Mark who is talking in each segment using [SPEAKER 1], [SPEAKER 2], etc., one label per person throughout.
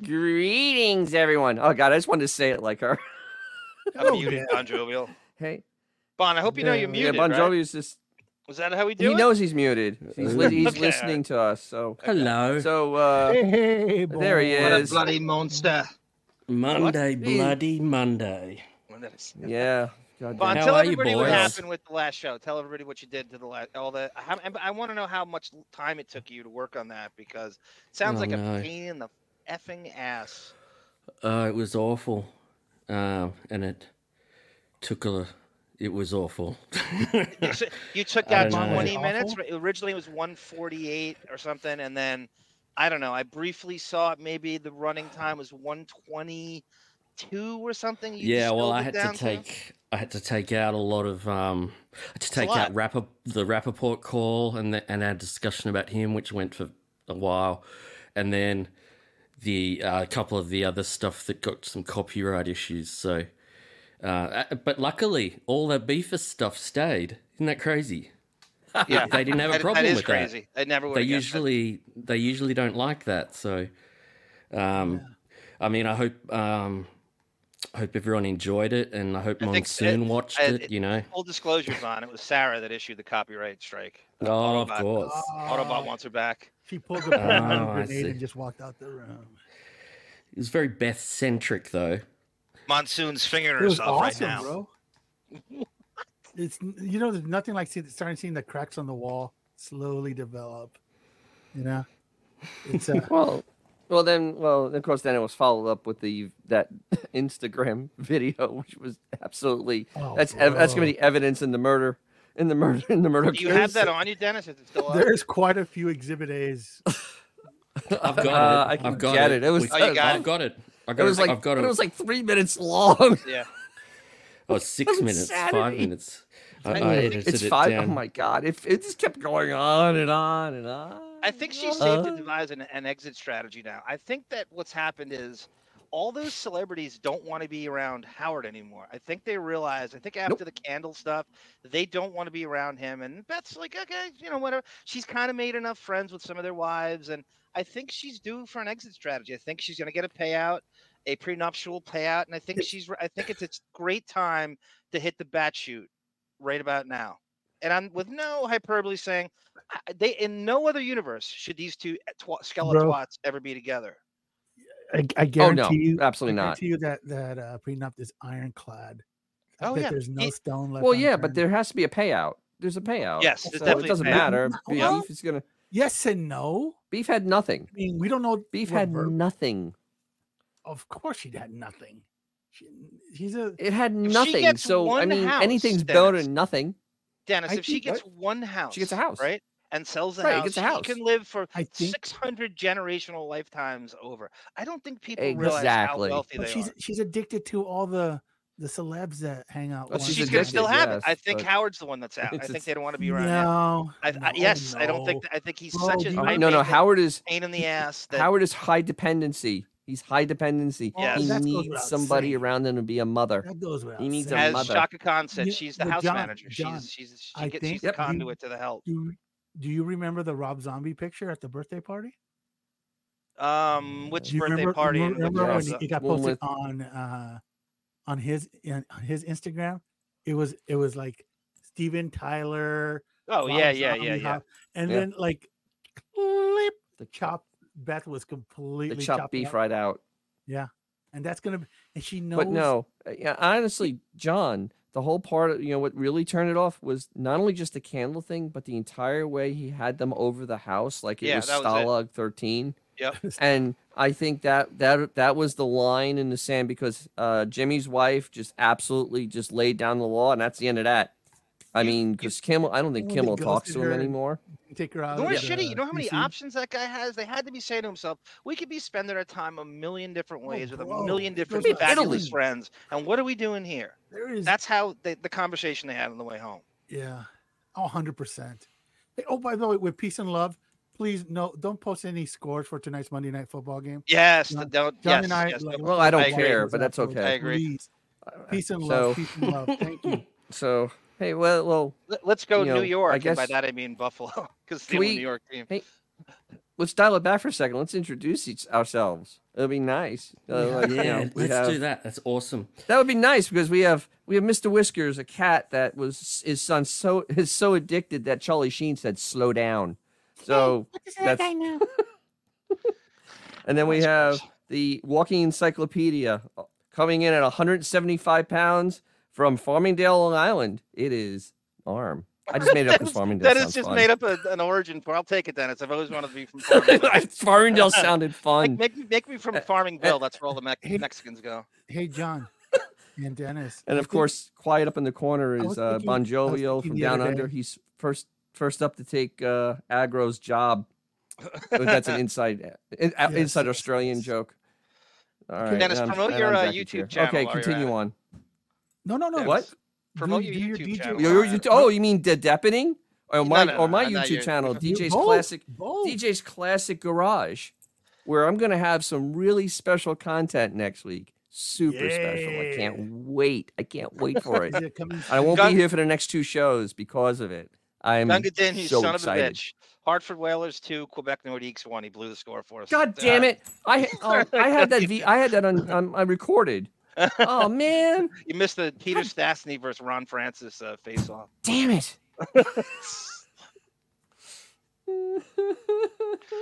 [SPEAKER 1] Greetings, everyone. Oh God, I just wanted to say it like her.
[SPEAKER 2] I'm muted, Bon Jovial.
[SPEAKER 1] Oh, hey,
[SPEAKER 2] Bon, I hope you know you're
[SPEAKER 1] yeah,
[SPEAKER 2] muted.
[SPEAKER 1] Bon
[SPEAKER 2] right?
[SPEAKER 1] Jovi's just
[SPEAKER 2] Was that how we do
[SPEAKER 1] he
[SPEAKER 2] it?
[SPEAKER 1] knows he's muted. He's, li- he's
[SPEAKER 2] Okay.
[SPEAKER 1] listening to us. So,
[SPEAKER 3] Hello.
[SPEAKER 1] so uh,
[SPEAKER 3] Hey,
[SPEAKER 1] there he
[SPEAKER 4] What a
[SPEAKER 1] is.
[SPEAKER 4] bloody monster.
[SPEAKER 3] Monday,
[SPEAKER 1] What?
[SPEAKER 3] bloody Monday.
[SPEAKER 2] Well, that is-
[SPEAKER 1] Yeah. God
[SPEAKER 2] Bon,
[SPEAKER 1] damn.
[SPEAKER 3] How
[SPEAKER 2] tell
[SPEAKER 3] are you,
[SPEAKER 2] everybody what
[SPEAKER 3] boys?
[SPEAKER 2] happened with the last show. Tell everybody what you did to the last, all the. How, and I want to know how much time it took you to work on that because it sounds
[SPEAKER 3] Oh,
[SPEAKER 2] like a
[SPEAKER 3] no.
[SPEAKER 2] pain in the effing ass.
[SPEAKER 3] Oh, it was awful. Um, and it took a. It was awful.
[SPEAKER 2] You took- you took
[SPEAKER 3] I
[SPEAKER 2] out
[SPEAKER 3] don't know.
[SPEAKER 2] 20
[SPEAKER 4] Awful.
[SPEAKER 2] minutes. ri- Originally, it was 148 or something, and then I don't know. I briefly saw it. Maybe the running time was 122 or something. You
[SPEAKER 3] yeah, well,
[SPEAKER 2] distilled
[SPEAKER 3] I
[SPEAKER 2] it
[SPEAKER 3] had
[SPEAKER 2] down
[SPEAKER 3] to take. I had to take out a lot of. Um, I had to
[SPEAKER 2] a
[SPEAKER 3] take
[SPEAKER 2] lot.
[SPEAKER 3] out Rapper, the Rappaport call and the, and our discussion about him, which went for a while, and then the uh, couple of the other stuff that got some copyright issues. So, uh, uh, but luckily, all the Beefus stuff stayed. Isn't that crazy?
[SPEAKER 2] Yeah.
[SPEAKER 3] they didn't have a
[SPEAKER 2] That-
[SPEAKER 3] problem
[SPEAKER 2] that is
[SPEAKER 3] with that
[SPEAKER 2] crazy. I never would.
[SPEAKER 3] they usually they usually don't like that. So, um, I mean, I hope um, I hope everyone enjoyed it, and I hope
[SPEAKER 2] I think-
[SPEAKER 3] Monsoon watched
[SPEAKER 2] I-
[SPEAKER 3] it. You know,
[SPEAKER 2] Full disclosures on it was Sarah that issued the copyright strike. Uh,
[SPEAKER 3] oh, of
[SPEAKER 2] Autobot-
[SPEAKER 3] course.
[SPEAKER 2] Autobot wants her back.
[SPEAKER 5] She pulled the
[SPEAKER 3] Oh, I
[SPEAKER 5] grenade
[SPEAKER 3] see.
[SPEAKER 5] and just walked out the room.
[SPEAKER 3] It was very Beth centric, though.
[SPEAKER 6] Monsoon's fingering
[SPEAKER 5] It was
[SPEAKER 6] herself
[SPEAKER 5] awesome,
[SPEAKER 6] right now.
[SPEAKER 5] bro. It's you know, there's nothing like see, starting seeing the cracks on the wall slowly develop. You know, it's uh,
[SPEAKER 1] Well, well then, well of course then it was followed up with the that Instagram video, which was absolutely
[SPEAKER 5] oh,
[SPEAKER 1] that's ev- that's
[SPEAKER 5] bro.
[SPEAKER 1] gonna be evidence in the murder, in the murder, in the murder.
[SPEAKER 2] Do you have
[SPEAKER 1] case.
[SPEAKER 2] that on you, Dennis? Is it still up?
[SPEAKER 5] There's quite a few Exhibit A's.
[SPEAKER 3] I've got
[SPEAKER 1] Uh,
[SPEAKER 3] it.
[SPEAKER 1] I can
[SPEAKER 3] have got
[SPEAKER 1] get it. It was-
[SPEAKER 3] We-
[SPEAKER 2] Oh, you got
[SPEAKER 3] I've
[SPEAKER 2] it?
[SPEAKER 3] got it. I
[SPEAKER 1] It
[SPEAKER 3] got
[SPEAKER 1] was like
[SPEAKER 3] I've got it.
[SPEAKER 1] it was like three minutes long.
[SPEAKER 2] Yeah.
[SPEAKER 3] oh, six
[SPEAKER 1] on
[SPEAKER 3] minutes, five
[SPEAKER 1] Saturday.
[SPEAKER 3] minutes. I,
[SPEAKER 1] I
[SPEAKER 3] I
[SPEAKER 1] know.
[SPEAKER 3] edited
[SPEAKER 1] it's
[SPEAKER 3] it
[SPEAKER 1] five oh
[SPEAKER 3] down.
[SPEAKER 1] my god! If it just kept going on and on and on.
[SPEAKER 2] I think she's
[SPEAKER 1] and
[SPEAKER 2] safe to
[SPEAKER 1] on.
[SPEAKER 2] devise an, an exit strategy now. I think that what's happened is all those celebrities don't want to be around Howard anymore. I think they realize, I think after the candle stuff, they don't want to be around him. And Beth's like, okay, you know, whatever. She's kind of made enough friends with some of their wives. And I think she's due for an exit strategy. I think she's going to get a payout, a prenuptial payout. And I think she's, I think it's a great time to hit the bat shoot right about now. And I'm with no hyperbole saying, I- they in no other universe should these two eh, twa- skeleton
[SPEAKER 5] Bro.
[SPEAKER 2] twats ever be together.
[SPEAKER 5] I, I
[SPEAKER 1] Oh
[SPEAKER 5] guarantee
[SPEAKER 1] no!
[SPEAKER 5] you,
[SPEAKER 1] Absolutely
[SPEAKER 5] I
[SPEAKER 1] not.
[SPEAKER 5] guarantee you that that uh, prenup is ironclad. I
[SPEAKER 2] Oh,
[SPEAKER 5] bet
[SPEAKER 2] yeah.
[SPEAKER 5] there's no
[SPEAKER 2] It-
[SPEAKER 5] stone left.
[SPEAKER 1] Well, yeah, but
[SPEAKER 5] unturned.
[SPEAKER 1] there has to be a payout. There's a payout.
[SPEAKER 2] Yes,
[SPEAKER 1] so
[SPEAKER 2] there's
[SPEAKER 1] it
[SPEAKER 2] definitely a
[SPEAKER 1] doesn't
[SPEAKER 2] payout.
[SPEAKER 1] matter.
[SPEAKER 5] Well-
[SPEAKER 1] Beef is gonna.
[SPEAKER 5] yes and no.
[SPEAKER 1] Beef had nothing.
[SPEAKER 5] I mean, we don't know.
[SPEAKER 1] Beef
[SPEAKER 5] what
[SPEAKER 1] had
[SPEAKER 5] ver-
[SPEAKER 1] nothing.
[SPEAKER 5] Of course, she had nothing. She, he's a
[SPEAKER 1] It had
[SPEAKER 2] she
[SPEAKER 1] nothing.
[SPEAKER 2] gets
[SPEAKER 1] So I
[SPEAKER 2] one
[SPEAKER 1] mean,
[SPEAKER 2] house,
[SPEAKER 1] anything's better
[SPEAKER 2] Dennis-
[SPEAKER 1] than nothing.
[SPEAKER 2] Dennis,
[SPEAKER 5] I
[SPEAKER 2] if she
[SPEAKER 5] think- I-
[SPEAKER 2] gets one house,
[SPEAKER 1] gets a house.
[SPEAKER 2] right? And sells the
[SPEAKER 1] Right,
[SPEAKER 2] house,
[SPEAKER 1] gets a
[SPEAKER 2] she can
[SPEAKER 1] house.
[SPEAKER 2] live for
[SPEAKER 5] I think-
[SPEAKER 2] six hundred generational lifetimes over. I don't think people realize how
[SPEAKER 1] Exactly.
[SPEAKER 2] wealthy
[SPEAKER 5] but
[SPEAKER 2] they
[SPEAKER 5] she's
[SPEAKER 2] are.
[SPEAKER 5] she's addicted to all the the celebs that hang out.
[SPEAKER 1] Well,
[SPEAKER 5] with
[SPEAKER 2] She's,
[SPEAKER 1] she's
[SPEAKER 5] her.
[SPEAKER 2] gonna still
[SPEAKER 1] addicted,
[SPEAKER 2] have it. I
[SPEAKER 1] yes,
[SPEAKER 2] think
[SPEAKER 1] but
[SPEAKER 2] Howard's the one that's out. I
[SPEAKER 1] it's-
[SPEAKER 2] think
[SPEAKER 1] it's-
[SPEAKER 2] they don't want to be around him.
[SPEAKER 5] No,
[SPEAKER 2] I, I,
[SPEAKER 5] no,
[SPEAKER 2] yes, I don't think.
[SPEAKER 5] no.
[SPEAKER 2] th- I think he's
[SPEAKER 5] Bro,
[SPEAKER 2] such
[SPEAKER 5] do
[SPEAKER 2] a
[SPEAKER 5] you-
[SPEAKER 1] Oh,
[SPEAKER 2] high
[SPEAKER 1] no, no.
[SPEAKER 2] maintenance
[SPEAKER 1] Howard is
[SPEAKER 2] pain in the ass. That
[SPEAKER 1] Howard is high dependency. He's high dependency.
[SPEAKER 2] Yes.
[SPEAKER 1] He
[SPEAKER 5] That goes
[SPEAKER 1] needs
[SPEAKER 5] without
[SPEAKER 1] somebody
[SPEAKER 5] saying.
[SPEAKER 1] around him to be a mother.
[SPEAKER 5] That goes without
[SPEAKER 1] He needs a
[SPEAKER 5] saying.
[SPEAKER 2] as
[SPEAKER 1] mother.
[SPEAKER 2] Shaka Khan said,
[SPEAKER 5] You-
[SPEAKER 2] she's the
[SPEAKER 5] well,
[SPEAKER 2] house
[SPEAKER 5] John-
[SPEAKER 2] manager.
[SPEAKER 5] John,
[SPEAKER 2] she's she's she
[SPEAKER 5] I
[SPEAKER 2] gets,
[SPEAKER 5] think
[SPEAKER 2] she's the
[SPEAKER 5] Yep. you-
[SPEAKER 2] conduit to the help.
[SPEAKER 5] Do, do you remember the Rob Zombie picture at the birthday party?
[SPEAKER 2] Um, which
[SPEAKER 5] Do you
[SPEAKER 2] birthday
[SPEAKER 5] remember,
[SPEAKER 2] party? and
[SPEAKER 5] Remember,
[SPEAKER 2] which
[SPEAKER 5] remember when
[SPEAKER 2] house?
[SPEAKER 1] Yes.
[SPEAKER 5] it got
[SPEAKER 1] One
[SPEAKER 5] posted
[SPEAKER 1] with-
[SPEAKER 5] on uh, on his in, on his Instagram? It was it was like Steven Tyler.
[SPEAKER 2] Oh
[SPEAKER 5] Rob
[SPEAKER 2] yeah, yeah, yeah,
[SPEAKER 5] Zombie,
[SPEAKER 2] yeah.
[SPEAKER 5] Hop- And
[SPEAKER 1] Yeah.
[SPEAKER 5] then like, clip,
[SPEAKER 1] The-
[SPEAKER 5] the chop. Beth was
[SPEAKER 1] The
[SPEAKER 5] completely
[SPEAKER 1] chopped beef
[SPEAKER 5] up,
[SPEAKER 1] right out.
[SPEAKER 5] and that's gonna. be And she knows.
[SPEAKER 1] But no, uh, yeah, honestly, John, the whole part of you know what really turned it off was not only just the candle thing, but the entire way he had them over the house, like it
[SPEAKER 2] Yeah,
[SPEAKER 1] was
[SPEAKER 2] that was it.
[SPEAKER 1] Stalag thirteen.
[SPEAKER 2] Yep.
[SPEAKER 1] And I think that that that was the line in the sand because uh, Jimmy's wife just absolutely just laid down the law, and that's the end of that. I
[SPEAKER 2] You-
[SPEAKER 1] mean, because Kimmel, I don't think
[SPEAKER 5] Well, they
[SPEAKER 1] Kimmel talks
[SPEAKER 5] ghosted
[SPEAKER 1] to him
[SPEAKER 5] her.
[SPEAKER 1] anymore.
[SPEAKER 5] Take her out.
[SPEAKER 2] Nor
[SPEAKER 5] of
[SPEAKER 2] should he. You
[SPEAKER 5] uh, the
[SPEAKER 2] know how many
[SPEAKER 5] PC?
[SPEAKER 2] options that guy has? They had to be saying to himself, "We could be spending our time a million different ways with a
[SPEAKER 5] Oh, bro,
[SPEAKER 2] million
[SPEAKER 5] it
[SPEAKER 2] different
[SPEAKER 1] goes to
[SPEAKER 2] fabulous
[SPEAKER 5] Italy.
[SPEAKER 2] friends." And what are we doing here?
[SPEAKER 5] There is
[SPEAKER 2] That's how they, the conversation they had on the way home.
[SPEAKER 5] Yeah, hundred percent. Oh, by the way, with peace and love, please no, don't post any scores for tonight's Monday Night Football game.
[SPEAKER 2] Yes,
[SPEAKER 5] John-
[SPEAKER 2] the- don't.
[SPEAKER 5] John
[SPEAKER 2] yes,
[SPEAKER 5] and I,
[SPEAKER 2] yes,
[SPEAKER 5] like,
[SPEAKER 2] the-
[SPEAKER 1] Well, I don't
[SPEAKER 2] agree.
[SPEAKER 1] care, but that's
[SPEAKER 5] Exactly.
[SPEAKER 1] okay.
[SPEAKER 2] I agree.
[SPEAKER 5] Please, Peace and
[SPEAKER 1] So-
[SPEAKER 5] love, peace and love. Thank you.
[SPEAKER 1] So hey, well, well,
[SPEAKER 2] let- let's go
[SPEAKER 1] you know,
[SPEAKER 2] New York.
[SPEAKER 1] I
[SPEAKER 2] and by
[SPEAKER 1] guess-
[SPEAKER 2] that I mean Buffalo, because the
[SPEAKER 1] Can
[SPEAKER 2] only
[SPEAKER 1] we-
[SPEAKER 2] New York team.
[SPEAKER 1] let's dial it back for a second. Let's introduce each, ourselves. It'd be nice. Uh, like, you know,
[SPEAKER 3] Yeah,
[SPEAKER 1] we
[SPEAKER 3] let's
[SPEAKER 1] have-
[SPEAKER 3] do that. That's awesome.
[SPEAKER 1] That would be nice because we have we have Mr. Whiskers, a cat that was his son so is so addicted that Charlie Sheen said slow down. So
[SPEAKER 4] What does
[SPEAKER 1] that
[SPEAKER 4] that
[SPEAKER 1] guy
[SPEAKER 4] guy know?
[SPEAKER 1] and then we have
[SPEAKER 2] That's
[SPEAKER 1] the walking encyclopedia uh, coming in at 175 pounds from Farmingdale, Long Island. It is arm. I just made it up because Farmingdale.
[SPEAKER 2] That is
[SPEAKER 1] sounds
[SPEAKER 2] just
[SPEAKER 1] fun.
[SPEAKER 2] made up a, an origin for. I'll take it, Dennis. I've always wanted to be from Farmingville.
[SPEAKER 1] Farmingdale sounded
[SPEAKER 2] like,
[SPEAKER 1] fun.
[SPEAKER 2] make, me, make me from
[SPEAKER 1] Uh,
[SPEAKER 2] Farmingville. That's where all the Mex-
[SPEAKER 5] Hey-
[SPEAKER 2] Mexicans go.
[SPEAKER 5] Hey, John and Dennis.
[SPEAKER 1] And
[SPEAKER 5] I
[SPEAKER 1] of
[SPEAKER 5] think-
[SPEAKER 1] course, quiet up in the corner
[SPEAKER 5] I
[SPEAKER 1] is
[SPEAKER 5] was
[SPEAKER 1] uh,
[SPEAKER 5] thinking- I
[SPEAKER 1] Bon
[SPEAKER 5] was
[SPEAKER 1] Jovial
[SPEAKER 5] thinking
[SPEAKER 1] from
[SPEAKER 5] the
[SPEAKER 1] Down
[SPEAKER 5] other
[SPEAKER 1] Under.
[SPEAKER 5] day.
[SPEAKER 1] He's first first up to take uh, Agro's job. Oh, That's an inside in, uh,
[SPEAKER 5] Yes,
[SPEAKER 1] inside
[SPEAKER 5] yes,
[SPEAKER 1] Australian
[SPEAKER 5] yes.
[SPEAKER 1] joke. All right,
[SPEAKER 2] Dennis,
[SPEAKER 1] and I'm-
[SPEAKER 2] promote
[SPEAKER 1] and
[SPEAKER 2] your,
[SPEAKER 1] I'm
[SPEAKER 2] uh,
[SPEAKER 1] Jackie
[SPEAKER 2] YouTube
[SPEAKER 1] Chair.
[SPEAKER 2] channel
[SPEAKER 1] Okay,
[SPEAKER 2] while you're
[SPEAKER 1] continue
[SPEAKER 2] at it.
[SPEAKER 1] on.
[SPEAKER 5] no, no, no.
[SPEAKER 1] What?
[SPEAKER 2] Promote your
[SPEAKER 5] do your
[SPEAKER 2] YouTube
[SPEAKER 5] DJ
[SPEAKER 2] channel.
[SPEAKER 1] Your- your
[SPEAKER 2] Uh,
[SPEAKER 1] YouTube- oh, you mean de Deppening? Or my
[SPEAKER 2] no,
[SPEAKER 1] or my
[SPEAKER 2] no, no,
[SPEAKER 1] YouTube
[SPEAKER 2] you're-
[SPEAKER 1] channel, DJ's
[SPEAKER 5] both.
[SPEAKER 1] Classic
[SPEAKER 5] Both.
[SPEAKER 1] DJ's Classic Garage, where I'm going to have some really special content next week. Super special. I
[SPEAKER 5] Yeah.
[SPEAKER 1] can't wait. I can't wait for it.
[SPEAKER 5] Is it coming?
[SPEAKER 1] I won't
[SPEAKER 2] Gun-
[SPEAKER 1] be here for the next two shows because of it. I'm
[SPEAKER 2] Duncan you
[SPEAKER 1] so
[SPEAKER 2] son of a
[SPEAKER 1] excited.
[SPEAKER 2] bitch. Hartford Whalers two, Quebec Nordiques one. He blew the score for us. Uh,
[SPEAKER 1] God damn it! I oh, I had that v, I had that on, on I recorded. Oh man!
[SPEAKER 2] You missed the Peter Stastny versus Ron Francis uh, face off.
[SPEAKER 1] Damn it!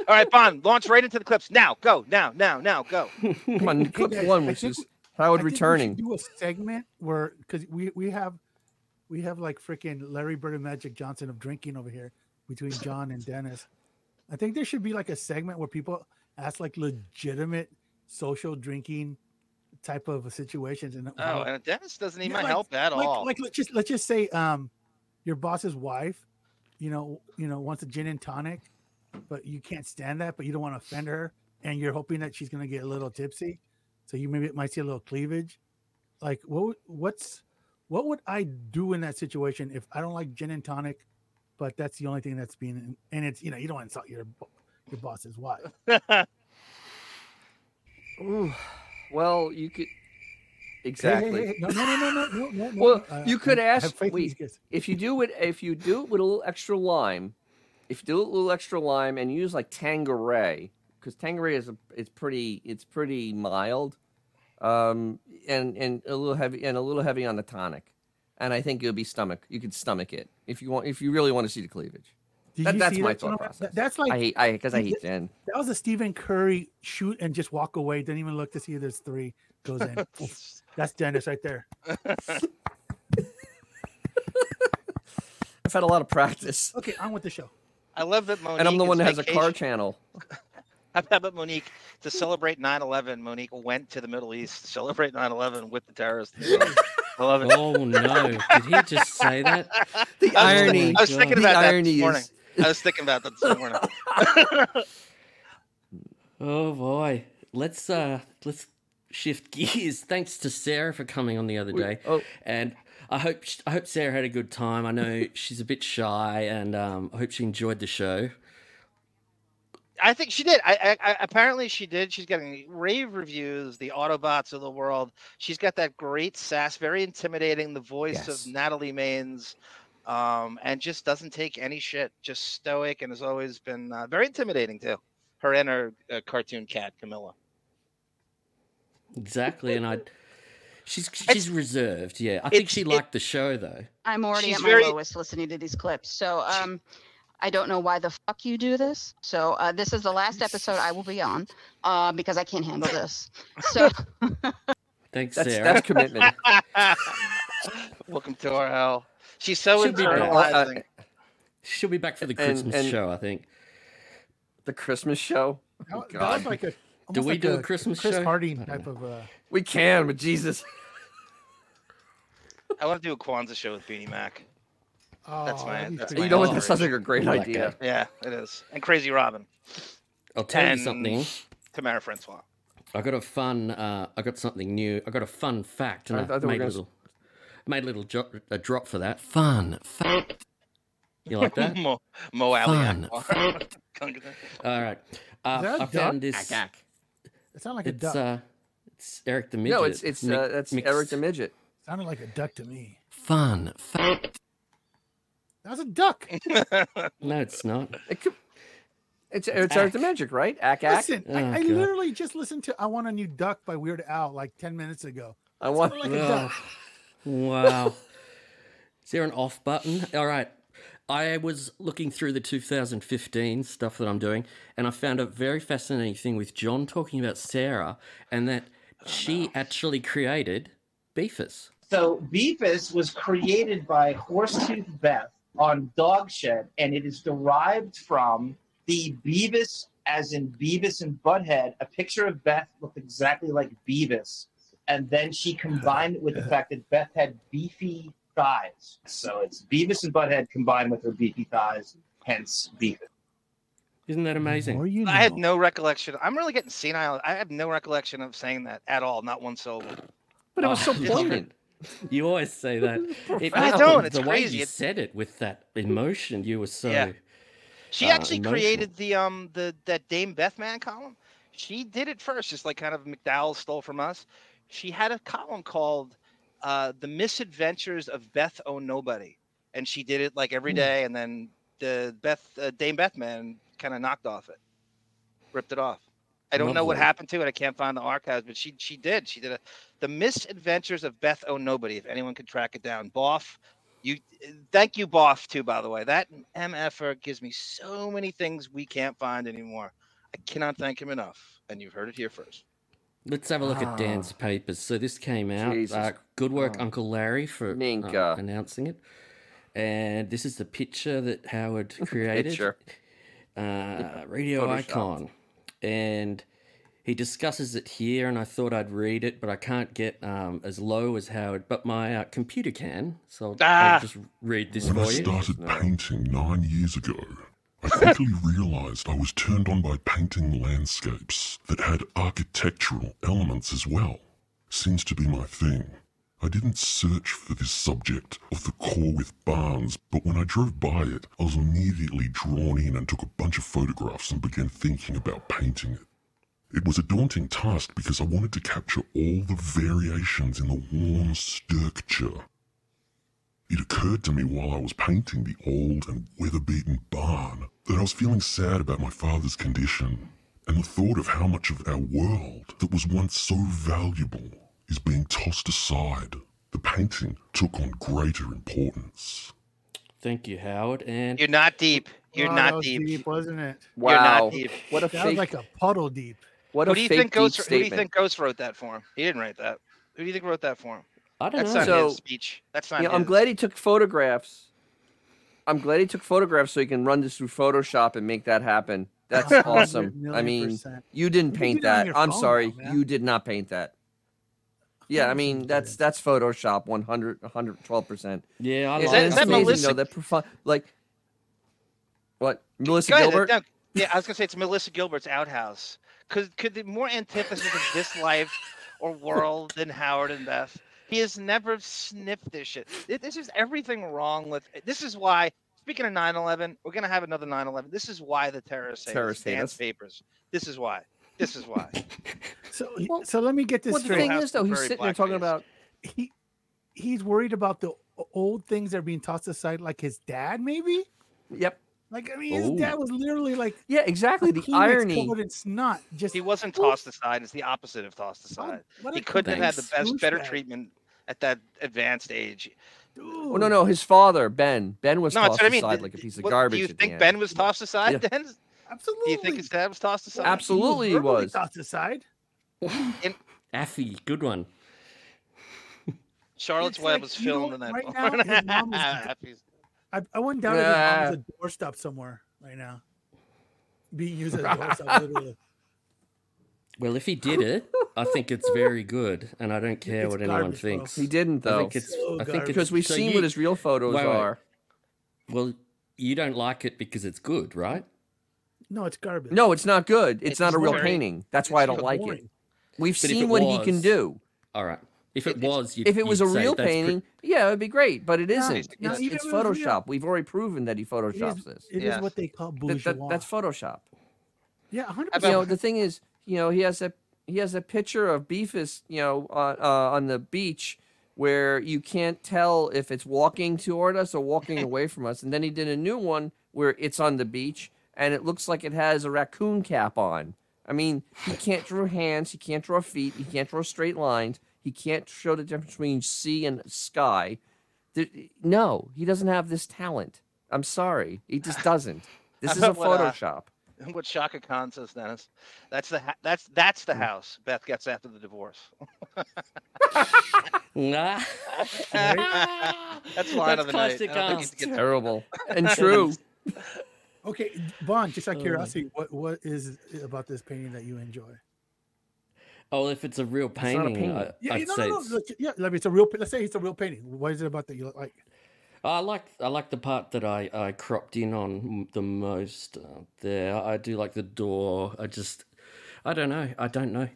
[SPEAKER 2] All right, Bon, launch right into the clips now. Go now, now, now, go.
[SPEAKER 1] Come on, clip
[SPEAKER 5] guys,
[SPEAKER 1] one,
[SPEAKER 5] I
[SPEAKER 1] which
[SPEAKER 5] think
[SPEAKER 1] is
[SPEAKER 5] we-
[SPEAKER 1] Howard
[SPEAKER 5] I think we should
[SPEAKER 1] returning.
[SPEAKER 5] Do a segment where because we we have we have like freaking Larry Bird and Magic Johnson of drinking over here between John and Dennis. I think there should be like a segment where people ask like legitimate social drinking type of situations and
[SPEAKER 2] Oh,
[SPEAKER 5] how-
[SPEAKER 2] and Dennis doesn't
[SPEAKER 5] Yeah,
[SPEAKER 2] even
[SPEAKER 5] like-
[SPEAKER 2] help at
[SPEAKER 5] like,
[SPEAKER 2] all.
[SPEAKER 5] like let's just let's just say um your boss's wife you know you know wants a gin and tonic but you can't stand that but you don't want to offend her and you're hoping that she's going to get a little tipsy so you maybe might see a little cleavage like what would- what's what would i do in that situation if i don't like gin and tonic but that's the only thing that's being and it's you know you don't want to insult your bo- your boss's wife
[SPEAKER 1] Ooh, well, you could
[SPEAKER 5] Hey, hey,
[SPEAKER 1] exactly.
[SPEAKER 5] hey, hey, no no no no no, no, no
[SPEAKER 1] Well,
[SPEAKER 5] no, I-
[SPEAKER 1] you could
[SPEAKER 5] I have
[SPEAKER 1] ask-
[SPEAKER 5] faith in
[SPEAKER 1] wait.
[SPEAKER 5] these guys.
[SPEAKER 1] if you do it if you do it with a little extra lime if you do it with a little extra lime and use like tangeray because tangeray is a, it's pretty it's pretty mild um and and a little heavy and a little heavy on the tonic and i think it'll be stomach you could stomach it if you want if you really want to see the cleavage
[SPEAKER 5] Did
[SPEAKER 1] That-
[SPEAKER 5] you
[SPEAKER 1] that's
[SPEAKER 5] see
[SPEAKER 1] my
[SPEAKER 5] that,
[SPEAKER 1] thought
[SPEAKER 5] Sonoma?
[SPEAKER 1] process.
[SPEAKER 5] That- that's like
[SPEAKER 1] i hate i because i
[SPEAKER 5] you
[SPEAKER 1] hate gin
[SPEAKER 5] That was a Stephen Curry shoot and just walk away. Didn't even look to see if there's three goes in. Oof. That's Dennis right there.
[SPEAKER 1] i've had a lot of practice
[SPEAKER 5] Okay, on with the show.
[SPEAKER 2] I love that Monique.
[SPEAKER 1] and i'm the one that
[SPEAKER 2] is
[SPEAKER 1] has a car
[SPEAKER 2] vacation-
[SPEAKER 1] channel
[SPEAKER 2] How about Monique to celebrate 9/11? Monique went to the Middle East to celebrate 9/11 with the terrorists. I love it.
[SPEAKER 3] Oh no! Did he just say that? Oh
[SPEAKER 1] the
[SPEAKER 2] I was-
[SPEAKER 1] irony
[SPEAKER 2] I was
[SPEAKER 3] God.
[SPEAKER 1] the
[SPEAKER 2] thinking about that
[SPEAKER 1] irony
[SPEAKER 2] this morning.
[SPEAKER 1] is
[SPEAKER 2] I was thinking about that this morning.
[SPEAKER 3] Oh boy. Let's uh let's shift gears. Thanks to Sarah for coming on the other day.
[SPEAKER 1] oh
[SPEAKER 3] and I hope I hope Sarah had a good time. I know she's a bit shy, and um, I hope she enjoyed the show.
[SPEAKER 2] I think she did. I, I, I apparently she did. She's getting rave reviews. The Autobots of the world. She's got that great sass, very intimidating. The voice
[SPEAKER 1] Yes.
[SPEAKER 2] of Natalie Maines, um, and just doesn't take any shit. Just stoic, and has always been uh, very intimidating too. Her and her uh, cartoon cat Camilla.
[SPEAKER 3] Exactly, and I she's she's reserved. Yeah, I think
[SPEAKER 2] it's-
[SPEAKER 3] she
[SPEAKER 2] it-
[SPEAKER 3] liked the show though.
[SPEAKER 4] I'm already
[SPEAKER 2] She's
[SPEAKER 4] at my
[SPEAKER 2] very-
[SPEAKER 4] lowest listening to these clips. So um, I don't know why the fuck you do this. So uh, this is the last episode I will be on uh, because I can't handle this. So
[SPEAKER 3] Thanks,
[SPEAKER 1] that's
[SPEAKER 3] Sarah.
[SPEAKER 1] that's commitment
[SPEAKER 2] Welcome to our hell. She's so
[SPEAKER 3] She'll be back.
[SPEAKER 2] internalizing.
[SPEAKER 3] She'll be back for the
[SPEAKER 1] And-
[SPEAKER 3] Christmas
[SPEAKER 1] and-
[SPEAKER 3] show, I think.
[SPEAKER 1] the christmas show
[SPEAKER 5] That, that
[SPEAKER 1] God.
[SPEAKER 5] was like a.
[SPEAKER 3] Do
[SPEAKER 5] almost
[SPEAKER 3] we
[SPEAKER 5] like
[SPEAKER 3] do a Christmas
[SPEAKER 5] Chris
[SPEAKER 3] show?
[SPEAKER 5] Harding
[SPEAKER 3] I don't
[SPEAKER 5] type of. Uh,
[SPEAKER 1] we can but jesus
[SPEAKER 2] I want to do a Kwanzaa show with Beanie Mac.
[SPEAKER 5] oh,
[SPEAKER 2] my-
[SPEAKER 5] that'd be
[SPEAKER 2] that's
[SPEAKER 5] freaking
[SPEAKER 2] my
[SPEAKER 1] You know what?
[SPEAKER 2] God.
[SPEAKER 1] That sounds like a great
[SPEAKER 3] Like
[SPEAKER 1] idea.
[SPEAKER 3] that.
[SPEAKER 2] Yeah, it is. And Crazy Robin,
[SPEAKER 3] I'll tell
[SPEAKER 2] And-
[SPEAKER 3] you something.
[SPEAKER 2] Tamara Francois.
[SPEAKER 3] I got a fun. Uh, I got something new. I got a fun fact, and
[SPEAKER 1] I-
[SPEAKER 3] I,
[SPEAKER 1] I thought we were
[SPEAKER 3] made a
[SPEAKER 1] gonna s-
[SPEAKER 3] little made a little jo- a drop for that. Fun fact. You like that?
[SPEAKER 2] Mo, Mo Ali
[SPEAKER 3] Fun
[SPEAKER 2] Akbar.
[SPEAKER 3] All right. Uh,
[SPEAKER 5] that a
[SPEAKER 3] I
[SPEAKER 5] duck?
[SPEAKER 3] found this.
[SPEAKER 5] It sounded like a
[SPEAKER 3] It's
[SPEAKER 5] duck.
[SPEAKER 3] uh, it's Eric the midget.
[SPEAKER 1] No, it's it's
[SPEAKER 3] Mi-
[SPEAKER 1] uh, that's
[SPEAKER 3] mixed-
[SPEAKER 1] Eric the midget.
[SPEAKER 5] sounded like a duck to me.
[SPEAKER 3] Fun fact.
[SPEAKER 5] That was a duck.
[SPEAKER 3] No, it's not.
[SPEAKER 1] It could It's it's Art the Magic, right? Ack ack.
[SPEAKER 5] Listen,
[SPEAKER 3] Oh,
[SPEAKER 5] I, I
[SPEAKER 3] God.
[SPEAKER 5] literally just listened to "I Want a New Duck" by Weird Al like ten minutes ago.
[SPEAKER 1] I want.
[SPEAKER 5] Like a duck.
[SPEAKER 3] Oh. wow. Is there an off button? All right. I was looking through the 2015 stuff that I'm doing, and I found a very fascinating thing with John talking about Sarah and that
[SPEAKER 2] Oh,
[SPEAKER 3] she actually created Beefus.
[SPEAKER 6] So Beefus was created by Horsetooth Beth on Dogshed, and it is derived from the Beavis, as in Beavis and Butthead. A picture of Beth looked exactly like Beavis, and then she combined it with the fact that Beth had beefy thighs. So it's Beavis and Butthead combined with her beefy thighs, hence Beefus.
[SPEAKER 3] Isn't that amazing?
[SPEAKER 5] Or you
[SPEAKER 2] I had
[SPEAKER 5] know.
[SPEAKER 2] no recollection. I'm really getting senile. I have no recollection of saying that at all. Not one syllable.
[SPEAKER 1] But it was so
[SPEAKER 3] Oh, it's
[SPEAKER 1] poignant.
[SPEAKER 3] You always say that. It-
[SPEAKER 2] I don't,
[SPEAKER 3] the
[SPEAKER 2] it's
[SPEAKER 3] way
[SPEAKER 2] crazy,
[SPEAKER 3] you
[SPEAKER 2] it's-
[SPEAKER 3] said it with that emotion, you were so.
[SPEAKER 2] Yeah. She
[SPEAKER 3] Uh,
[SPEAKER 2] actually
[SPEAKER 3] emotional.
[SPEAKER 2] created the um the that Dame Bethman column. She did it first, just like kind of McDowell stole from us. She had a column called uh, "The Misadventures of Beth O Nobody," and she did it like every
[SPEAKER 3] Hmm.
[SPEAKER 2] day. And then the Beth uh, Dame Bethman kind of knocked off it, ripped it off. I don't know what
[SPEAKER 3] Lovely.
[SPEAKER 2] happened to it. I can't find the archives, but she she did. She did a "The Misadventures of Beth O Nobody." If anyone could track it down, Boff you thank you, Boff, too, by the way. That MFR gives me so many things we can't find anymore. I cannot thank him enough. And you've heard it here first.
[SPEAKER 3] Let's have a look
[SPEAKER 5] Ah.
[SPEAKER 3] at Dan's papers. So this came out.
[SPEAKER 1] Jesus.
[SPEAKER 3] Uh, good work,
[SPEAKER 1] Oh.
[SPEAKER 3] Uncle Larry, for uh,
[SPEAKER 1] Minka.
[SPEAKER 3] announcing it. And this is the picture that Howard created.
[SPEAKER 1] Picture.
[SPEAKER 3] Uh, radio
[SPEAKER 1] Photoshopped.
[SPEAKER 3] icon, and he discusses it here. And I thought I'd read it, but I can't get um, as low as Howard. But my uh, computer can, so I'll,
[SPEAKER 2] Ah.
[SPEAKER 3] I'll just read this
[SPEAKER 7] When I
[SPEAKER 3] for you.
[SPEAKER 7] started
[SPEAKER 1] No.
[SPEAKER 7] painting nine years ago, I quickly realized I was turned on by painting landscapes that had architectural elements as well. Seems to be my thing. I didn't search for this subject of the core with barns, but when I drove by it, I was immediately drawn in and took a bunch of photographs and began thinking about painting it. It was a daunting task because I wanted to capture all the variations in the warm structure it occurred to me while I was painting the old and weather beaten barn that I was feeling sad about my father's condition, and the thought of how much of our world that was once so valuable is being tossed aside. The painting took on greater importance.
[SPEAKER 3] Thank you, Howard. And
[SPEAKER 2] You're not deep. You're
[SPEAKER 5] Wow, that
[SPEAKER 2] not
[SPEAKER 5] was
[SPEAKER 2] deep.
[SPEAKER 5] wasn't it?
[SPEAKER 2] You're not
[SPEAKER 1] Wow.
[SPEAKER 2] deep.
[SPEAKER 1] What a
[SPEAKER 5] That was
[SPEAKER 1] fake.
[SPEAKER 5] like a puddle deep.
[SPEAKER 1] what a
[SPEAKER 2] Who do you
[SPEAKER 1] fake
[SPEAKER 2] think Ghost
[SPEAKER 1] deep
[SPEAKER 2] who do you
[SPEAKER 1] statement.
[SPEAKER 2] think Ghost wrote that for him? He didn't write that. Who do you think wrote that for him?
[SPEAKER 3] I don't
[SPEAKER 2] That's
[SPEAKER 3] know.
[SPEAKER 2] not
[SPEAKER 1] So-
[SPEAKER 2] his speech. That's not
[SPEAKER 1] Yeah, I'm
[SPEAKER 2] his.
[SPEAKER 1] glad he took photographs. I'm glad he took photographs so he can run this through Photoshop and make that happen. That's
[SPEAKER 5] 100
[SPEAKER 1] awesome. I
[SPEAKER 5] million
[SPEAKER 1] mean,
[SPEAKER 5] percent.
[SPEAKER 1] you didn't
[SPEAKER 5] You
[SPEAKER 1] paint
[SPEAKER 5] did it on
[SPEAKER 1] that.
[SPEAKER 5] your
[SPEAKER 1] I'm
[SPEAKER 5] phone,
[SPEAKER 1] sorry,
[SPEAKER 5] though, man.
[SPEAKER 1] you did not paint that. Yeah, I mean that's that's Photoshop 100 112 percent.
[SPEAKER 3] yeah, I
[SPEAKER 2] Is
[SPEAKER 3] like
[SPEAKER 2] that-
[SPEAKER 3] it.
[SPEAKER 2] is that
[SPEAKER 1] amazing
[SPEAKER 2] Melissa-
[SPEAKER 1] though? That profi- like what Melissa
[SPEAKER 2] Go ahead,
[SPEAKER 1] Gilbert?
[SPEAKER 2] no, yeah, I was gonna say it's Melissa Gilbert's outhouse. Could could the more antithesis of this life or world than Howard and Beth? He has never sniffed this shit. Th- This is everything wrong with. This is why. Speaking of 9/11, we're gonna have another 9/11. This is why the terrorists hate us,
[SPEAKER 1] Terrorists hate
[SPEAKER 2] Dan's
[SPEAKER 1] us.
[SPEAKER 2] papers. This is why. This is why.
[SPEAKER 5] So,
[SPEAKER 1] Well,
[SPEAKER 5] so let me get this
[SPEAKER 1] Well, the
[SPEAKER 5] straight.
[SPEAKER 1] thing
[SPEAKER 2] House
[SPEAKER 1] is though, he's
[SPEAKER 2] very
[SPEAKER 1] sitting there talking
[SPEAKER 2] blackface.
[SPEAKER 1] about
[SPEAKER 5] he he's worried about the o- old things that are being tossed aside, like his dad, maybe.
[SPEAKER 1] yep,
[SPEAKER 5] Like I mean, his
[SPEAKER 3] Ooh.
[SPEAKER 5] dad was literally like
[SPEAKER 1] yeah, exactly. The
[SPEAKER 5] peanuts
[SPEAKER 1] irony.
[SPEAKER 5] covered in snot. Just
[SPEAKER 2] He wasn't
[SPEAKER 5] Ooh.
[SPEAKER 2] tossed aside. It's the opposite of tossed
[SPEAKER 5] what-
[SPEAKER 2] aside.
[SPEAKER 5] what
[SPEAKER 2] He
[SPEAKER 5] a
[SPEAKER 2] couldn't have had the
[SPEAKER 5] complete
[SPEAKER 2] best, better
[SPEAKER 5] douchebag.
[SPEAKER 2] treatment at that advanced age.
[SPEAKER 1] Oh no, no, his father Ben. Ben was
[SPEAKER 2] No, that's
[SPEAKER 1] tossed
[SPEAKER 2] what I mean.
[SPEAKER 1] aside
[SPEAKER 2] Th-
[SPEAKER 1] like a piece of
[SPEAKER 2] what-
[SPEAKER 1] garbage.
[SPEAKER 2] Do you
[SPEAKER 1] at the
[SPEAKER 2] think
[SPEAKER 1] end.
[SPEAKER 2] Ben was tossed aside?
[SPEAKER 1] Yeah.
[SPEAKER 2] Then
[SPEAKER 5] Absolutely.
[SPEAKER 2] do you think his dad was tossed aside?
[SPEAKER 5] He was
[SPEAKER 1] Absolutely he
[SPEAKER 5] verbally
[SPEAKER 1] was.
[SPEAKER 5] tossed aside.
[SPEAKER 3] Affy, good one.
[SPEAKER 2] Charlotte's
[SPEAKER 5] It's
[SPEAKER 2] Web
[SPEAKER 5] like,
[SPEAKER 2] was
[SPEAKER 5] you know
[SPEAKER 2] filmed
[SPEAKER 5] what,
[SPEAKER 2] in that.
[SPEAKER 5] right
[SPEAKER 2] film.
[SPEAKER 5] now, his mom is
[SPEAKER 2] Happy's-
[SPEAKER 5] I, I wouldn't doubt yeah.
[SPEAKER 1] Yeah.
[SPEAKER 5] it. There's a doorstop somewhere right now, being used as a doorstop. literally.
[SPEAKER 3] Well, if he did it, I think it's very good, and I don't care
[SPEAKER 5] It's
[SPEAKER 3] what anyone
[SPEAKER 5] garbage, bro.
[SPEAKER 3] thinks.
[SPEAKER 1] He didn't
[SPEAKER 3] I
[SPEAKER 1] though,
[SPEAKER 3] think it's.
[SPEAKER 5] So
[SPEAKER 3] I think it's-
[SPEAKER 1] because we've
[SPEAKER 3] so
[SPEAKER 1] seen
[SPEAKER 3] you-
[SPEAKER 1] what his real photos
[SPEAKER 3] Wait, wait.
[SPEAKER 1] are.
[SPEAKER 3] Well, you don't like it because it's good, right?
[SPEAKER 5] No, it's garbage.
[SPEAKER 1] No, it's not good. It's,
[SPEAKER 2] It's
[SPEAKER 1] not a real
[SPEAKER 2] boring.
[SPEAKER 1] painting. That's why I don't
[SPEAKER 5] It's
[SPEAKER 1] like it.
[SPEAKER 5] boring.
[SPEAKER 1] We've
[SPEAKER 3] But if
[SPEAKER 1] seen
[SPEAKER 3] it
[SPEAKER 1] what he can
[SPEAKER 3] was-
[SPEAKER 1] do.
[SPEAKER 3] All right. If it
[SPEAKER 2] If it's-
[SPEAKER 3] was, you'd,
[SPEAKER 1] If it was a
[SPEAKER 3] you'd say
[SPEAKER 1] real
[SPEAKER 3] that's pre-
[SPEAKER 1] painting, yeah, it'd be great. But it
[SPEAKER 5] No,
[SPEAKER 1] isn't.
[SPEAKER 5] no,
[SPEAKER 1] it's
[SPEAKER 5] even
[SPEAKER 1] it's
[SPEAKER 5] if it was real-
[SPEAKER 1] Photoshop. We've already proven that he
[SPEAKER 5] It is,
[SPEAKER 1] photoshops this.
[SPEAKER 5] it is
[SPEAKER 2] Yes.
[SPEAKER 5] what they call
[SPEAKER 1] That-
[SPEAKER 5] bourgeois.
[SPEAKER 1] that- that's Photoshop.
[SPEAKER 5] yeah, 100.
[SPEAKER 2] How
[SPEAKER 1] You
[SPEAKER 2] about-
[SPEAKER 1] know, the thing is, you know, he has a he has a picture of Beefus, you know, on uh, on the beach where you can't tell if it's walking toward us or walking away from us. And then he did a new one where it's on the beach and it looks like it has a raccoon cap on. I mean, he can't draw hands, he can't draw feet, he can't draw straight lines, he can't show the difference between sea and sky. There, no, he doesn't have this talent. I'm sorry, he just doesn't. This is a
[SPEAKER 2] about what, uh,
[SPEAKER 1] Photoshop.
[SPEAKER 2] What Shaka Khan says, Dennis. That's the ha- that's that's
[SPEAKER 1] Hmm.
[SPEAKER 2] the house Beth gets after the divorce.
[SPEAKER 3] Nah.
[SPEAKER 2] That's line of the night.
[SPEAKER 3] classic
[SPEAKER 2] I
[SPEAKER 1] uh,
[SPEAKER 2] don't think
[SPEAKER 3] us.
[SPEAKER 2] it's good.
[SPEAKER 1] Terrible and true.
[SPEAKER 5] Okay, Bon, just out of
[SPEAKER 3] Oh.
[SPEAKER 5] curiosity, what what is it about this painting that you enjoy?
[SPEAKER 3] Oh, if it's a real
[SPEAKER 1] not a
[SPEAKER 3] painting, I,
[SPEAKER 1] painting.
[SPEAKER 5] Yeah,
[SPEAKER 3] I'd
[SPEAKER 5] no,
[SPEAKER 3] say
[SPEAKER 5] no, no,
[SPEAKER 3] it's-
[SPEAKER 5] look, yeah. Like it's a real. pa- Let's say it's a real painting. What is it about that you like?
[SPEAKER 3] I like I like the part that I, I cropped in on m- the most uh, there. I do like the door. I just I don't know. I don't know.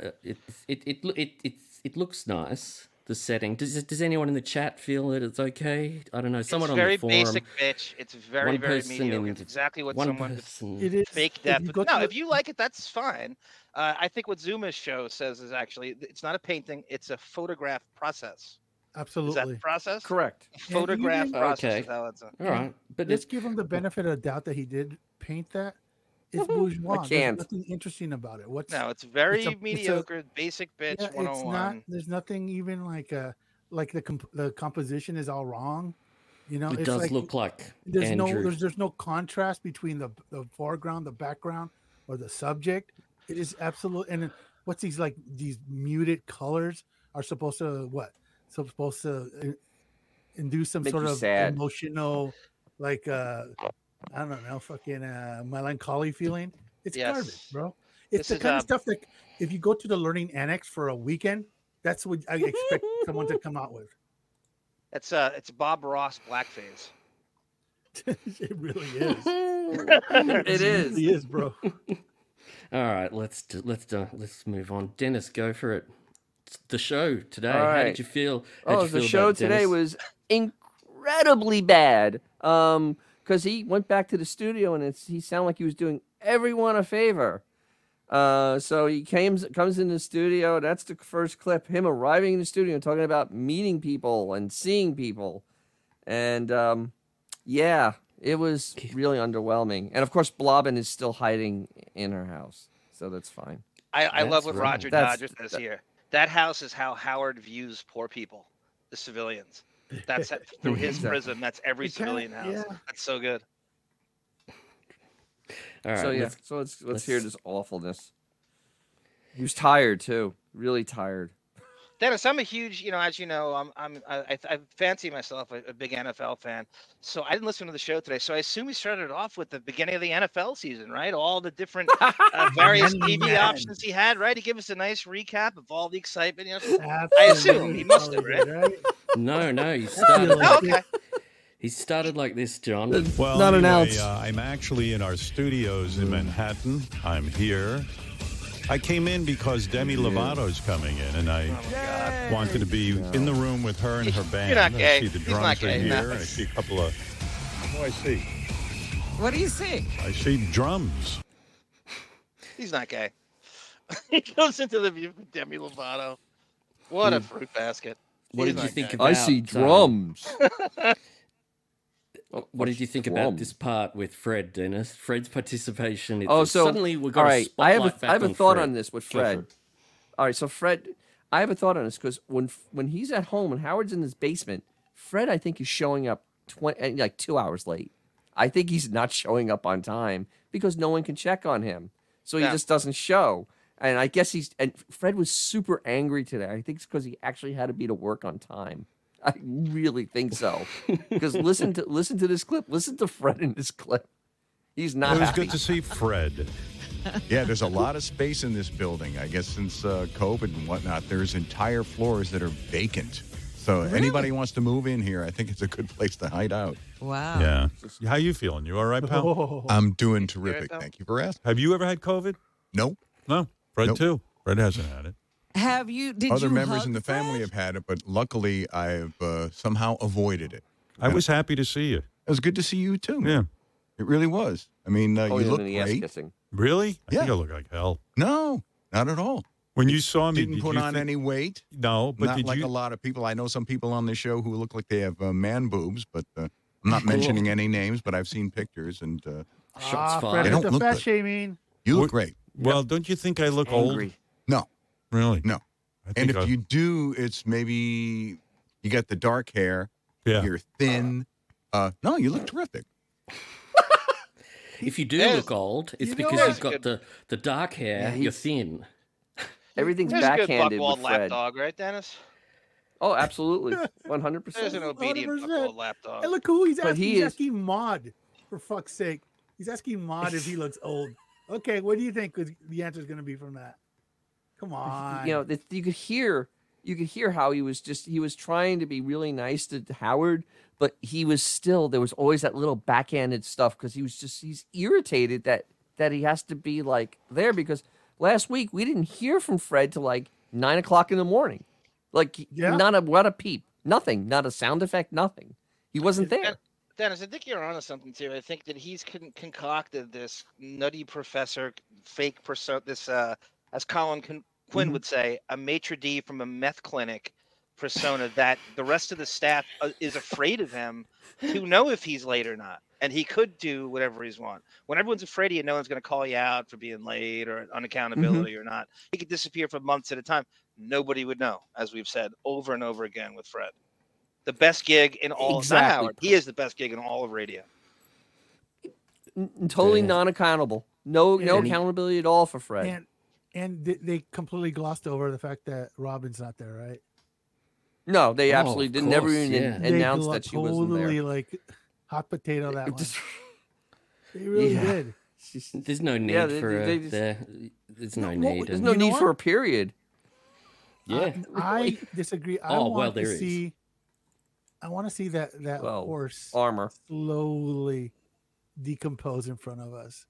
[SPEAKER 3] Uh, It it it lo- it it, it looks nice. The setting. Does does anyone in the chat feel that it's okay? I don't know. Someone
[SPEAKER 2] it's
[SPEAKER 3] on
[SPEAKER 2] very
[SPEAKER 3] the forum.
[SPEAKER 2] basic, bitch. It's very
[SPEAKER 3] one
[SPEAKER 2] very
[SPEAKER 3] person
[SPEAKER 2] mediocre.
[SPEAKER 3] in-
[SPEAKER 2] It's exactly what
[SPEAKER 3] one
[SPEAKER 2] someone with
[SPEAKER 3] person.
[SPEAKER 5] It is
[SPEAKER 2] fake
[SPEAKER 5] if
[SPEAKER 2] death.
[SPEAKER 5] you
[SPEAKER 2] would-
[SPEAKER 5] go
[SPEAKER 2] No,
[SPEAKER 5] to
[SPEAKER 2] if you like it, that's fine. Uh, I think what Zuma's show says is actually th- it's not a painting; it's a photograph process.
[SPEAKER 5] the-
[SPEAKER 2] Is that the
[SPEAKER 5] absolutely.
[SPEAKER 2] process?
[SPEAKER 1] Correct.
[SPEAKER 2] A photograph
[SPEAKER 5] didn't-
[SPEAKER 2] process.
[SPEAKER 3] Okay.
[SPEAKER 2] Is how it's done.
[SPEAKER 3] All right, but
[SPEAKER 5] Let's
[SPEAKER 3] it's
[SPEAKER 5] give him the benefit of the doubt that he did paint that. It's
[SPEAKER 1] Mhm. I
[SPEAKER 5] bourgeois.
[SPEAKER 1] can't.
[SPEAKER 5] There's nothing interesting about it. What's
[SPEAKER 2] No, it's very
[SPEAKER 5] it's a-
[SPEAKER 2] mediocre, basic bitch
[SPEAKER 5] yeah,
[SPEAKER 2] one hundred
[SPEAKER 5] it's
[SPEAKER 2] and
[SPEAKER 5] not.
[SPEAKER 2] one.
[SPEAKER 5] There's nothing even like a like the comp- the composition is all wrong. You know,
[SPEAKER 3] it
[SPEAKER 5] it's
[SPEAKER 3] does
[SPEAKER 5] like,
[SPEAKER 3] look like
[SPEAKER 5] there's
[SPEAKER 3] Andrew.
[SPEAKER 5] no there's, there's no contrast between the the foreground, the background, or the subject. It is absolute. And then what's these like these muted colors are supposed to what? Supposed to in- induce some
[SPEAKER 1] Make
[SPEAKER 5] sort
[SPEAKER 1] you
[SPEAKER 5] of
[SPEAKER 1] sad.
[SPEAKER 5] emotional, like uh, I don't know, fucking uh, melancholy feeling. It's
[SPEAKER 2] Yes.
[SPEAKER 5] garbage, bro. It's
[SPEAKER 2] This
[SPEAKER 5] the
[SPEAKER 2] is,
[SPEAKER 5] kind
[SPEAKER 2] uh,
[SPEAKER 5] of stuff that if you go to the learning annex for a weekend, that's what I expect someone to come out with.
[SPEAKER 2] It's uh, it's Bob Ross blackface.
[SPEAKER 5] it really is.
[SPEAKER 1] It
[SPEAKER 5] It
[SPEAKER 1] is.
[SPEAKER 5] really is, bro.
[SPEAKER 3] All right, let's do, let's do, let's move on. Dennis, go for it. It's The show today.
[SPEAKER 1] All
[SPEAKER 3] How
[SPEAKER 1] right.
[SPEAKER 3] did you feel? How'd
[SPEAKER 1] Oh,
[SPEAKER 3] you
[SPEAKER 1] the
[SPEAKER 3] feel
[SPEAKER 1] show
[SPEAKER 3] about
[SPEAKER 1] today
[SPEAKER 3] Dennis?
[SPEAKER 1] was incredibly bad. Um, because he went back to the studio and it's he sounded like he was doing everyone a favor. Uh, so he came comes into the studio. That's the first clip. Him arriving in the studio and talking about meeting people and seeing people, and um, yeah, it was really underwhelming. And of course, Blobbin is still hiding in her house, so that's fine.
[SPEAKER 2] I, I love
[SPEAKER 3] That's
[SPEAKER 2] what
[SPEAKER 3] right.
[SPEAKER 2] Roger
[SPEAKER 1] That's-
[SPEAKER 2] Dodger says here. That house is how Howard views poor people, the civilians. That's it- through his
[SPEAKER 1] Exactly.
[SPEAKER 2] prism. That's every
[SPEAKER 5] It kinda-
[SPEAKER 2] civilian house.
[SPEAKER 5] yeah.
[SPEAKER 2] That's so good.
[SPEAKER 3] All right,
[SPEAKER 1] so yeah,
[SPEAKER 3] let's-
[SPEAKER 1] so let's, let's hear
[SPEAKER 3] let's-
[SPEAKER 1] this awfulness. He was tired too, really tired.
[SPEAKER 2] Dennis, I'm a huge, you know, as you know, I'm, I'm, I, I- I fancy myself a, a big NFL fan. So I didn't listen to the show today. So I assume we started off with the beginning of the NFL season, right? All the different uh, various
[SPEAKER 5] Many
[SPEAKER 2] TV
[SPEAKER 5] men.
[SPEAKER 2] options he had, right? He gave us a nice recap of all the excitement. You know, assume
[SPEAKER 5] Absolutely.
[SPEAKER 2] he must have, right?
[SPEAKER 3] no, no, he
[SPEAKER 5] Absolutely.
[SPEAKER 3] started.
[SPEAKER 2] Oh,
[SPEAKER 3] like,
[SPEAKER 2] okay.
[SPEAKER 3] he started like this, John.
[SPEAKER 8] Well,
[SPEAKER 1] Not an
[SPEAKER 8] anyway,
[SPEAKER 1] ounce.
[SPEAKER 8] Uh, I'm actually in our studios in Manhattan. I'm here. I came in because Demi Lovato's coming in, and
[SPEAKER 9] Oh,
[SPEAKER 8] I wanted to be in the room with her and her band.
[SPEAKER 2] not
[SPEAKER 8] I
[SPEAKER 2] gay.
[SPEAKER 8] see the
[SPEAKER 2] He's not
[SPEAKER 8] drums are
[SPEAKER 2] gay,
[SPEAKER 8] here.
[SPEAKER 2] no.
[SPEAKER 8] I see a couple of. What do Oh, I see?
[SPEAKER 10] What do you see?
[SPEAKER 8] I see drums.
[SPEAKER 2] He's not gay. he goes into the view with Demi Lovato. What a fruit basket.
[SPEAKER 3] What
[SPEAKER 2] He's
[SPEAKER 3] did you
[SPEAKER 2] not
[SPEAKER 3] think
[SPEAKER 2] gay.
[SPEAKER 3] about? um, what
[SPEAKER 1] What's
[SPEAKER 3] did you think about this part with Fred, Dennis? Fred's participation. It's,
[SPEAKER 1] Oh, so
[SPEAKER 3] suddenly we got
[SPEAKER 1] all
[SPEAKER 3] a
[SPEAKER 1] right. I have
[SPEAKER 3] spotlight
[SPEAKER 1] a,
[SPEAKER 3] back
[SPEAKER 1] I have a
[SPEAKER 3] on
[SPEAKER 1] thought
[SPEAKER 3] Fred.
[SPEAKER 1] on this with
[SPEAKER 3] Go for
[SPEAKER 1] Fred.
[SPEAKER 3] it.
[SPEAKER 1] All right, so Fred, I have a thought on this because when when he's at home and Howard's in his basement, Fred I think is showing up twenty like two hours late. I think he's not showing up on time because no one can check on him, so he
[SPEAKER 2] Yeah.
[SPEAKER 1] just doesn't show. And I guess he's and Fred was super angry today. I think it's because he actually had to be to work on time. I really think so. Because listen to listen to this clip. Listen to Fred in this clip. He's not.
[SPEAKER 8] It was
[SPEAKER 1] happy.
[SPEAKER 8] good to see Fred.
[SPEAKER 9] Yeah, there's a lot of space in this building. I guess since uh, COVID and whatnot, there's entire floors that are vacant. So anybody wants to move in here, I think it's a good place to hide out.
[SPEAKER 10] Wow.
[SPEAKER 8] Yeah. How you feeling? You all right, pal?
[SPEAKER 9] I'm doing terrific.
[SPEAKER 2] though?
[SPEAKER 9] Thank you for asking.
[SPEAKER 8] Have you ever had COVID?
[SPEAKER 9] No,
[SPEAKER 8] No. Fred
[SPEAKER 9] Nope.
[SPEAKER 8] too. Fred hasn't had it.
[SPEAKER 10] Have you? Did
[SPEAKER 9] other
[SPEAKER 10] you
[SPEAKER 9] members
[SPEAKER 10] hug
[SPEAKER 9] in the family
[SPEAKER 10] Fred?
[SPEAKER 9] have had it, but luckily I've uh, somehow avoided it.
[SPEAKER 8] I was happy to see you.
[SPEAKER 9] It was good to see you too. man.
[SPEAKER 8] Yeah.
[SPEAKER 9] it really was. I mean, uh,
[SPEAKER 1] Oh,
[SPEAKER 9] you
[SPEAKER 1] yeah,
[SPEAKER 9] look
[SPEAKER 1] and the ass
[SPEAKER 9] great.
[SPEAKER 1] kissing.
[SPEAKER 8] Really? I think
[SPEAKER 9] Yeah.
[SPEAKER 8] I look like hell.
[SPEAKER 9] No, not at all.
[SPEAKER 8] When you saw me,
[SPEAKER 9] Didn't
[SPEAKER 8] did
[SPEAKER 9] put
[SPEAKER 8] you
[SPEAKER 9] on
[SPEAKER 8] think-
[SPEAKER 9] any weight.
[SPEAKER 8] No, but
[SPEAKER 9] not
[SPEAKER 8] did
[SPEAKER 9] like
[SPEAKER 8] you?
[SPEAKER 9] a lot of people. I know some people on this show who look like they have uh, man boobs, but uh, I'm not mentioning any names. But I've seen pictures, and uh,
[SPEAKER 3] Shots
[SPEAKER 5] Ah,
[SPEAKER 3] fired.
[SPEAKER 5] Fred,
[SPEAKER 9] They don't
[SPEAKER 5] with the
[SPEAKER 9] look
[SPEAKER 5] fat
[SPEAKER 9] good.
[SPEAKER 5] shaming.
[SPEAKER 9] You
[SPEAKER 8] What-
[SPEAKER 9] look great.
[SPEAKER 8] Well, don't you think I look
[SPEAKER 1] Angry.
[SPEAKER 9] No,
[SPEAKER 8] old? Really?
[SPEAKER 9] No.
[SPEAKER 8] I
[SPEAKER 9] and
[SPEAKER 8] think
[SPEAKER 9] if
[SPEAKER 8] I-
[SPEAKER 9] you do, it's maybe you got the dark hair.
[SPEAKER 8] yeah.
[SPEAKER 9] You're thin. Uh, no, you look terrific.
[SPEAKER 3] If you do
[SPEAKER 2] There's-
[SPEAKER 3] look old,
[SPEAKER 5] You
[SPEAKER 3] it's
[SPEAKER 5] know
[SPEAKER 3] because
[SPEAKER 2] there's
[SPEAKER 3] you've got
[SPEAKER 2] good-
[SPEAKER 3] the, the dark hair,
[SPEAKER 1] Yeah,
[SPEAKER 3] you're
[SPEAKER 1] he's-
[SPEAKER 3] thin.
[SPEAKER 1] Everything's
[SPEAKER 2] There's a good
[SPEAKER 1] backhanded with
[SPEAKER 2] Buckwald
[SPEAKER 1] Fred.
[SPEAKER 2] lapdog, right, Dennis?
[SPEAKER 1] Oh, absolutely, one hundred
[SPEAKER 2] There's an
[SPEAKER 1] percent.
[SPEAKER 2] obedient
[SPEAKER 5] 100%.
[SPEAKER 2] Buckwald lapdog.
[SPEAKER 5] And look who he's
[SPEAKER 1] But
[SPEAKER 5] asking.
[SPEAKER 1] he
[SPEAKER 5] he's
[SPEAKER 1] is-
[SPEAKER 5] asking Mod, for fuck's sake. He's asking Mod if he looks old. Okay, what do you think is- the answer is going to be from that? Come on.
[SPEAKER 1] You know, that you could hear, you could hear how he was just he was trying to be really nice to Howard, but he was still there was always that little backhanded stuff because he was just he's irritated that that he has to be like there because last week we didn't hear from Fred till like nine o'clock in the morning, like
[SPEAKER 5] Yeah.
[SPEAKER 1] not a what a peep, nothing, not a sound effect, nothing. He wasn't
[SPEAKER 2] And-
[SPEAKER 1] there.
[SPEAKER 2] Dennis, I think you're onto something too. I think that he's con- concocted this nutty professor fake persona. This, uh, as Colin Quin- Quinn would say, a maitre d from a meth clinic persona that the rest of the staff uh, is afraid of him to know if he's late or not, and he could do whatever he's want. When everyone's afraid of you, no one's going to call you out for being late or unaccountability or not. He could disappear for months at a time. Nobody would know, as we've said over and over again with Fred the best gig in all
[SPEAKER 1] Exactly.
[SPEAKER 2] not Howard. He is the best gig in all of radio.
[SPEAKER 1] N- totally
[SPEAKER 3] Yeah.
[SPEAKER 1] non-accountable. No, no
[SPEAKER 5] And-
[SPEAKER 1] accountability at all for Fred.
[SPEAKER 5] And and th- they completely glossed over the fact that Robin's not there, right?
[SPEAKER 1] no, they
[SPEAKER 3] Oh,
[SPEAKER 1] absolutely
[SPEAKER 3] of
[SPEAKER 1] did never
[SPEAKER 3] course,
[SPEAKER 1] even
[SPEAKER 3] yeah.
[SPEAKER 5] They
[SPEAKER 1] announced
[SPEAKER 5] glo-
[SPEAKER 1] that she wasn't
[SPEAKER 5] totally
[SPEAKER 1] there.
[SPEAKER 5] like hot potato that one.
[SPEAKER 1] Just-
[SPEAKER 5] They really
[SPEAKER 1] Yeah.
[SPEAKER 5] did.
[SPEAKER 3] There's no need
[SPEAKER 1] they-
[SPEAKER 3] for
[SPEAKER 1] they
[SPEAKER 3] a,
[SPEAKER 1] just-
[SPEAKER 3] there. There's no,
[SPEAKER 5] No, well,
[SPEAKER 3] need.
[SPEAKER 1] There's
[SPEAKER 3] and-
[SPEAKER 1] no
[SPEAKER 5] You know
[SPEAKER 1] need for
[SPEAKER 5] what?
[SPEAKER 1] a period.
[SPEAKER 3] yeah.
[SPEAKER 5] I disagree. I
[SPEAKER 3] Oh, well,
[SPEAKER 5] want to
[SPEAKER 3] there is.
[SPEAKER 5] see. I want to see that that
[SPEAKER 1] Well,
[SPEAKER 5] horse
[SPEAKER 1] Armor.
[SPEAKER 5] slowly decompose in front of us,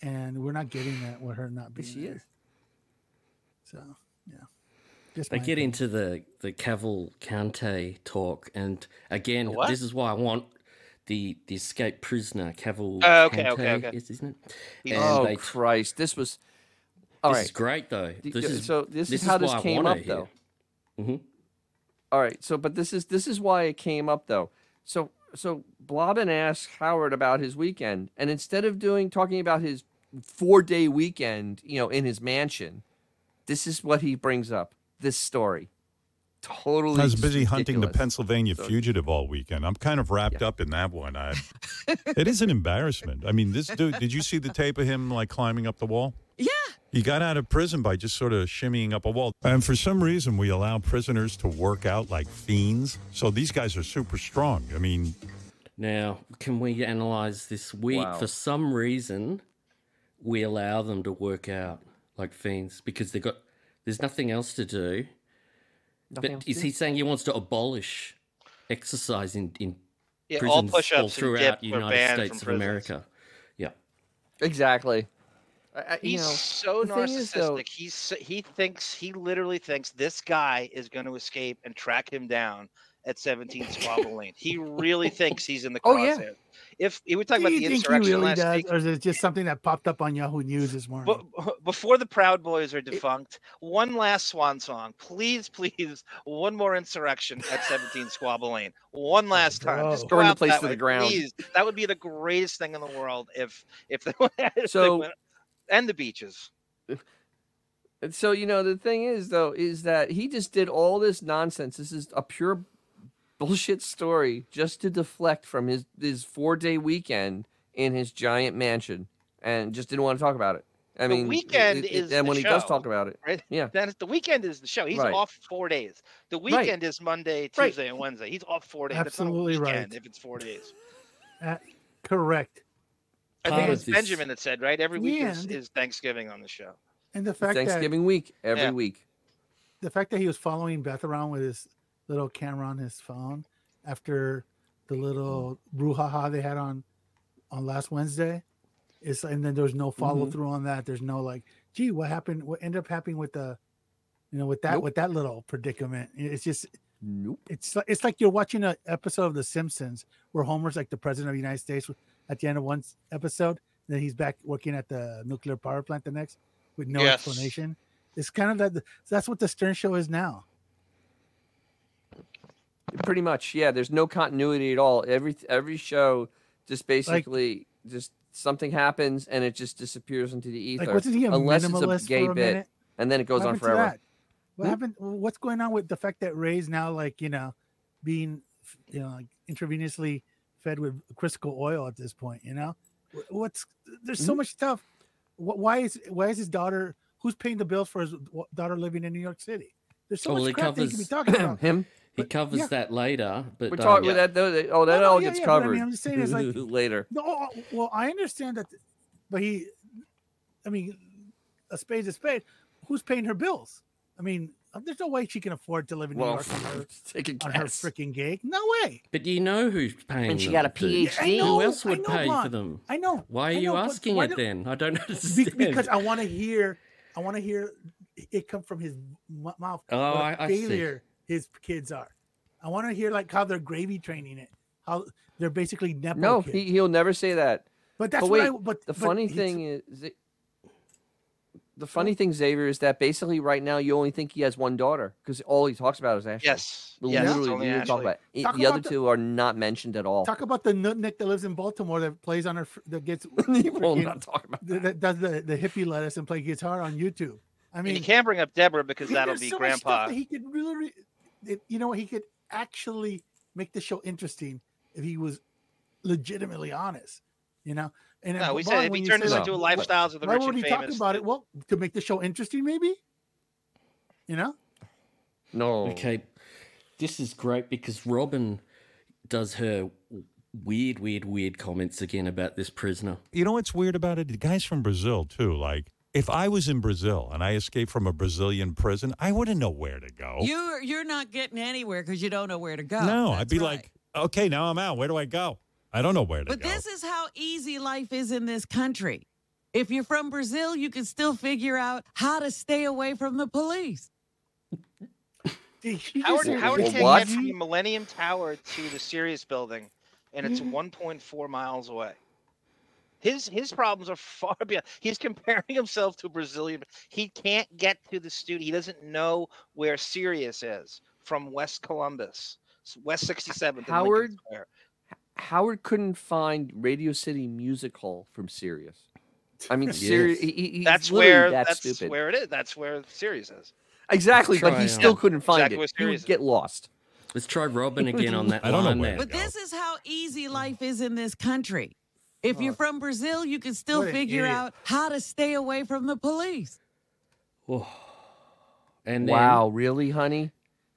[SPEAKER 5] and we're not getting that with her not being
[SPEAKER 1] Yes, she
[SPEAKER 5] there.
[SPEAKER 1] is.
[SPEAKER 5] So yeah, just
[SPEAKER 3] They
[SPEAKER 5] my
[SPEAKER 3] get
[SPEAKER 5] opinion.
[SPEAKER 3] into the the Cavalcante talk, and again,
[SPEAKER 2] The what?
[SPEAKER 3] this is why I want the the escaped prisoner Cavalcante.
[SPEAKER 2] Oh, okay, okay, okay.
[SPEAKER 3] Is, isn't it?
[SPEAKER 2] He's-
[SPEAKER 3] And
[SPEAKER 1] oh
[SPEAKER 3] they t-
[SPEAKER 1] Christ! This was. All
[SPEAKER 3] this is
[SPEAKER 1] right.
[SPEAKER 3] great though.
[SPEAKER 1] D-
[SPEAKER 3] This
[SPEAKER 1] d-
[SPEAKER 3] is
[SPEAKER 1] so this,
[SPEAKER 3] this
[SPEAKER 1] is how
[SPEAKER 3] is
[SPEAKER 1] this
[SPEAKER 3] why I
[SPEAKER 1] came
[SPEAKER 3] want
[SPEAKER 1] up,
[SPEAKER 3] it
[SPEAKER 1] though.
[SPEAKER 3] here. Mhm.
[SPEAKER 1] All right. So, but this is this is why it came up, though. So, so Blobbin asked Howard about his weekend, and instead of doing talking about his four day weekend, you know, in his mansion, this is what he brings up. This story. Totally.
[SPEAKER 8] I was busy
[SPEAKER 1] just
[SPEAKER 8] hunting the
[SPEAKER 1] ridiculous.
[SPEAKER 8] Pennsylvania
[SPEAKER 1] So-
[SPEAKER 8] fugitive all weekend. I'm kind of wrapped up in that one. I, it is an embarrassment. I mean, this dude. Did you see the tape of him like climbing up the wall?
[SPEAKER 10] Yeah.
[SPEAKER 8] He got out of prison by just sort of shimmying up a wall. And for some reason, we allow prisoners to work out like fiends. So these guys are super strong. I mean,
[SPEAKER 3] Now, can we analyze this week?
[SPEAKER 1] Wow.
[SPEAKER 3] For some reason, we allow them to work out like fiends because they got there's nothing else to do.
[SPEAKER 1] Nothing else
[SPEAKER 3] but
[SPEAKER 1] to
[SPEAKER 3] is
[SPEAKER 1] do.
[SPEAKER 3] he saying he wants to abolish exercise in, in
[SPEAKER 2] Yeah, all
[SPEAKER 3] prisons all
[SPEAKER 2] push-ups and
[SPEAKER 3] throughout
[SPEAKER 2] dips
[SPEAKER 3] the
[SPEAKER 2] were
[SPEAKER 3] United
[SPEAKER 2] banned from
[SPEAKER 3] States of
[SPEAKER 2] prisons.
[SPEAKER 3] America? Yeah.
[SPEAKER 1] Exactly. I, I, you
[SPEAKER 2] He's
[SPEAKER 1] know,
[SPEAKER 2] so
[SPEAKER 1] the thing is,
[SPEAKER 2] narcissistic.
[SPEAKER 1] though-
[SPEAKER 2] He's so- he thinks he literally thinks this guy is going to escape and track him down at 17 Squabble Lane. He really thinks he's in the
[SPEAKER 1] Oh, yeah.
[SPEAKER 2] crosshair. If we were talking
[SPEAKER 5] do
[SPEAKER 2] about
[SPEAKER 5] you
[SPEAKER 2] the
[SPEAKER 5] think he
[SPEAKER 2] insurrection
[SPEAKER 5] really
[SPEAKER 2] last
[SPEAKER 5] does,
[SPEAKER 2] week,
[SPEAKER 5] or is it just something that popped up on Yahoo News this morning?
[SPEAKER 2] But before the Proud Boys are defunct, one last swan song. Please, please, one more insurrection at 17 Squabble Lane. One last time.
[SPEAKER 5] Oh,
[SPEAKER 2] Just
[SPEAKER 5] no.
[SPEAKER 2] go
[SPEAKER 1] Burn the
[SPEAKER 2] out
[SPEAKER 1] place
[SPEAKER 2] that
[SPEAKER 1] to the
[SPEAKER 2] way,
[SPEAKER 1] ground.
[SPEAKER 2] Please. That would be the greatest thing in the world if if they went, if they
[SPEAKER 1] So-
[SPEAKER 2] went- and the beaches.
[SPEAKER 1] And so you know the thing is though is that he just did all this nonsense. This is a pure bullshit story just to deflect from his his four day weekend in his giant mansion, and just didn't want to talk about it. I
[SPEAKER 2] The
[SPEAKER 1] mean, it- it-
[SPEAKER 2] weekend
[SPEAKER 1] it-
[SPEAKER 2] is
[SPEAKER 1] and
[SPEAKER 2] the
[SPEAKER 1] when he does
[SPEAKER 2] show.
[SPEAKER 1] talk about it,
[SPEAKER 2] Right?
[SPEAKER 1] Yeah.
[SPEAKER 2] Then the weekend is the show. He's
[SPEAKER 1] Right.
[SPEAKER 2] off four days. The
[SPEAKER 1] Right.
[SPEAKER 2] weekend is Monday,
[SPEAKER 1] Right.
[SPEAKER 2] Tuesday, and Wednesday. He's off four days.
[SPEAKER 5] Absolutely
[SPEAKER 2] That's not a
[SPEAKER 5] right.
[SPEAKER 2] weekend If it's four days.
[SPEAKER 5] Uh, Correct.
[SPEAKER 2] I
[SPEAKER 3] Part
[SPEAKER 2] think
[SPEAKER 3] of
[SPEAKER 2] it's
[SPEAKER 3] this-
[SPEAKER 2] Benjamin that said, right? Every week
[SPEAKER 5] Yeah,
[SPEAKER 2] is,
[SPEAKER 5] the-
[SPEAKER 2] is Thanksgiving on the show.
[SPEAKER 5] And the
[SPEAKER 1] it's
[SPEAKER 5] fact that
[SPEAKER 1] Thanksgiving week every
[SPEAKER 2] Yeah.
[SPEAKER 1] week.
[SPEAKER 5] the fact that he was following Beth around with his little camera on his phone after the little brouhaha they had on on last Wednesday. It's and then there's
[SPEAKER 2] Mm-hmm.
[SPEAKER 5] no follow through on that. There's no like, gee, what happened? What ended up happening with the, you know, with that
[SPEAKER 1] Nope.
[SPEAKER 5] with that little predicament? It- It's just
[SPEAKER 1] Nope.
[SPEAKER 5] it's li- it's like you're watching an episode of The Simpsons where Homer's like the president of the United States at the end of one s- episode, and then he's back working at the nuclear power plant the next with no
[SPEAKER 2] Yes.
[SPEAKER 5] explanation. It's kind of that. That's what the Stern Show is now.
[SPEAKER 1] Pretty much, yeah. There's no continuity at all. Every every show just basically just something happens and it just disappears into the ether.
[SPEAKER 5] Like, wasn't he a
[SPEAKER 1] unless
[SPEAKER 5] minimalist
[SPEAKER 1] it's a gay
[SPEAKER 5] for a
[SPEAKER 1] bit,
[SPEAKER 5] minute?
[SPEAKER 1] and then it goes
[SPEAKER 5] What
[SPEAKER 1] on
[SPEAKER 5] happened to
[SPEAKER 1] forever.
[SPEAKER 5] that? What
[SPEAKER 1] Hmm?
[SPEAKER 5] happened? What's going on with the fact that Ray's now like you know being you know like, intravenously fed with crystal oil at this point? You know, Wh- what's there's
[SPEAKER 1] Mm-hmm.
[SPEAKER 5] so much stuff. Wh- Why is why is his daughter? Who's paying the bills for his wa- daughter living in New York City? There's so
[SPEAKER 3] Oh, Well,
[SPEAKER 5] much
[SPEAKER 3] it
[SPEAKER 5] crap that you can be
[SPEAKER 3] covers-
[SPEAKER 5] talking about.
[SPEAKER 1] Him.
[SPEAKER 3] He covers
[SPEAKER 5] yeah.
[SPEAKER 3] that later, but
[SPEAKER 1] We're
[SPEAKER 3] um,
[SPEAKER 1] talking
[SPEAKER 2] yeah.
[SPEAKER 1] with that. though, that- Oh, that
[SPEAKER 5] no,
[SPEAKER 1] all
[SPEAKER 5] yeah,
[SPEAKER 1] gets
[SPEAKER 5] yeah, but I mean,
[SPEAKER 1] covered
[SPEAKER 5] I'm just saying it's like-
[SPEAKER 1] later.
[SPEAKER 5] No, oh, oh, well, I understand that, but he, I mean, a spade's a spade. Who's paying her bills? I mean, there's no way she can afford to live in New
[SPEAKER 1] Well,
[SPEAKER 5] York on her,
[SPEAKER 1] take a
[SPEAKER 5] on her
[SPEAKER 1] guess.
[SPEAKER 5] freaking gig. No way.
[SPEAKER 3] but you know who's paying?
[SPEAKER 1] And she
[SPEAKER 3] them
[SPEAKER 1] got a
[SPEAKER 3] too.
[SPEAKER 1] PhD.
[SPEAKER 5] I know,
[SPEAKER 3] Who else
[SPEAKER 5] I
[SPEAKER 3] would
[SPEAKER 5] know,
[SPEAKER 3] pay for
[SPEAKER 5] Ron.
[SPEAKER 3] them?
[SPEAKER 5] I know.
[SPEAKER 3] Why are
[SPEAKER 5] I
[SPEAKER 3] you
[SPEAKER 5] know, but
[SPEAKER 3] asking
[SPEAKER 5] why
[SPEAKER 3] it
[SPEAKER 5] do-
[SPEAKER 3] then? I don't
[SPEAKER 5] Be-
[SPEAKER 3] understand.
[SPEAKER 5] because I want to hear, I want to hear it come from his m- mouth.
[SPEAKER 3] Oh,
[SPEAKER 5] what a
[SPEAKER 3] I- I see.
[SPEAKER 5] failure his kids are. I want to hear like how they're gravy training it, how they're basically nepo
[SPEAKER 1] No,
[SPEAKER 5] kids.
[SPEAKER 1] he, he'll never say that.
[SPEAKER 5] but that's
[SPEAKER 1] but
[SPEAKER 5] what
[SPEAKER 1] wait,
[SPEAKER 5] I. But
[SPEAKER 1] The
[SPEAKER 5] but
[SPEAKER 1] funny
[SPEAKER 5] it's-
[SPEAKER 1] thing is, that- the funny thing, Xavier, is that basically right now you only think he has one daughter because all he talks about is Ashley.
[SPEAKER 2] Yes.
[SPEAKER 1] We
[SPEAKER 2] Yes.
[SPEAKER 1] literally,
[SPEAKER 2] only
[SPEAKER 1] we don't talk
[SPEAKER 2] Ashley.
[SPEAKER 1] about. it.
[SPEAKER 5] Talk
[SPEAKER 1] the other
[SPEAKER 5] about the-
[SPEAKER 1] two are not mentioned at all.
[SPEAKER 5] Talk about the nutnik that lives in Baltimore that plays on her fr- that gets
[SPEAKER 1] we will
[SPEAKER 5] freaking-
[SPEAKER 1] not talk about.
[SPEAKER 5] that,
[SPEAKER 1] That.
[SPEAKER 5] that does the, the hippie lettuce and play guitar on YouTube. I
[SPEAKER 2] And
[SPEAKER 5] mean,
[SPEAKER 2] you can't bring up Deborah
[SPEAKER 5] I
[SPEAKER 2] because
[SPEAKER 5] mean,
[SPEAKER 2] that'll
[SPEAKER 5] there's
[SPEAKER 2] be
[SPEAKER 5] so much stuff
[SPEAKER 2] grandpa.
[SPEAKER 5] that he could really, it- you know, what, he could actually make the show interesting if he was legitimately honest. You know, and
[SPEAKER 2] no, we
[SPEAKER 5] Vaughn,
[SPEAKER 2] said if
[SPEAKER 5] when
[SPEAKER 2] we
[SPEAKER 5] you
[SPEAKER 2] turn
[SPEAKER 5] said,
[SPEAKER 2] this
[SPEAKER 1] No.
[SPEAKER 2] into a
[SPEAKER 5] why-
[SPEAKER 2] lifestyles of the
[SPEAKER 5] why
[SPEAKER 2] rich
[SPEAKER 5] would
[SPEAKER 2] and
[SPEAKER 5] he talk
[SPEAKER 2] famous.
[SPEAKER 5] about it? Well, to make the show interesting, maybe. You know,
[SPEAKER 1] No.
[SPEAKER 3] Okay, this is great because Robin does her weird, weird, weird comments again about this prisoner.
[SPEAKER 8] You know what's weird about it? The guy's from Brazil too. Like, if I was in Brazil and I escaped from a Brazilian prison, I wouldn't know where to go.
[SPEAKER 10] You you're not getting anywhere because you don't know where to go.
[SPEAKER 8] no, I'd
[SPEAKER 10] That's
[SPEAKER 8] be
[SPEAKER 10] right.
[SPEAKER 8] like, okay, now I'm out. Where do I go? I don't know where to
[SPEAKER 10] But
[SPEAKER 8] go.
[SPEAKER 10] this is how easy life is in this country. If you're from Brazil, you can still figure out how to stay away from the police.
[SPEAKER 5] Did he just
[SPEAKER 2] Howard,
[SPEAKER 5] say
[SPEAKER 2] Howard
[SPEAKER 5] rich
[SPEAKER 1] Well,
[SPEAKER 2] can
[SPEAKER 1] what?
[SPEAKER 2] get
[SPEAKER 5] and
[SPEAKER 2] from the
[SPEAKER 5] you-
[SPEAKER 2] Millennium Tower to the Sirius Building, and it's 1.4 miles away. His his problems are far beyond. He's comparing himself to Brazilian. He can't get to the studio. He doesn't know where Sirius is from West Columbus, s- West 67th. in Lincoln
[SPEAKER 1] Howard?
[SPEAKER 2] Square.
[SPEAKER 1] Howard couldn't find Radio City Music Hall from Sirius. I mean, Sirius.
[SPEAKER 3] Yes.
[SPEAKER 1] He, he- he's
[SPEAKER 2] That's
[SPEAKER 1] literally
[SPEAKER 2] where
[SPEAKER 1] that
[SPEAKER 2] that's
[SPEAKER 1] stupid.
[SPEAKER 2] where it is. That's where Sirius is.
[SPEAKER 1] Exactly, but
[SPEAKER 3] Try
[SPEAKER 1] he still
[SPEAKER 3] on.
[SPEAKER 1] couldn't find
[SPEAKER 2] Exactly where
[SPEAKER 1] it. He
[SPEAKER 2] Sirius
[SPEAKER 1] would
[SPEAKER 2] is.
[SPEAKER 1] get lost.
[SPEAKER 3] Let's try Robin again on that
[SPEAKER 8] I don't know
[SPEAKER 3] line
[SPEAKER 8] where
[SPEAKER 3] there.
[SPEAKER 10] But this is how easy life is in this country. If you're from Brazil, you can still
[SPEAKER 5] What an
[SPEAKER 10] figure
[SPEAKER 5] idiot.
[SPEAKER 10] out how to stay away from the police.
[SPEAKER 3] Oh. And then,
[SPEAKER 1] Wow, really, honey?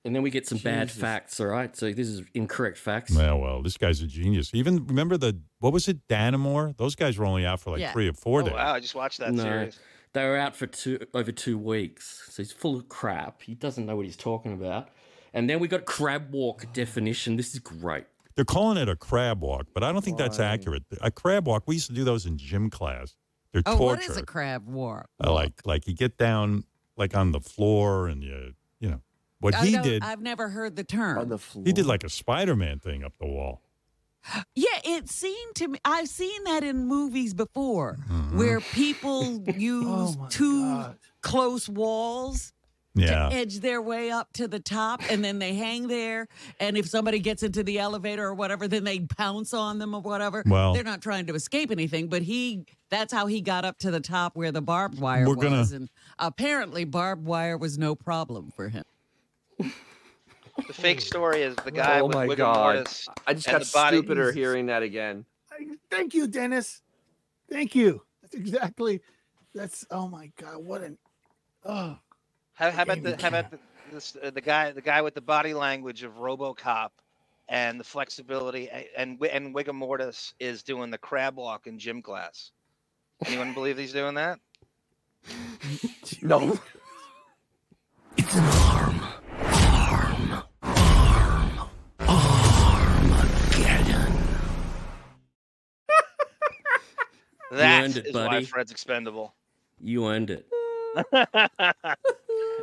[SPEAKER 3] And then we get some bad
[SPEAKER 1] Jesus.
[SPEAKER 3] facts, all right? So this is incorrect facts.
[SPEAKER 8] Yeah, well, this guy's a genius. Even remember the what was it, Danamore? Those guys were only out for like
[SPEAKER 10] Yeah.
[SPEAKER 8] three or four
[SPEAKER 2] Oh
[SPEAKER 8] days.
[SPEAKER 2] wow! I just watched that
[SPEAKER 3] No.
[SPEAKER 2] series.
[SPEAKER 3] They were out for two over two weeks, so he's full of crap. He doesn't know what he's talking about. And then we got crab walk definition. This is great.
[SPEAKER 8] They're calling it a crab walk, but I don't think that's
[SPEAKER 1] Why?
[SPEAKER 8] accurate. A crab walk, we used to do those in gym class. They're
[SPEAKER 10] Oh,
[SPEAKER 8] torture.
[SPEAKER 10] what is a crab war?
[SPEAKER 8] Uh, like like you get down like on the floor and you you know what
[SPEAKER 10] I
[SPEAKER 8] he
[SPEAKER 10] don't-
[SPEAKER 8] did.
[SPEAKER 10] I've never heard the term.
[SPEAKER 1] On the floor.
[SPEAKER 8] He did like a Spider-Man thing up the wall.
[SPEAKER 10] Yeah, it seemed to me. I've seen that in movies before,
[SPEAKER 8] Mm-hmm.
[SPEAKER 10] where people use
[SPEAKER 5] Oh my
[SPEAKER 10] two
[SPEAKER 5] God.
[SPEAKER 10] close walls
[SPEAKER 8] Yeah.
[SPEAKER 10] to edge their way up to the top, and then they hang there. And if somebody gets into the elevator or whatever, then they pounce on them or whatever.
[SPEAKER 8] Well-
[SPEAKER 10] they're not trying to escape anything, but he—that's how he got up to the top where the barbed wire
[SPEAKER 8] We're
[SPEAKER 10] was.
[SPEAKER 8] gonna-
[SPEAKER 10] And apparently, barbed wire was no problem for him.
[SPEAKER 2] The fake story is the guy
[SPEAKER 1] oh
[SPEAKER 2] with
[SPEAKER 1] my
[SPEAKER 2] rigor
[SPEAKER 1] God.
[SPEAKER 2] mortis.
[SPEAKER 1] I just
[SPEAKER 2] and
[SPEAKER 1] got
[SPEAKER 2] the body-
[SPEAKER 1] stupider hearing that again.
[SPEAKER 5] I- Thank you, Dennis. Thank you. That's exactly. That's oh my god, what an oh.
[SPEAKER 2] How, how about
[SPEAKER 8] Jamie
[SPEAKER 2] the how about the, this, uh, the guy the guy with the body language of RoboCop and the flexibility a- and Wi- and Wigga Mortis is doing the crab walk in gym class. Anyone believe he's doing that?
[SPEAKER 1] No.
[SPEAKER 2] That is
[SPEAKER 3] earned it,
[SPEAKER 2] why
[SPEAKER 3] buddy.
[SPEAKER 2] Fred's expendable.
[SPEAKER 3] You earned it.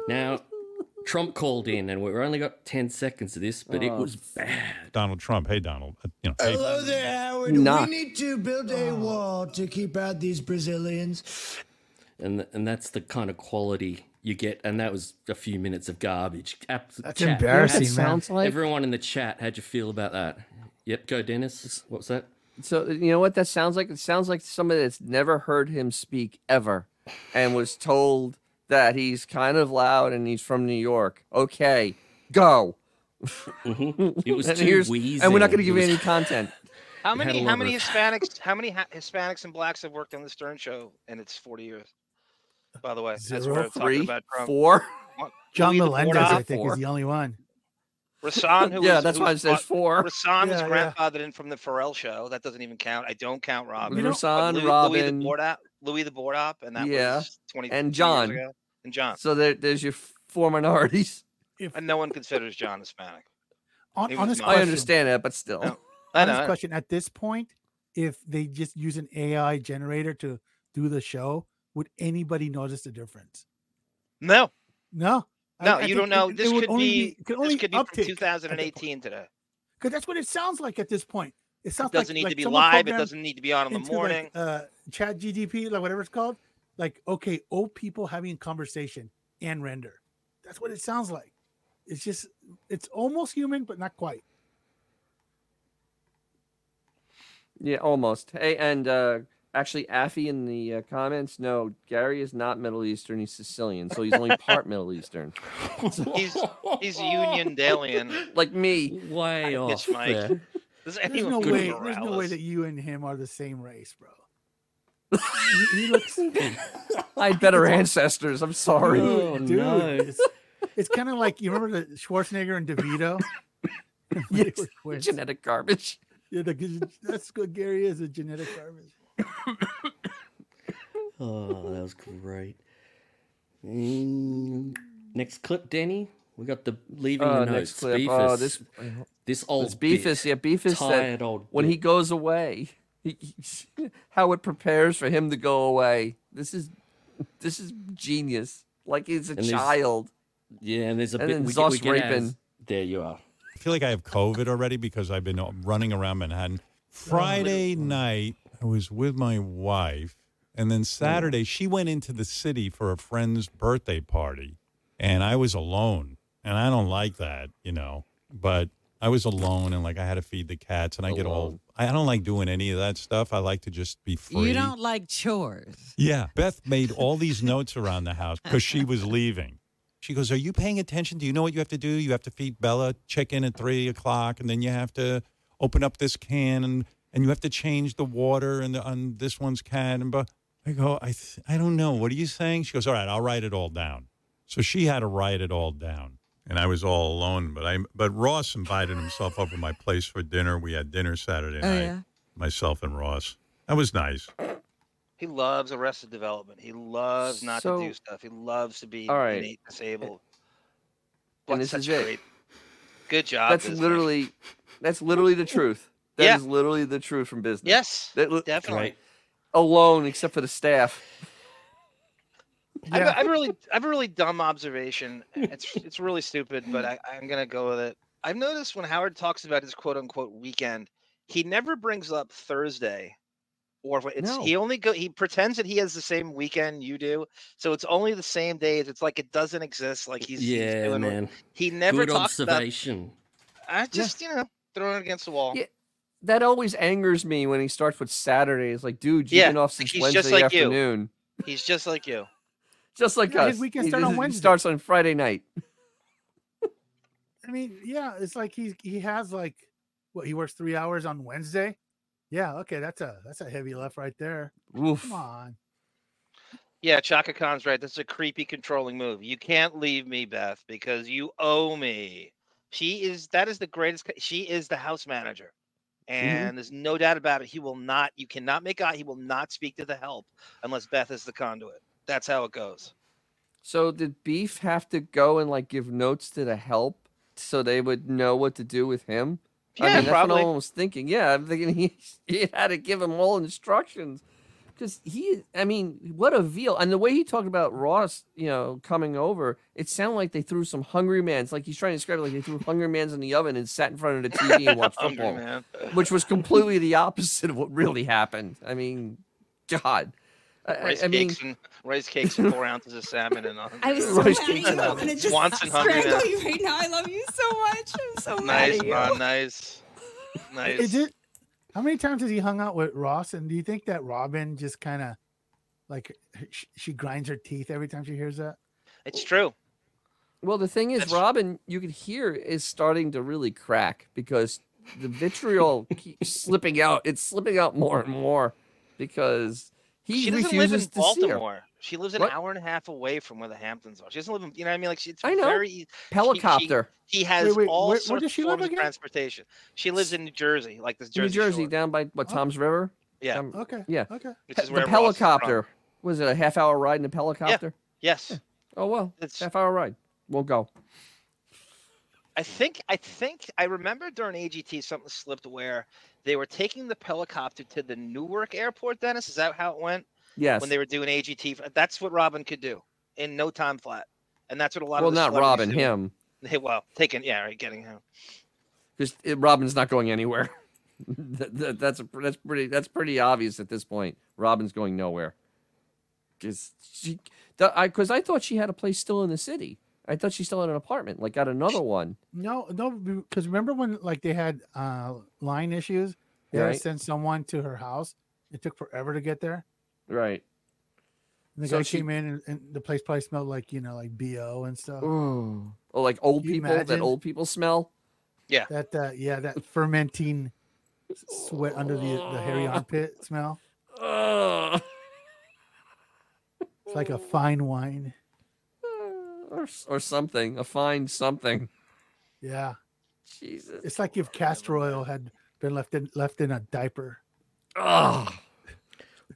[SPEAKER 3] now, Trump called in, and we've only got 10 seconds of this, but it
[SPEAKER 2] Oh.
[SPEAKER 3] was bad.
[SPEAKER 8] Donald Trump. Hey Donald. Uh, You know, hey,
[SPEAKER 11] Hello there, Howard.
[SPEAKER 1] Knock.
[SPEAKER 11] We need to build
[SPEAKER 2] Oh.
[SPEAKER 11] a wall to keep out these Brazilians.
[SPEAKER 3] And, and that's the kind of quality you get. And that was a few minutes of garbage. Abs-
[SPEAKER 5] That's
[SPEAKER 3] chat.
[SPEAKER 5] embarrassing,
[SPEAKER 1] That sounds like
[SPEAKER 3] Everyone in the chat, how'd you feel about that? Yep, go Dennis. What's that?
[SPEAKER 1] So you know what that sounds like? It sounds like somebody that's never heard him speak ever, and was told that he's kind of loud and he's from New York. Okay, go.
[SPEAKER 3] It Mm-hmm. was
[SPEAKER 1] and,
[SPEAKER 3] too
[SPEAKER 1] here's- and we're not
[SPEAKER 3] wheezing.
[SPEAKER 1] going to
[SPEAKER 3] It
[SPEAKER 1] give you
[SPEAKER 3] was-
[SPEAKER 1] any content.
[SPEAKER 2] How
[SPEAKER 3] It had
[SPEAKER 2] many
[SPEAKER 3] a
[SPEAKER 2] how
[SPEAKER 3] lot
[SPEAKER 2] many
[SPEAKER 3] of-
[SPEAKER 2] Hispanics how many ha- Hispanics and blacks have worked on the Stern Show in its 40 years? By the way, that's
[SPEAKER 5] Zero,
[SPEAKER 2] where I'm talking
[SPEAKER 1] Three,
[SPEAKER 2] about Trump.
[SPEAKER 1] four.
[SPEAKER 2] One-
[SPEAKER 5] John
[SPEAKER 2] Louis
[SPEAKER 5] Melendez, I
[SPEAKER 2] Bordoff,
[SPEAKER 5] think,
[SPEAKER 1] four.
[SPEAKER 5] is the only one.
[SPEAKER 2] Rasan, who
[SPEAKER 1] yeah,
[SPEAKER 2] was-
[SPEAKER 1] that's
[SPEAKER 2] who
[SPEAKER 1] why it
[SPEAKER 2] was
[SPEAKER 1] says
[SPEAKER 2] fa-
[SPEAKER 1] four.
[SPEAKER 2] Rasan was
[SPEAKER 5] Yeah, yeah.
[SPEAKER 2] grandfathered in from the Pharrell show. That doesn't even count. I don't count Robin.
[SPEAKER 5] You know-
[SPEAKER 1] Rasan,
[SPEAKER 2] Louis, Louis
[SPEAKER 1] Robin.
[SPEAKER 2] the Board Op, Louis the Board Op, and that
[SPEAKER 1] Yeah.
[SPEAKER 2] was 20
[SPEAKER 1] And
[SPEAKER 2] 20 years
[SPEAKER 1] John.
[SPEAKER 2] ago. and John,
[SPEAKER 1] so there, there's your f- four minorities.
[SPEAKER 5] If
[SPEAKER 2] and no one considers John Hispanic.
[SPEAKER 5] on,
[SPEAKER 2] It
[SPEAKER 5] on
[SPEAKER 2] was
[SPEAKER 5] this
[SPEAKER 2] not-
[SPEAKER 5] question,
[SPEAKER 1] I understand that, but still,
[SPEAKER 2] No. I
[SPEAKER 5] On
[SPEAKER 2] know.
[SPEAKER 5] this
[SPEAKER 2] I know.
[SPEAKER 5] question, at this point, if they just use an AI generator to do the show, would anybody notice the difference?
[SPEAKER 2] No,
[SPEAKER 5] No.
[SPEAKER 2] no, you don't know. This
[SPEAKER 5] would
[SPEAKER 2] could
[SPEAKER 5] only
[SPEAKER 2] be,
[SPEAKER 5] it could
[SPEAKER 2] this
[SPEAKER 5] only
[SPEAKER 2] could be from
[SPEAKER 5] uptick at that
[SPEAKER 2] 2018 today.
[SPEAKER 5] Because that's what it sounds like at this point. It sounds
[SPEAKER 2] It
[SPEAKER 5] like,
[SPEAKER 2] doesn't need
[SPEAKER 5] like
[SPEAKER 2] to be
[SPEAKER 5] someone
[SPEAKER 2] live. It
[SPEAKER 5] programmed
[SPEAKER 2] doesn't need to be on in the
[SPEAKER 5] into, like,
[SPEAKER 2] morning.
[SPEAKER 5] uh, chat GDP, like whatever it's called. Like, okay, old people having conversation and render. That's what it sounds like. It's just, it's almost human, but not quite.
[SPEAKER 1] yeah, almost. Hey, and uh, actually, Affy in the uh, comments, no, Gary is not Middle Eastern. He's Sicilian, so he's only part Middle Eastern,
[SPEAKER 2] He's he's Union Dalian.
[SPEAKER 1] like me.
[SPEAKER 3] Way off
[SPEAKER 2] It's Mike.
[SPEAKER 3] there.
[SPEAKER 2] Does
[SPEAKER 5] There's
[SPEAKER 2] anyone
[SPEAKER 5] no
[SPEAKER 2] good
[SPEAKER 5] way. There's no way
[SPEAKER 2] Morales?
[SPEAKER 5] that you and him are the same race, bro. he, he looks.
[SPEAKER 1] I had better ancestors. I'm sorry.
[SPEAKER 3] Oh,
[SPEAKER 5] dude,
[SPEAKER 3] no.
[SPEAKER 5] it's, it's kind of like you remember the Schwarzenegger and DeVito. They
[SPEAKER 1] Yes,
[SPEAKER 5] were twins.
[SPEAKER 1] Genetic garbage.
[SPEAKER 5] Yeah, the g- that's what Gary is—a genetic garbage.
[SPEAKER 3] Oh, that was great. Mm, Next clip, Danny. We got the leaving
[SPEAKER 1] Uh,
[SPEAKER 3] the
[SPEAKER 1] next
[SPEAKER 3] notes.
[SPEAKER 1] clip.
[SPEAKER 3] Beefus.
[SPEAKER 1] Oh, this,
[SPEAKER 3] this old
[SPEAKER 1] this Beefus.
[SPEAKER 3] bitch.
[SPEAKER 1] Yeah, Beefus said
[SPEAKER 3] tired old.
[SPEAKER 1] when he
[SPEAKER 3] bitch.
[SPEAKER 1] goes away, he, he- how it prepares for him to go away. This is this is genius. Like he's a
[SPEAKER 3] And there's-
[SPEAKER 1] child.
[SPEAKER 3] yeah, and there's a
[SPEAKER 1] and
[SPEAKER 3] bit
[SPEAKER 1] then
[SPEAKER 3] we get,
[SPEAKER 1] Zoss
[SPEAKER 3] we get
[SPEAKER 1] raping.
[SPEAKER 3] as- there you are.
[SPEAKER 8] I feel like I have COVID already because I've been running around Manhattan. Friday night, I was with my wife, and then Saturday, she went into the city for a friend's birthday party, and I was alone. And I don't like that, you know, but I was alone and like I had to feed the cats, and I get all,
[SPEAKER 1] Alone.
[SPEAKER 8] I don't like doing any of that stuff. I like to just be free.
[SPEAKER 10] You don't like chores.
[SPEAKER 8] Yeah. Beth made all these notes around the house because she was leaving. She goes, Are you paying attention? Do you know what you have to do? You have to feed Bella chicken at three o'clock, and then you have to open up this can and, and you have to change the water and the, on this one's can. And bu-" I go, I, th- I don't know. What are you saying? She goes, All right, I'll write it all down. So she had to write it all down. And I was all alone, but I but Ross invited himself over to my place for dinner. We had dinner Saturday
[SPEAKER 10] Oh,
[SPEAKER 8] night,
[SPEAKER 10] yeah.
[SPEAKER 8] myself and Ross. That was nice.
[SPEAKER 2] He loves Arrested Development. He loves not to
[SPEAKER 1] So-
[SPEAKER 2] do stuff. He loves to be
[SPEAKER 1] All right. Eh,
[SPEAKER 2] innate disabled.
[SPEAKER 1] And
[SPEAKER 2] What
[SPEAKER 1] this
[SPEAKER 2] such
[SPEAKER 1] is it.
[SPEAKER 2] great- Good job.
[SPEAKER 1] That's
[SPEAKER 2] Disney.
[SPEAKER 1] literally that's literally the truth. That is
[SPEAKER 2] Yeah.
[SPEAKER 1] literally the truth from business.
[SPEAKER 2] yes,
[SPEAKER 1] That li-
[SPEAKER 2] definitely.
[SPEAKER 3] Great.
[SPEAKER 1] alone except for the staff.
[SPEAKER 2] I've, I've really, I've a really dumb observation. It's it's really stupid, but I, I'm gonna go with it. I've noticed when Howard talks about his quote unquote weekend, he never brings up Thursday, or what- it's
[SPEAKER 1] No.
[SPEAKER 2] he only go he pretends that he has the same weekend you do, so it's only the same days. It's like it doesn't exist. Like he's he's
[SPEAKER 3] yeah,
[SPEAKER 2] doing what-
[SPEAKER 3] man.
[SPEAKER 2] He never
[SPEAKER 3] Good
[SPEAKER 2] talks about.
[SPEAKER 3] observation.
[SPEAKER 2] I just you know throwing it against the wall.
[SPEAKER 1] Yeah, That always angers me when he starts with Saturday. It's like, dude, you've
[SPEAKER 2] Yeah,
[SPEAKER 1] been off
[SPEAKER 2] like
[SPEAKER 1] since
[SPEAKER 2] he's just
[SPEAKER 1] Wednesday
[SPEAKER 2] like you.
[SPEAKER 1] afternoon.
[SPEAKER 2] He's just like you.
[SPEAKER 1] Just like
[SPEAKER 5] Yeah,
[SPEAKER 1] us.
[SPEAKER 5] his weekend
[SPEAKER 1] He-
[SPEAKER 5] start on
[SPEAKER 1] he
[SPEAKER 5] Wednesday.
[SPEAKER 1] starts on Friday night.
[SPEAKER 5] I mean, yeah, it's like he he has like what he works three hours on Wednesday. Yeah, okay, that's a that's a heavy left right there.
[SPEAKER 1] Oof.
[SPEAKER 5] Come on,
[SPEAKER 2] Yeah, Chaka Khan's right. That's a creepy controlling move. You can't leave me, Beth, because you owe me. She is that is the greatest. co- She is the house manager, and there's no doubt about it. He will not. You cannot make out. He will not speak to the help unless Beth is the conduit. That's how it goes.
[SPEAKER 1] So did Beef have to go and like give notes to the help so they would know what to do with him?
[SPEAKER 2] Yeah,
[SPEAKER 1] I mean, that's
[SPEAKER 2] probably.
[SPEAKER 1] what I was thinking. Yeah, I'm thinking he, he had to give him all instructions because he. I mean, what a veal! And the way he talked about Ross, you know, coming over, it sounded like they threw some hungry man's. Like he's trying to describe it, like they threw hungry man's in the oven and sat in front of the TV and watched
[SPEAKER 2] Hungry
[SPEAKER 1] football
[SPEAKER 2] man.
[SPEAKER 1] which was completely the opposite of what really happened. I mean, God, I- I,
[SPEAKER 2] Rice
[SPEAKER 1] I mean,
[SPEAKER 2] cakes and rice cakes and four ounces of salmon and on.
[SPEAKER 12] I was so
[SPEAKER 1] Roast
[SPEAKER 12] mad at you.
[SPEAKER 1] chicken.
[SPEAKER 12] I'm gonna just
[SPEAKER 2] Once and hungry
[SPEAKER 12] strangle
[SPEAKER 2] now.
[SPEAKER 12] you right now. I love you so much. I'm so mad
[SPEAKER 2] nice,
[SPEAKER 12] at you.
[SPEAKER 2] man, nice, nice.
[SPEAKER 5] is it How many times has he hung out with Ross? And do you think that Robin just kind of like she, she grinds her teeth every time she hears that?
[SPEAKER 2] It's true.
[SPEAKER 1] Well, the thing is, Robin, you can hear is starting to really crack because the vitriol keeps slipping out. It's slipping out more and more because he
[SPEAKER 2] she doesn't
[SPEAKER 1] refuses
[SPEAKER 2] live in
[SPEAKER 1] to see her.
[SPEAKER 2] Baltimore. She lives an
[SPEAKER 1] What?
[SPEAKER 2] hour and a half away from where the Hamptons are. She doesn't live in, you know what I mean? Like, she, it's
[SPEAKER 1] I know.
[SPEAKER 2] very easy.
[SPEAKER 1] Helicopter.
[SPEAKER 2] He has
[SPEAKER 5] Wait, wait,
[SPEAKER 2] all
[SPEAKER 5] where- where
[SPEAKER 2] sorts
[SPEAKER 5] does she
[SPEAKER 2] of
[SPEAKER 5] live
[SPEAKER 2] forms of
[SPEAKER 5] again?
[SPEAKER 2] transportation. She lives in New Jersey, like this Jersey,
[SPEAKER 1] New Jersey,
[SPEAKER 2] Shore,
[SPEAKER 1] down by what
[SPEAKER 5] Oh.
[SPEAKER 1] Tom's River.
[SPEAKER 2] Yeah.
[SPEAKER 1] Um,
[SPEAKER 5] Okay.
[SPEAKER 1] Yeah.
[SPEAKER 5] Okay.
[SPEAKER 2] which is
[SPEAKER 1] the
[SPEAKER 2] where Ross is from.
[SPEAKER 1] helicopter. Was it a half hour ride in a helicopter?
[SPEAKER 2] Yes.
[SPEAKER 1] Oh well,
[SPEAKER 2] It's-
[SPEAKER 1] half hour ride. We'll go.
[SPEAKER 2] I think I think I remember during AGT something slipped where they were taking the helicopter to the Newark airport. Dennis, is that how it went
[SPEAKER 1] Yes.
[SPEAKER 2] when they were doing AGT? That's what Robin could do in no time flat, and that's what a lot
[SPEAKER 1] well,
[SPEAKER 2] of the
[SPEAKER 1] not
[SPEAKER 2] celebrities
[SPEAKER 1] Robin, him,
[SPEAKER 2] do. Hey, well, taking yeah, right, getting him.
[SPEAKER 1] because Robin's not going anywhere. that, that- that's a, pr- that's pretty that's pretty obvious at this point. Robin's going nowhere. Because she, that- I because I thought she had a place still in the city. I thought she still had an apartment, like got another one.
[SPEAKER 5] No, no, because remember when like they had uh line issues? They had to
[SPEAKER 1] Right.
[SPEAKER 5] send someone to her house. It took forever to get there.
[SPEAKER 1] Right.
[SPEAKER 5] And the
[SPEAKER 1] So
[SPEAKER 5] guy
[SPEAKER 1] she-
[SPEAKER 5] came in and, and the place probably smelled like, you know, like BO and stuff.
[SPEAKER 1] Oh, like old
[SPEAKER 5] uh, Can you
[SPEAKER 1] people that
[SPEAKER 5] imagine?
[SPEAKER 1] old people smell.
[SPEAKER 5] That uh yeah, that fermenting s- sweat under the, the hairy armpit smell.
[SPEAKER 1] Ugh.
[SPEAKER 5] It's like a fine wine.
[SPEAKER 1] or s- or something, a fine something.
[SPEAKER 5] Yeah.
[SPEAKER 1] Jesus.
[SPEAKER 5] It's like if castor oil had been left in left in a diaper.
[SPEAKER 1] Oh,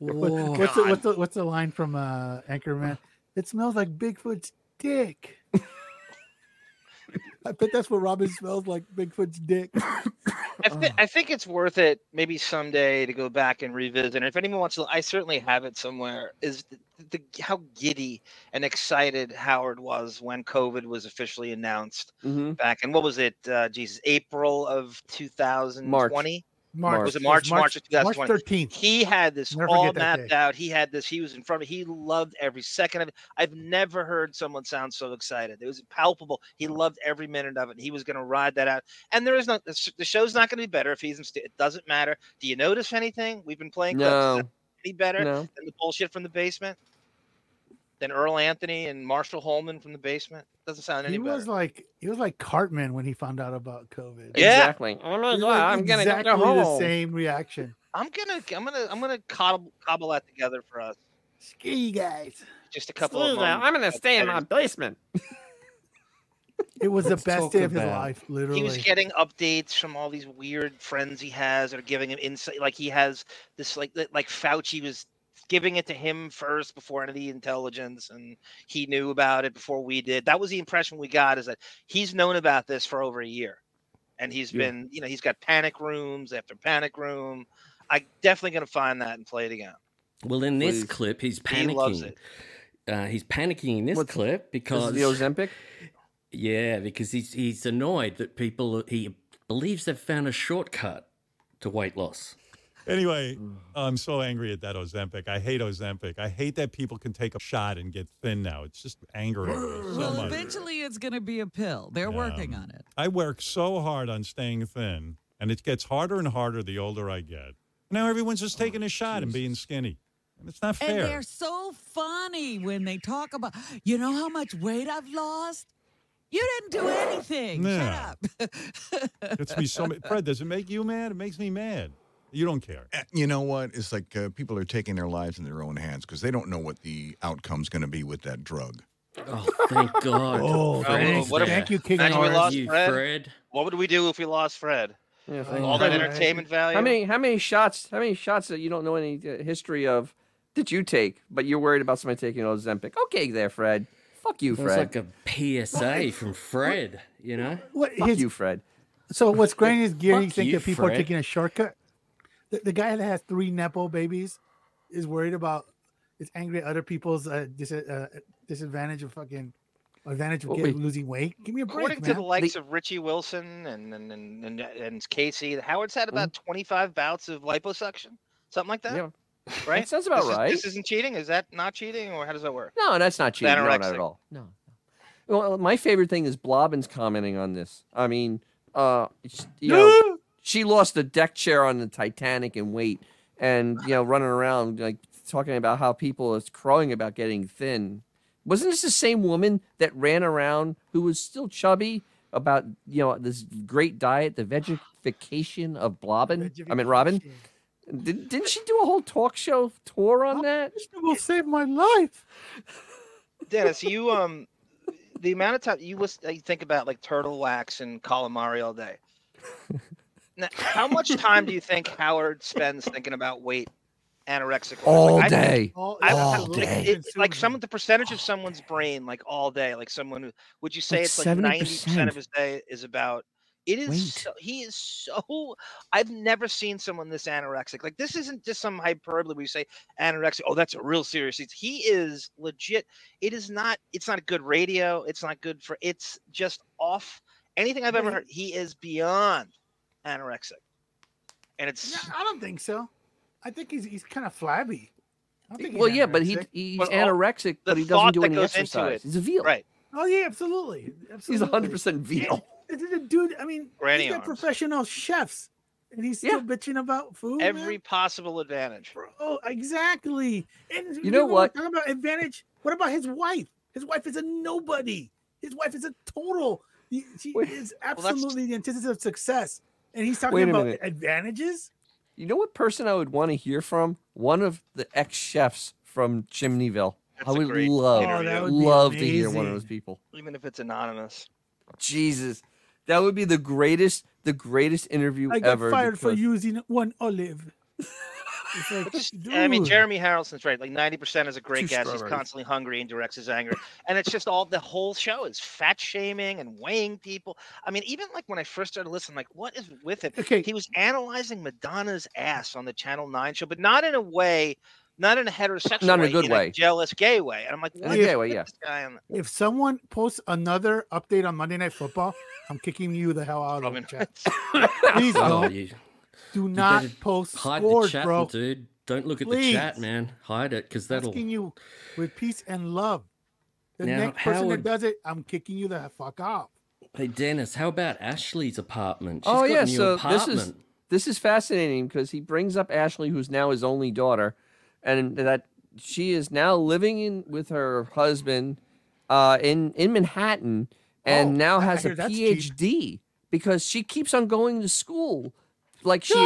[SPEAKER 5] What- what's the, what's the what's the line from uh Anchorman? It smells like Bigfoot's dick. I bet that's what Robin smells like Bigfoot's dick.
[SPEAKER 2] I,
[SPEAKER 1] Uh.
[SPEAKER 2] thi- I think it's worth it maybe someday to go back and revisit. And if anyone wants to, I certainly have it somewhere. Is the, the how giddy and excited Howard was when COVID was officially announced
[SPEAKER 1] hmm
[SPEAKER 2] back in what was it? Uh, Jesus, April of 2020.
[SPEAKER 1] March.
[SPEAKER 2] Was it March? March of 2020.
[SPEAKER 5] thirteenth.
[SPEAKER 2] He had this
[SPEAKER 5] Never
[SPEAKER 2] all
[SPEAKER 5] forget that
[SPEAKER 2] mapped
[SPEAKER 5] day.
[SPEAKER 2] out. He had this. He was in front of. He loved every second of it. I've never heard someone sound so excited. It was palpable. He loved every minute of it. He was going to ride that out. And there is no. The sh- the show's not going to be better if he's. In st- it doesn't matter. Do you notice anything? We've been playing. clips. Is
[SPEAKER 1] no,
[SPEAKER 2] that Any better
[SPEAKER 1] no.
[SPEAKER 2] than the bullshit from the basement? Than Earl Anthony and Marshall Holman from the basement? Doesn't sound any
[SPEAKER 5] He
[SPEAKER 2] better.
[SPEAKER 5] was like he was like Cartman when he found out about COVID.
[SPEAKER 2] Yeah.
[SPEAKER 1] Exactly. Oh my
[SPEAKER 5] He was
[SPEAKER 1] God,
[SPEAKER 5] like
[SPEAKER 1] I'm gonna
[SPEAKER 5] exactly
[SPEAKER 1] go
[SPEAKER 5] the
[SPEAKER 1] home.
[SPEAKER 5] same reaction.
[SPEAKER 2] I'm gonna. I'm gonna. I'm gonna cobble, cobble that together for us.
[SPEAKER 5] Screw you guys.
[SPEAKER 2] Just a couple
[SPEAKER 1] Screw
[SPEAKER 2] of.
[SPEAKER 1] that,
[SPEAKER 2] moments
[SPEAKER 1] I'm gonna
[SPEAKER 2] of
[SPEAKER 1] stay in my
[SPEAKER 2] better-
[SPEAKER 1] basement.
[SPEAKER 5] It was the
[SPEAKER 8] Let's
[SPEAKER 5] best
[SPEAKER 8] talk
[SPEAKER 5] day of his
[SPEAKER 8] about-
[SPEAKER 5] life, literally.
[SPEAKER 2] He was getting updates from all these weird friends he has that are giving him insight. Like he has this, like that- like Fauci was giving it to him first before any of the intelligence, and he knew about it before we did. That was the impression we got is that he's known about this for over a year, and he's
[SPEAKER 1] Yeah.
[SPEAKER 2] been, you know, he's got panic rooms after panic room. I definitely gonna find that and play it again.
[SPEAKER 3] Well, in this
[SPEAKER 1] Please.
[SPEAKER 3] clip, he's
[SPEAKER 2] He
[SPEAKER 3] panicking.
[SPEAKER 2] loves it.
[SPEAKER 3] Uh, he's panicking in this
[SPEAKER 1] What's-
[SPEAKER 3] clip
[SPEAKER 1] This is
[SPEAKER 3] because
[SPEAKER 1] the Ozempic.
[SPEAKER 3] yeah, because he's he's annoyed that people he believes they've found a shortcut to weight loss.
[SPEAKER 8] Anyway, I'm so angry at that Ozempic. I hate Ozempic. I hate that people can take a shot and get thin now. It's just angering me so
[SPEAKER 10] well,
[SPEAKER 8] much.
[SPEAKER 10] eventually it's going to be a pill. They're
[SPEAKER 8] Yeah.
[SPEAKER 10] working on it.
[SPEAKER 8] I work so hard on staying thin, and it gets harder and harder the older I get. Now everyone's just taking a shot and being skinny, and it's not
[SPEAKER 10] And
[SPEAKER 8] fair.
[SPEAKER 10] they're so funny when they talk about, you know how much weight I've lost? You didn't do anything. Shut up.
[SPEAKER 8] It's me so ma- Fred, does it make you mad? It makes me mad. You don't care.
[SPEAKER 9] Eh, You know what? It's like uh, people are taking their lives in their own hands because they don't know what the outcome's going to be with that drug.
[SPEAKER 3] Oh, thank God!
[SPEAKER 5] Oh,
[SPEAKER 2] thanks,
[SPEAKER 3] what a-
[SPEAKER 5] thank you, King
[SPEAKER 2] Imagine we
[SPEAKER 5] Norris.
[SPEAKER 2] lost
[SPEAKER 3] you,
[SPEAKER 2] Fred.
[SPEAKER 3] Fred.
[SPEAKER 2] What would we do if we lost Fred?
[SPEAKER 1] Yeah,
[SPEAKER 5] Oh,
[SPEAKER 1] thank
[SPEAKER 2] All
[SPEAKER 1] you.
[SPEAKER 2] that
[SPEAKER 5] Fred.
[SPEAKER 2] entertainment value.
[SPEAKER 1] How many how many shots? How many shots that you don't know any uh, history of did you take? But you're worried about somebody taking Ozempic. Okay, there, Fred. Fuck you,
[SPEAKER 3] That's
[SPEAKER 1] Fred.
[SPEAKER 3] like a PSA from Fred. You know,
[SPEAKER 5] What
[SPEAKER 1] Fuck
[SPEAKER 5] his
[SPEAKER 1] you, Fred.
[SPEAKER 5] So what's great is Gary
[SPEAKER 3] Fuck
[SPEAKER 5] think
[SPEAKER 3] you,
[SPEAKER 5] that people
[SPEAKER 3] Fred.
[SPEAKER 5] are taking a shortcut. The, the guy that has three nepo babies is worried about is angry at other people's uh, dis- uh, disadvantage of fucking advantage of
[SPEAKER 1] Well,
[SPEAKER 5] getting,
[SPEAKER 1] we-
[SPEAKER 5] losing weight. Give me a break,
[SPEAKER 2] According
[SPEAKER 5] man.
[SPEAKER 2] to the likes of Richie Wilson and and and, and, and Casey, Howard's had about 25 bouts of liposuction, something like that,
[SPEAKER 1] Yeah.
[SPEAKER 2] right?
[SPEAKER 1] That sounds about
[SPEAKER 2] this is-
[SPEAKER 1] right.
[SPEAKER 2] this isn't cheating. Is that not cheating, or how does that work?
[SPEAKER 1] No, that's not cheating. No, not at
[SPEAKER 2] anorexic.
[SPEAKER 1] all. No. Well, my favorite thing is Blobbins commenting on this. I mean, uh, sh- you know, she lost a deck chair on the Titanic in weight, and you know, running around like talking about how people is crowing about getting thin. Wasn't this the same woman that ran around who was still chubby about you know this great diet, the vegification of Blobbin? I mean, Robin. Did, didn't she do a whole talk show tour on that?
[SPEAKER 5] will save my life.
[SPEAKER 2] Dennis, you um, the amount of time you listen, you think about like turtle wax and calamari all day. Now, how much time do you think Howard spends thinking about weight, anorexic? or-
[SPEAKER 1] All
[SPEAKER 2] I think-
[SPEAKER 1] day.
[SPEAKER 5] All-
[SPEAKER 2] I- I-
[SPEAKER 1] All
[SPEAKER 2] like,
[SPEAKER 1] day.
[SPEAKER 2] it- like some of the percentage of someone's brain, like all day, like someone who would you say
[SPEAKER 1] Like
[SPEAKER 2] it's like ninety percent
[SPEAKER 1] 70%.
[SPEAKER 2] of his day is about. It is. So, he is so. I've never seen someone this anorexic. Like this isn't just some hyperbole. We say anorexic. Oh, that's a real serious. disease." He is legit. It is not. It's not good radio. It's not good for. It's just off. Anything I've ever heard. He is beyond anorexic, and it's
[SPEAKER 5] No, I don't think so. I think he's he's kind of flabby. I don't think he's
[SPEAKER 1] Well, yeah, but he
[SPEAKER 5] anorexic.
[SPEAKER 1] he's
[SPEAKER 2] But all-
[SPEAKER 1] anorexic, but he doesn't
[SPEAKER 2] thought
[SPEAKER 1] do
[SPEAKER 2] that
[SPEAKER 1] any
[SPEAKER 2] goes into
[SPEAKER 1] exercise.
[SPEAKER 2] it.
[SPEAKER 1] He's a veal.
[SPEAKER 2] right.
[SPEAKER 5] Oh yeah, absolutely. absolutely.
[SPEAKER 1] He's 100 percent veal.
[SPEAKER 5] This is a dude. I mean,
[SPEAKER 2] Granny
[SPEAKER 5] he's got
[SPEAKER 2] arms.
[SPEAKER 5] professional chefs, and he's still bitching about food. man.
[SPEAKER 2] Every possible advantage.
[SPEAKER 5] Bro, Oh, exactly. And
[SPEAKER 1] You know
[SPEAKER 5] we're
[SPEAKER 1] what?
[SPEAKER 5] Talking about advantage. What about his wife? His wife is a nobody. His wife is a total. She she
[SPEAKER 1] Wait.
[SPEAKER 5] is
[SPEAKER 2] that's-
[SPEAKER 5] absolutely the antithesis of success. And he's
[SPEAKER 1] Wait
[SPEAKER 5] talking
[SPEAKER 1] a
[SPEAKER 5] about
[SPEAKER 1] minute.
[SPEAKER 5] advantages.
[SPEAKER 1] You know what person I would want to hear from? One of the ex chefs from Chimneyville.
[SPEAKER 2] That's
[SPEAKER 1] I
[SPEAKER 2] a
[SPEAKER 1] would
[SPEAKER 2] great
[SPEAKER 1] love,
[SPEAKER 2] interview. Oh, that
[SPEAKER 5] would be
[SPEAKER 1] love to hear one of
[SPEAKER 5] amazing.
[SPEAKER 1] those people.
[SPEAKER 2] even if it's anonymous.
[SPEAKER 1] Jesus, that would be the greatest, the greatest interview
[SPEAKER 5] I got
[SPEAKER 1] ever.
[SPEAKER 5] fired for
[SPEAKER 1] because-
[SPEAKER 5] using one olive. It's like,
[SPEAKER 2] I mean,
[SPEAKER 5] dude.
[SPEAKER 2] Jeremy Harrelson's right. Like ninety percent is a great
[SPEAKER 1] Two
[SPEAKER 2] guest. He's
[SPEAKER 1] strawberries.
[SPEAKER 2] constantly hungry and directs his anger, and it's just all the whole show is fat shaming and weighing people. I mean, even like when I first started listening, like what is with it?
[SPEAKER 5] Okay.
[SPEAKER 2] He was analyzing Madonna's ass on the Channel Nine show, but not in a way, not in a heterosexual,
[SPEAKER 1] Not in a
[SPEAKER 2] way,
[SPEAKER 1] good way.
[SPEAKER 2] jealous gay way. And I'm like,
[SPEAKER 1] a
[SPEAKER 2] what
[SPEAKER 1] gay
[SPEAKER 2] is
[SPEAKER 1] way,
[SPEAKER 2] with
[SPEAKER 1] yeah.
[SPEAKER 2] this guy on the-
[SPEAKER 5] If someone posts another update on Monday Night Football, I'm kicking you the hell out of the
[SPEAKER 2] Robin
[SPEAKER 5] chat. Please
[SPEAKER 3] Oh,
[SPEAKER 5] don't.
[SPEAKER 3] you
[SPEAKER 5] Do not
[SPEAKER 3] better
[SPEAKER 5] post
[SPEAKER 3] hide
[SPEAKER 5] scores,
[SPEAKER 3] the chat,
[SPEAKER 5] bro.
[SPEAKER 3] dude. Don't look at the
[SPEAKER 5] Please.
[SPEAKER 3] chat, man. Hide it because that'll.
[SPEAKER 5] Asking you with peace and love. The
[SPEAKER 3] Now,
[SPEAKER 5] next person
[SPEAKER 3] Howard-
[SPEAKER 5] that does it, I'm kicking you the fuck off.
[SPEAKER 3] Hey, Dennis, how about Ashley's apartment? She's
[SPEAKER 1] oh
[SPEAKER 3] got
[SPEAKER 1] yeah,
[SPEAKER 3] a new
[SPEAKER 1] so this
[SPEAKER 3] apartment.
[SPEAKER 1] is this is fascinating because he brings up Ashley, who's now his only daughter, and that she is now living in with her husband uh, in in Manhattan, and
[SPEAKER 5] Oh,
[SPEAKER 1] now
[SPEAKER 5] I- I
[SPEAKER 1] has a
[SPEAKER 5] hear that's cheap.
[SPEAKER 1] PhD because she keeps on going to school. Like she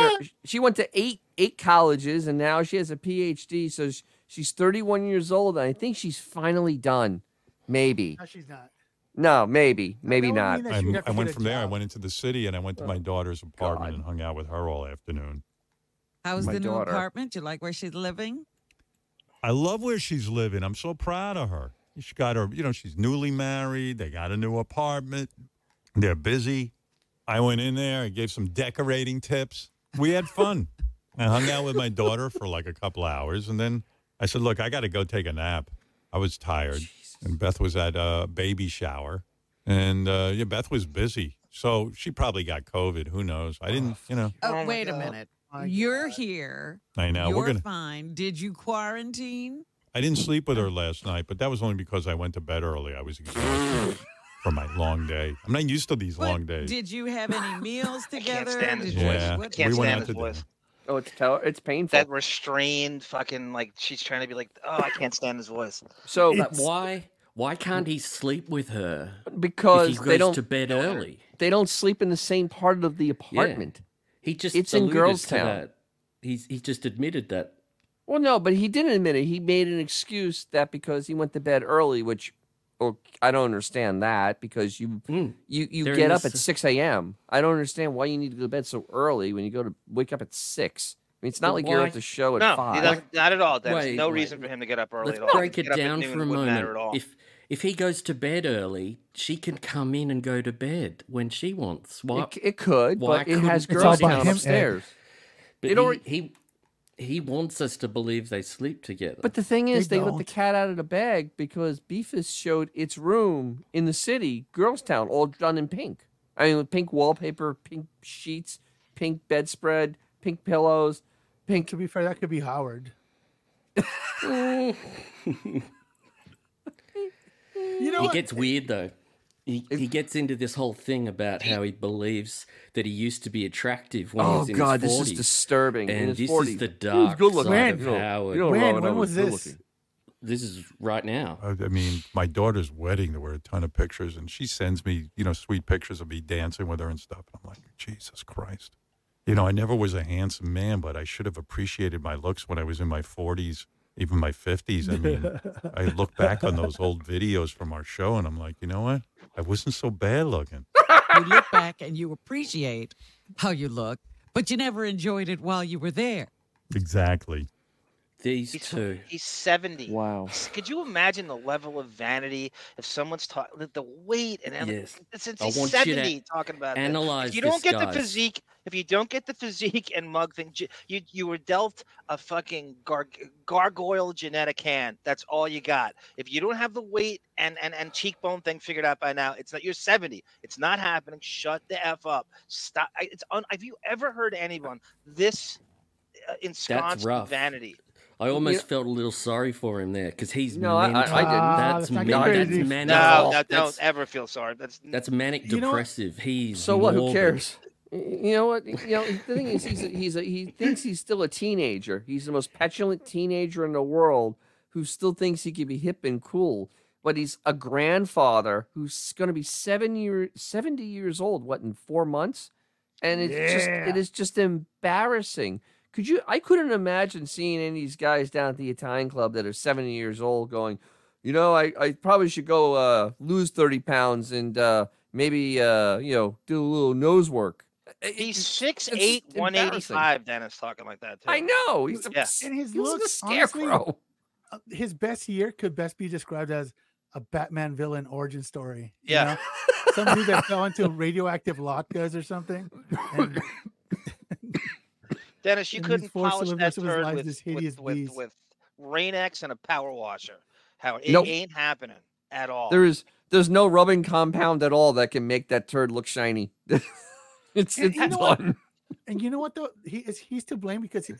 [SPEAKER 1] she went to eight eight colleges, and now she has a PhD. So sh- she's thirty one years old, and I think she's finally done. Maybe
[SPEAKER 5] No, she's not.
[SPEAKER 1] no, maybe
[SPEAKER 5] That
[SPEAKER 1] maybe
[SPEAKER 5] would
[SPEAKER 1] not.
[SPEAKER 5] mean that she would
[SPEAKER 8] I,
[SPEAKER 5] have
[SPEAKER 8] I
[SPEAKER 5] to
[SPEAKER 8] went
[SPEAKER 5] get a
[SPEAKER 8] from there. I
[SPEAKER 5] job.
[SPEAKER 8] went into the city and I went to my daughter's apartment and hung out with her all afternoon.
[SPEAKER 10] How's
[SPEAKER 1] My
[SPEAKER 10] the new
[SPEAKER 1] daughter.
[SPEAKER 10] apartment? You like where she's living?
[SPEAKER 8] I love where she's living. I'm so proud of her. She got her, you know, she's newly married. They got a new apartment. They're busy. I went in there. I gave some decorating tips. We had fun. I hung out with my daughter for like a couple hours, and then I said, "Look, I got to go take a nap. I was tired." And Beth was at a baby shower, and uh, yeah, Beth was busy, so she probably got COVID. Who knows? I didn't, you know.
[SPEAKER 10] Oh,
[SPEAKER 2] Oh my
[SPEAKER 10] wait a
[SPEAKER 5] God.
[SPEAKER 10] minute.
[SPEAKER 5] My
[SPEAKER 10] You're
[SPEAKER 5] God.
[SPEAKER 10] here.
[SPEAKER 8] I know
[SPEAKER 10] You're
[SPEAKER 8] we're gonna.
[SPEAKER 10] fine. Did you quarantine?
[SPEAKER 8] I didn't sleep with her last night, but that was only because I went to bed early. I was exhausted from my long day. I'm not used to these
[SPEAKER 10] But
[SPEAKER 8] long days.
[SPEAKER 10] Did you have any meals together?
[SPEAKER 2] stand his
[SPEAKER 10] Did you-
[SPEAKER 2] voice.
[SPEAKER 8] Yeah,
[SPEAKER 10] what-
[SPEAKER 2] Can't
[SPEAKER 8] we went
[SPEAKER 2] stand
[SPEAKER 8] out
[SPEAKER 2] his
[SPEAKER 8] to
[SPEAKER 2] voice.
[SPEAKER 8] dinner.
[SPEAKER 1] Oh, it's tell it's painful.
[SPEAKER 2] That restrained fucking like she's trying to be like, oh, I can't stand his voice.
[SPEAKER 1] so
[SPEAKER 3] But why? Why can't he sleep with her? If he
[SPEAKER 1] because
[SPEAKER 3] goes
[SPEAKER 1] they don't
[SPEAKER 3] to bed early.
[SPEAKER 1] they don't sleep in the same part of the apartment.
[SPEAKER 3] He just
[SPEAKER 1] It's in
[SPEAKER 3] alluded
[SPEAKER 1] Girls
[SPEAKER 3] to
[SPEAKER 1] Town.
[SPEAKER 3] That. He's he just admitted that.
[SPEAKER 1] Well, no, but he didn't admit it. He made an excuse that because he went to bed early, which, or I don't understand that because you
[SPEAKER 3] Mm.
[SPEAKER 1] you you
[SPEAKER 3] They're in
[SPEAKER 1] get
[SPEAKER 3] the
[SPEAKER 1] up at
[SPEAKER 3] s-
[SPEAKER 1] six a.m. I don't understand why you need to go to bed so early when you go to wake up at six. I mean, it's not
[SPEAKER 3] But
[SPEAKER 1] like you're
[SPEAKER 3] why-
[SPEAKER 1] at the show at
[SPEAKER 2] No, he
[SPEAKER 1] five.
[SPEAKER 2] doesn't, not at all. Dennis.
[SPEAKER 3] Wait,
[SPEAKER 2] no
[SPEAKER 3] wait.
[SPEAKER 2] reason for him to get up early
[SPEAKER 3] Let's
[SPEAKER 2] at all.
[SPEAKER 3] break
[SPEAKER 2] Get
[SPEAKER 3] it
[SPEAKER 2] up at
[SPEAKER 3] down
[SPEAKER 2] noon,
[SPEAKER 3] for a
[SPEAKER 2] wouldn't matter
[SPEAKER 3] moment.
[SPEAKER 2] at all.
[SPEAKER 3] If if he goes to bed early, she can come in and go to bed when she wants. Why?
[SPEAKER 1] It, c- it could,
[SPEAKER 3] Why
[SPEAKER 1] but it has
[SPEAKER 3] couldn't-
[SPEAKER 5] It's all
[SPEAKER 1] girls
[SPEAKER 5] by
[SPEAKER 1] down
[SPEAKER 5] him, Ed.
[SPEAKER 1] upstairs.
[SPEAKER 3] but
[SPEAKER 1] it
[SPEAKER 3] he,
[SPEAKER 1] already-
[SPEAKER 3] he he wants us to believe they sleep together.
[SPEAKER 1] But the thing is, they, let the
[SPEAKER 5] don't.
[SPEAKER 1] cat out of the bag because Beefus showed its room in the city, Girlstown, all done in pink. I mean, with pink wallpaper, pink sheets, pink bedspread, pink pillows, pink.
[SPEAKER 5] To be fair, that could be Howard.
[SPEAKER 3] Mm.
[SPEAKER 5] You know
[SPEAKER 3] he
[SPEAKER 5] what?
[SPEAKER 3] gets weird though. He, he gets into this whole thing about how he believes that he used to be attractive when he
[SPEAKER 1] Oh
[SPEAKER 3] was in
[SPEAKER 1] God,
[SPEAKER 3] his 40s.
[SPEAKER 1] this is disturbing. In
[SPEAKER 3] And
[SPEAKER 1] his
[SPEAKER 3] this
[SPEAKER 1] 40s.
[SPEAKER 3] is
[SPEAKER 1] He
[SPEAKER 3] the
[SPEAKER 1] was
[SPEAKER 3] dark
[SPEAKER 1] good looking.
[SPEAKER 3] side
[SPEAKER 5] When?
[SPEAKER 3] of Howard.
[SPEAKER 1] You know,
[SPEAKER 5] When?
[SPEAKER 1] Robin
[SPEAKER 5] When
[SPEAKER 1] Howard
[SPEAKER 5] was
[SPEAKER 1] good
[SPEAKER 5] this?
[SPEAKER 1] looking.
[SPEAKER 3] This is right now.
[SPEAKER 8] I, I mean, my daughter's wedding, there were a ton of pictures, and she sends me, you know, sweet pictures of me dancing with her and stuff. And I'm like, Jesus Christ. You know, I never was a handsome man, but I should have appreciated my looks when I was in my 40s, even my 50s. I mean, I look back on those old videos from our show, and I'm like, you know what? I wasn't so bad looking.
[SPEAKER 10] you look back and you appreciate how you look, but you never enjoyed it while you were there.
[SPEAKER 8] Exactly.
[SPEAKER 3] These
[SPEAKER 2] He's,
[SPEAKER 3] two.
[SPEAKER 2] he's 70.
[SPEAKER 1] Wow.
[SPEAKER 2] S- Could you imagine the level of vanity if someone's talking the weight and everything?
[SPEAKER 3] Yes.
[SPEAKER 2] since
[SPEAKER 3] I
[SPEAKER 2] he's
[SPEAKER 3] want you to
[SPEAKER 2] 70 talking about this.
[SPEAKER 3] analyze
[SPEAKER 2] If you don't
[SPEAKER 3] this
[SPEAKER 2] get
[SPEAKER 3] guy's-
[SPEAKER 2] the physique, if you don't get the physique and mug thing, j- you you were dealt a fucking gar- gargoyle genetic hand. That's all you got. If you don't have the weight and, and and cheekbone thing figured out by now, it's not. You're 70. It's not happening. Shut the f up. Stop. I- It's un, have you ever heard anyone this uh, ensconced in
[SPEAKER 3] rough.
[SPEAKER 2] vanity?
[SPEAKER 3] I almost felt a little sorry for him there because he's
[SPEAKER 1] No, I- I-
[SPEAKER 3] manic.
[SPEAKER 1] I didn't.
[SPEAKER 5] Ah,
[SPEAKER 3] That's,
[SPEAKER 5] that's not
[SPEAKER 3] man- that's
[SPEAKER 5] crazy.
[SPEAKER 3] manic.
[SPEAKER 2] No, no,
[SPEAKER 3] that's,
[SPEAKER 2] don't ever feel sorry. That's
[SPEAKER 3] that's manic
[SPEAKER 5] You know what?
[SPEAKER 3] depressive. He's
[SPEAKER 1] So what? Who
[SPEAKER 3] morbid.
[SPEAKER 1] cares? You know what? You know the thing is, he's a, he's a, he thinks he's still a teenager. He's the most petulant teenager in the world who still thinks he can be hip and cool. But he's a grandfather who's going to be seven year seventy years old. What in four months? And it's just
[SPEAKER 5] Yeah.
[SPEAKER 1] it is just embarrassing. Could you? I couldn't imagine seeing any of these guys down at the Italian club that are seventy years old going. You know, I, I probably should go uh, lose thirty pounds and uh, maybe uh, you know do a little nose work. It-
[SPEAKER 2] he's
[SPEAKER 1] it-
[SPEAKER 2] six
[SPEAKER 1] it's
[SPEAKER 2] eight
[SPEAKER 1] just
[SPEAKER 2] one eighty
[SPEAKER 1] embarrassing.
[SPEAKER 2] five. Dennis talking like that too.
[SPEAKER 1] I know he's a,
[SPEAKER 2] Yeah.
[SPEAKER 5] And his
[SPEAKER 1] he looks like a
[SPEAKER 5] looks, honestly-
[SPEAKER 1] scarecrow.
[SPEAKER 5] Uh, His best year could best be described as a Batman villain origin story. you
[SPEAKER 2] Yeah.
[SPEAKER 5] know? Some dude that fell into radioactive latkes or something. and-
[SPEAKER 2] Dennis, you
[SPEAKER 5] And he's
[SPEAKER 2] couldn't
[SPEAKER 5] forced to
[SPEAKER 2] polish
[SPEAKER 5] live the rest
[SPEAKER 2] that
[SPEAKER 5] of his
[SPEAKER 2] turd
[SPEAKER 5] life
[SPEAKER 2] with,
[SPEAKER 5] as hideous
[SPEAKER 2] with, with,
[SPEAKER 5] beast.
[SPEAKER 2] with Rain-X and a power washer. How it
[SPEAKER 1] Nope.
[SPEAKER 2] ain't happening at all.
[SPEAKER 1] There is there's no rubbing compound at all that can make that turd look shiny. it's
[SPEAKER 5] And
[SPEAKER 1] it's
[SPEAKER 5] you know what?
[SPEAKER 1] done.
[SPEAKER 5] And you know what though? He is he's to blame because he,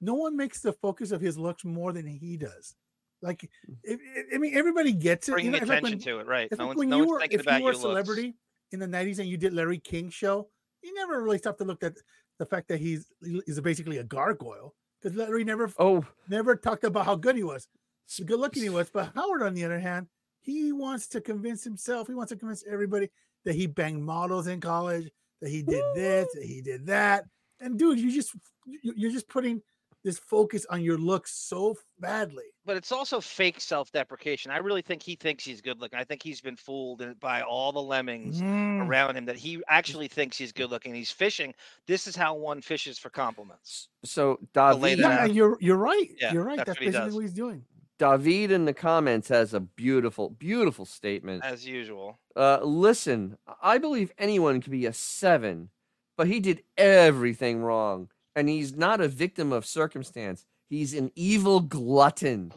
[SPEAKER 5] no one makes the focus of his looks more than he does. Like, if, I mean, everybody gets it. you
[SPEAKER 2] bringing
[SPEAKER 5] know, it's like
[SPEAKER 2] attention
[SPEAKER 5] when-
[SPEAKER 2] to it, right?
[SPEAKER 5] If,
[SPEAKER 2] No one's,
[SPEAKER 5] when
[SPEAKER 2] no
[SPEAKER 5] you
[SPEAKER 2] one's
[SPEAKER 5] were,
[SPEAKER 2] thinking
[SPEAKER 5] if
[SPEAKER 2] about
[SPEAKER 5] you were
[SPEAKER 2] your
[SPEAKER 5] a celebrity
[SPEAKER 2] looks.
[SPEAKER 5] in the '90s and you did Larry King show, you never really stopped to look at the fact that he's is basically a gargoyle because Larry never
[SPEAKER 1] Oh,
[SPEAKER 5] never talked about how good he was,
[SPEAKER 1] s-
[SPEAKER 5] how good looking he was. But Howard, on the other hand, he wants to convince himself, he wants to convince everybody that he banged models in college, that he did this, that he did that. And dude, you just you- you're just putting this focus on your looks so badly.
[SPEAKER 2] But it's also fake self-deprecation. I really think he thinks he's good looking. I think he's been fooled in- by all the lemmings
[SPEAKER 1] Mm.
[SPEAKER 2] around him that he actually thinks he's good looking. He's fishing. This is how one fishes for compliments.
[SPEAKER 1] s- so
[SPEAKER 2] lay
[SPEAKER 1] David
[SPEAKER 2] that
[SPEAKER 5] Yeah,
[SPEAKER 2] out.
[SPEAKER 5] and you're you're right.
[SPEAKER 2] Yeah,
[SPEAKER 5] you're right.
[SPEAKER 2] that's
[SPEAKER 5] That's,
[SPEAKER 2] what he
[SPEAKER 5] basically
[SPEAKER 2] does.
[SPEAKER 5] what he's doing.
[SPEAKER 1] David in the comments has a beautiful beautiful statement.
[SPEAKER 2] As usual.
[SPEAKER 1] Uh, listen, I believe anyone could be a seven, but he did everything wrong, and he's not a victim of circumstance. He's an evil glutton,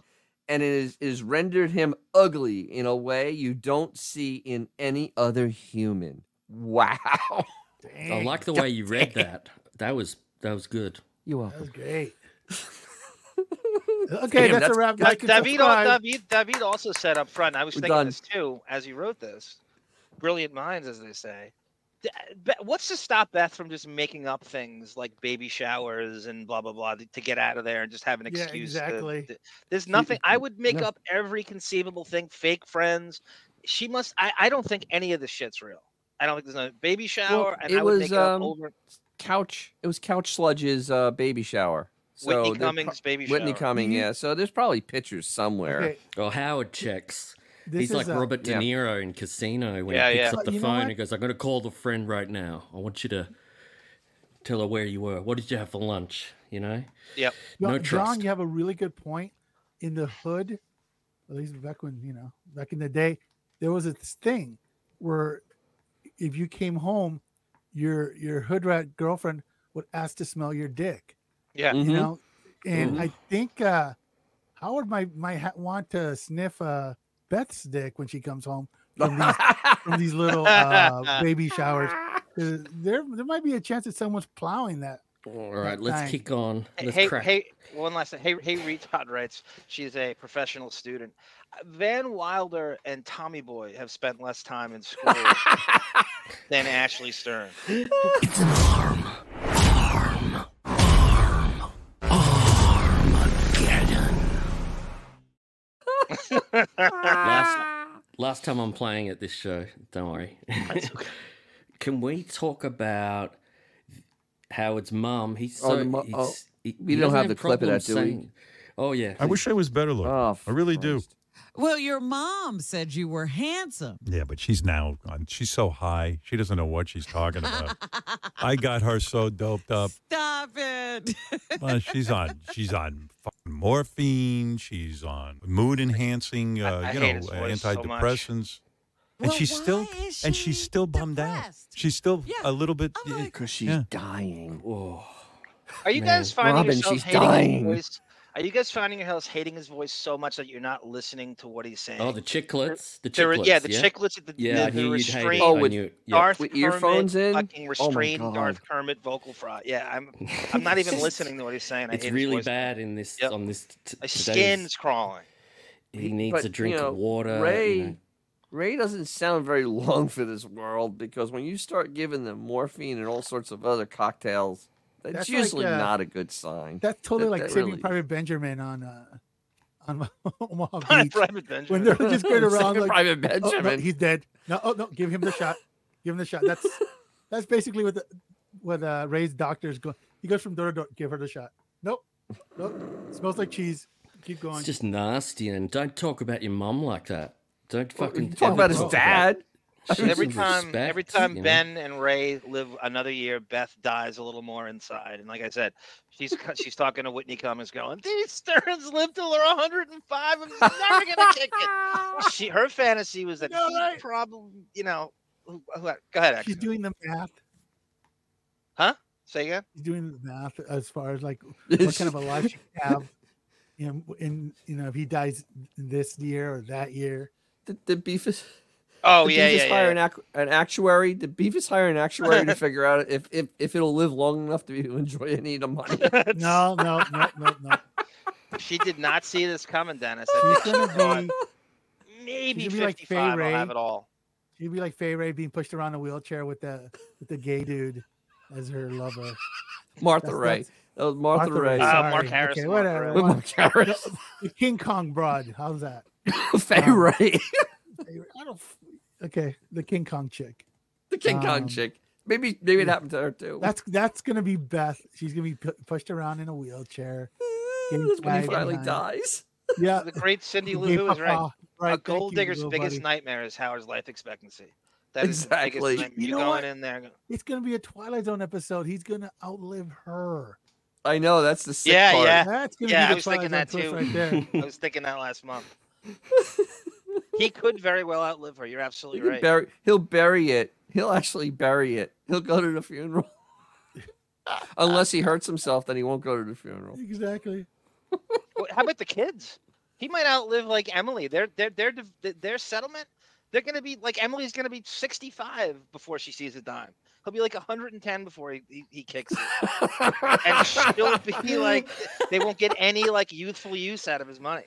[SPEAKER 1] and it is, is rendered him ugly in a way you don't see in any other human. Wow,
[SPEAKER 3] I like the way you read that. That was that was good.
[SPEAKER 1] you
[SPEAKER 5] That
[SPEAKER 1] welcome.
[SPEAKER 5] was great. Okay,
[SPEAKER 1] Damn,
[SPEAKER 5] that's,
[SPEAKER 1] that's-
[SPEAKER 5] a wrap.
[SPEAKER 1] that's- oh,
[SPEAKER 5] Like and
[SPEAKER 2] David, al-
[SPEAKER 5] subscribe.
[SPEAKER 2] David, David also said up front, I was
[SPEAKER 1] We're
[SPEAKER 2] thinking
[SPEAKER 1] done.
[SPEAKER 2] this too as he wrote this. Brilliant minds, as they say. D- Be- What's to stop Beth from just making up things like baby showers and blah blah blah to get out of there and just have an
[SPEAKER 5] Yeah,
[SPEAKER 2] excuse? to-
[SPEAKER 5] exactly.
[SPEAKER 2] to- there's nothing. I would make
[SPEAKER 1] no.
[SPEAKER 2] up every conceivable thing. Fake friends. She must. I, I don't think any of this shit's real. I don't think there's no baby shower, and
[SPEAKER 1] it
[SPEAKER 2] I would
[SPEAKER 1] was,
[SPEAKER 2] make it up
[SPEAKER 1] um,
[SPEAKER 2] over
[SPEAKER 1] Couch. It was Couch Sludge's uh, baby shower. So
[SPEAKER 2] Whitney
[SPEAKER 1] there-
[SPEAKER 2] Cummings' baby
[SPEAKER 1] Whitney
[SPEAKER 2] shower.
[SPEAKER 1] Cummings.
[SPEAKER 3] Mm-hmm.
[SPEAKER 5] You-
[SPEAKER 1] Yeah. So there's probably pictures somewhere.
[SPEAKER 5] Okay,
[SPEAKER 3] Oh, Howard checks.
[SPEAKER 5] this
[SPEAKER 3] He's like
[SPEAKER 5] is, uh,
[SPEAKER 3] Robert De
[SPEAKER 1] Yeah.
[SPEAKER 3] Niro in Casino when
[SPEAKER 2] Yeah,
[SPEAKER 3] he picks
[SPEAKER 2] yeah.
[SPEAKER 3] up the
[SPEAKER 5] You know
[SPEAKER 3] phone
[SPEAKER 5] what?
[SPEAKER 3] and goes, "I'm going to call the friend right now. I want you to tell her where you were. What did you have for lunch? You know,
[SPEAKER 2] Yep.
[SPEAKER 5] John,
[SPEAKER 3] no
[SPEAKER 5] John,
[SPEAKER 3] trust.
[SPEAKER 5] you have a really good point. In the hood, at least back when you know, back in the day, there was a thing where if you came home, your your hood rat girlfriend would ask to smell your dick.
[SPEAKER 2] yeah.
[SPEAKER 1] Mhm.
[SPEAKER 6] Mm-hmm.
[SPEAKER 5] You know, and I think uh, Howard might might ha- want to sniff uh, Beth's dick when she comes home from these from these little uh, baby showers. 'Cause There, there might be a chance that someone's plowing that.
[SPEAKER 3] All right, let's
[SPEAKER 5] Fine.
[SPEAKER 3] kick on. Let's
[SPEAKER 2] hey,
[SPEAKER 3] crack.
[SPEAKER 2] hey, one last thing. Hey, hey, Reed Todd writes. She's a professional student. Van Wilder and Tommy Boy have spent less time in school than Ashley Stern.
[SPEAKER 3] It's an arm. Arm. Arm. Armageddon. last, last time I'm playing at this show, don't worry. Can we talk about Howard's mum? He's so.
[SPEAKER 1] Oh, the mu-
[SPEAKER 3] he's,
[SPEAKER 1] oh,
[SPEAKER 3] he-
[SPEAKER 1] we
[SPEAKER 3] he
[SPEAKER 1] don't
[SPEAKER 3] doesn't
[SPEAKER 1] have the clip of
[SPEAKER 3] problems
[SPEAKER 1] that, do we?
[SPEAKER 3] saying- Oh, yeah.
[SPEAKER 8] I wish I was better looking.
[SPEAKER 1] Oh,
[SPEAKER 8] I really do.
[SPEAKER 10] Well, your mom said you were handsome.
[SPEAKER 8] Yeah, but she's now on. She's so high. She doesn't know what she's talking about. I got her so doped up.
[SPEAKER 10] Stop it.
[SPEAKER 8] Uh, she's on. She's on fucking morphine. She's on mood enhancing. Uh,
[SPEAKER 2] I
[SPEAKER 8] you
[SPEAKER 2] hate
[SPEAKER 8] know,
[SPEAKER 2] his voice so much.
[SPEAKER 8] antidepressants. and
[SPEAKER 10] Well,
[SPEAKER 8] she's still.
[SPEAKER 10] why is
[SPEAKER 8] and she's
[SPEAKER 10] she
[SPEAKER 8] still bummed
[SPEAKER 10] depressed?
[SPEAKER 8] out. She's still
[SPEAKER 10] Yeah,
[SPEAKER 8] a little bit.
[SPEAKER 10] I'm like-
[SPEAKER 1] Because she's
[SPEAKER 8] Yeah.
[SPEAKER 1] dying.
[SPEAKER 3] Oh,
[SPEAKER 2] Are you guys
[SPEAKER 1] Man,
[SPEAKER 2] finding
[SPEAKER 1] Robin,
[SPEAKER 2] yourself
[SPEAKER 1] she's
[SPEAKER 2] hating
[SPEAKER 1] dying.
[SPEAKER 2] his voice? Are you guys finding yourselves hating his voice so much that you're not listening to what he's saying?
[SPEAKER 3] oh, the chicklets. The
[SPEAKER 2] There were-
[SPEAKER 3] chicklets.
[SPEAKER 2] yeah, the chicklets, the,
[SPEAKER 3] Yeah, I
[SPEAKER 2] the, the
[SPEAKER 3] knew you'd hate it.
[SPEAKER 2] restrained,
[SPEAKER 1] Oh,
[SPEAKER 3] I
[SPEAKER 1] with
[SPEAKER 3] knew it. Yeah.
[SPEAKER 2] Darth
[SPEAKER 1] With
[SPEAKER 2] Kermit
[SPEAKER 1] earphones in?
[SPEAKER 3] Oh
[SPEAKER 2] fucking restrained
[SPEAKER 1] God.
[SPEAKER 2] Darth Kermit vocal fry. Yeah, I'm, I'm not even listening to what he's saying. I
[SPEAKER 3] It's
[SPEAKER 2] hate
[SPEAKER 3] really
[SPEAKER 2] his voice.
[SPEAKER 3] bad in this
[SPEAKER 2] Yep.
[SPEAKER 3] on this. T- t-
[SPEAKER 2] My
[SPEAKER 3] today's-
[SPEAKER 2] skin's crawling.
[SPEAKER 3] He needs
[SPEAKER 1] But,
[SPEAKER 3] a drink
[SPEAKER 1] you know,
[SPEAKER 3] of water.
[SPEAKER 1] Ray,
[SPEAKER 3] You know.
[SPEAKER 1] Ray doesn't sound very long for this world because when you start giving them morphine and all sorts of other cocktails,
[SPEAKER 5] That's
[SPEAKER 1] that's,
[SPEAKER 5] like,
[SPEAKER 1] usually
[SPEAKER 5] uh,
[SPEAKER 1] not a good sign.
[SPEAKER 5] That's totally
[SPEAKER 1] That-
[SPEAKER 5] like
[SPEAKER 1] that
[SPEAKER 5] Saving
[SPEAKER 1] really-
[SPEAKER 5] Private Benjamin on uh, on Omaha Beach
[SPEAKER 2] Private
[SPEAKER 5] when
[SPEAKER 2] Benjamin.
[SPEAKER 5] they're just going around
[SPEAKER 1] Saving
[SPEAKER 5] like,
[SPEAKER 1] Private
[SPEAKER 5] oh, no,
[SPEAKER 1] Benjamin.
[SPEAKER 5] he's dead. No, oh no, give him the shot. Give him the shot. That's that's basically what the, what uh, Ray's doctors go. He goes from door to door. Give her the shot. Nope. Nope. Smells like cheese. Keep going.
[SPEAKER 3] It's just nasty, and don't talk about your mum like that. Don't
[SPEAKER 1] Well,
[SPEAKER 3] fucking
[SPEAKER 1] you talk about his
[SPEAKER 3] ever
[SPEAKER 1] dad.
[SPEAKER 3] about-
[SPEAKER 2] every
[SPEAKER 3] Show some
[SPEAKER 2] time, every
[SPEAKER 3] respect,
[SPEAKER 2] time
[SPEAKER 3] you know?
[SPEAKER 2] Ben and Ray live another year, Beth dies a little more inside. And like I said, she's she's talking to Whitney Cummings, going, "These Stearns lived till they're 105. I'm just never gonna kick it." She, her fantasy was that
[SPEAKER 5] Yeah,
[SPEAKER 2] he
[SPEAKER 5] right.
[SPEAKER 2] probably, you know, who- who- go ahead.
[SPEAKER 5] She's
[SPEAKER 2] Axel.
[SPEAKER 5] doing the math.
[SPEAKER 2] Say again.
[SPEAKER 5] She's doing the math as far as like what kind of a life she could have. You know, in you know, if he dies this year or that year.
[SPEAKER 1] Did, did Beefus?
[SPEAKER 2] Oh
[SPEAKER 1] did
[SPEAKER 2] yeah,
[SPEAKER 1] Beefus
[SPEAKER 2] yeah,
[SPEAKER 1] hire
[SPEAKER 2] yeah.
[SPEAKER 1] An, ac- an actuary? Did Beefus hire an actuary to figure out if, if if it'll live long enough to be to enjoy any of the money?
[SPEAKER 5] No, no, no, no, no.
[SPEAKER 2] She did not see this coming, Dennis. I
[SPEAKER 5] She's
[SPEAKER 2] think she thought,
[SPEAKER 5] gonna be
[SPEAKER 2] Maybe
[SPEAKER 5] she's gonna be like Fay
[SPEAKER 2] 55. I'll have
[SPEAKER 5] Wray.
[SPEAKER 2] it all.
[SPEAKER 5] she'd be like Fay Ray being pushed around a wheelchair with the with the gay dude as her lover.
[SPEAKER 1] Martha
[SPEAKER 5] That's-
[SPEAKER 1] Ray.
[SPEAKER 5] that's-
[SPEAKER 1] That was Martha, Ray.
[SPEAKER 2] Uh,
[SPEAKER 1] Ray.
[SPEAKER 2] Mark
[SPEAKER 5] sorry. Okay,
[SPEAKER 2] Harrison, Mark
[SPEAKER 5] whatever.
[SPEAKER 2] Ray.
[SPEAKER 1] With
[SPEAKER 5] Mark-
[SPEAKER 1] Mark Harris.
[SPEAKER 5] the King Kong broad. How's that?
[SPEAKER 1] Faye
[SPEAKER 5] Um,
[SPEAKER 1] Ray.
[SPEAKER 5] I don't. f- Okay, the King Kong chick.
[SPEAKER 1] The King Kong
[SPEAKER 5] um,
[SPEAKER 1] chick. Maybe maybe it
[SPEAKER 5] yeah.
[SPEAKER 1] happened to her too.
[SPEAKER 5] That's that's gonna be Beth. She's gonna be pu- pushed around in a wheelchair. getting
[SPEAKER 1] Ah, That's when
[SPEAKER 5] flagged
[SPEAKER 1] he finally
[SPEAKER 5] behind.
[SPEAKER 1] dies.
[SPEAKER 5] Yeah,
[SPEAKER 2] The great Cindy Lou
[SPEAKER 5] gay
[SPEAKER 2] Who is right.
[SPEAKER 5] papa.
[SPEAKER 2] a
[SPEAKER 5] Right,
[SPEAKER 2] gold
[SPEAKER 5] thank you,
[SPEAKER 2] digger's
[SPEAKER 5] little
[SPEAKER 2] biggest
[SPEAKER 5] buddy.
[SPEAKER 2] nightmare is Howard's life expectancy. That is the
[SPEAKER 1] Exactly.
[SPEAKER 2] biggest nightmare.
[SPEAKER 5] You
[SPEAKER 2] You're
[SPEAKER 5] know
[SPEAKER 2] going
[SPEAKER 5] what?
[SPEAKER 2] in there. go-
[SPEAKER 5] It's gonna be a Twilight Zone episode. He's gonna outlive her.
[SPEAKER 1] I know that's the sick
[SPEAKER 2] Yeah,
[SPEAKER 1] part.
[SPEAKER 2] yeah.
[SPEAKER 5] That's gonna
[SPEAKER 2] Yeah, I
[SPEAKER 5] be the
[SPEAKER 2] was
[SPEAKER 5] Twilight
[SPEAKER 2] thinking
[SPEAKER 5] Zone
[SPEAKER 2] that
[SPEAKER 5] twist
[SPEAKER 2] too.
[SPEAKER 5] right there.
[SPEAKER 2] I was thinking that last month. he could very well outlive her. You're
[SPEAKER 1] He
[SPEAKER 2] absolutely
[SPEAKER 1] can
[SPEAKER 2] right.
[SPEAKER 1] bury, he'll bury it. He'll actually bury it. He'll go to the funeral. Unless he hurts himself, then he won't go to the funeral.
[SPEAKER 5] exactly.
[SPEAKER 2] Well, How about the kids? He might outlive like Emily. Their their their div- their settlement. They're gonna be like Emily's gonna be 65 before she sees a dime. He'll be like 110 before he, he, he kicks it, and she'll be like, they won't get any like youthful use out of his money.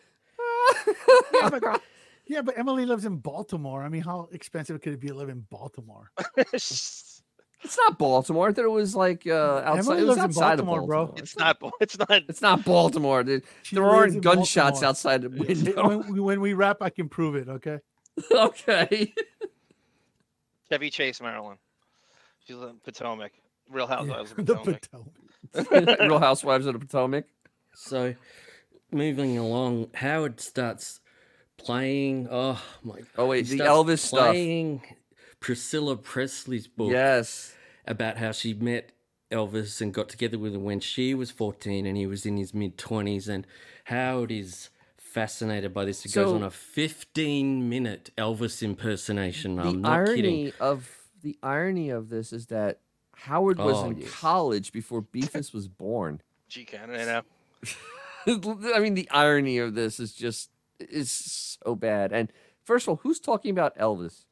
[SPEAKER 5] Yeah, but, yeah, but Emily lives in Baltimore. I mean, how expensive could it be to live in Baltimore?
[SPEAKER 2] it's
[SPEAKER 1] It's not Baltimore. I thought it was like uh, outside.
[SPEAKER 5] Emily
[SPEAKER 1] It
[SPEAKER 5] lives
[SPEAKER 1] was
[SPEAKER 5] in
[SPEAKER 1] outside of
[SPEAKER 5] Baltimore, bro.
[SPEAKER 1] Baltimore.
[SPEAKER 2] not. It's not.
[SPEAKER 1] It's not Baltimore. There,
[SPEAKER 5] She
[SPEAKER 1] there
[SPEAKER 5] lives
[SPEAKER 1] aren't
[SPEAKER 5] in
[SPEAKER 1] gunshots
[SPEAKER 5] Baltimore.
[SPEAKER 1] outside the window.
[SPEAKER 5] when, we- when we wrap, I can prove it. Okay.
[SPEAKER 1] okay.
[SPEAKER 2] Chevy Chase, Maryland. She's in Potomac. Real
[SPEAKER 5] Yeah,
[SPEAKER 2] Housewives of
[SPEAKER 5] the
[SPEAKER 2] Potomac.
[SPEAKER 5] Potomac.
[SPEAKER 1] Real Housewives of the Potomac.
[SPEAKER 3] So, moving along, Howard starts playing. Oh my!
[SPEAKER 1] Oh, wait,
[SPEAKER 3] he
[SPEAKER 1] the
[SPEAKER 3] starts
[SPEAKER 1] Elvis stuff.
[SPEAKER 3] playing Priscilla Presley's book
[SPEAKER 1] Yes.
[SPEAKER 3] about how she met Elvis and got together with him when she was fourteen and he was in his mid twenties. And Howard is fascinated by this. He goes
[SPEAKER 1] So-
[SPEAKER 3] on a fifteen-minute Elvis impersonation.
[SPEAKER 1] the
[SPEAKER 3] I'm not
[SPEAKER 1] irony
[SPEAKER 3] kidding.
[SPEAKER 1] of the irony of this is that Howard was
[SPEAKER 3] Oh,
[SPEAKER 1] in
[SPEAKER 3] yes.
[SPEAKER 1] college before Beefus was born.
[SPEAKER 2] Gee, Cannon, you know.
[SPEAKER 1] I mean, the irony of this is just is so bad. And first of all, who's talking about Elvis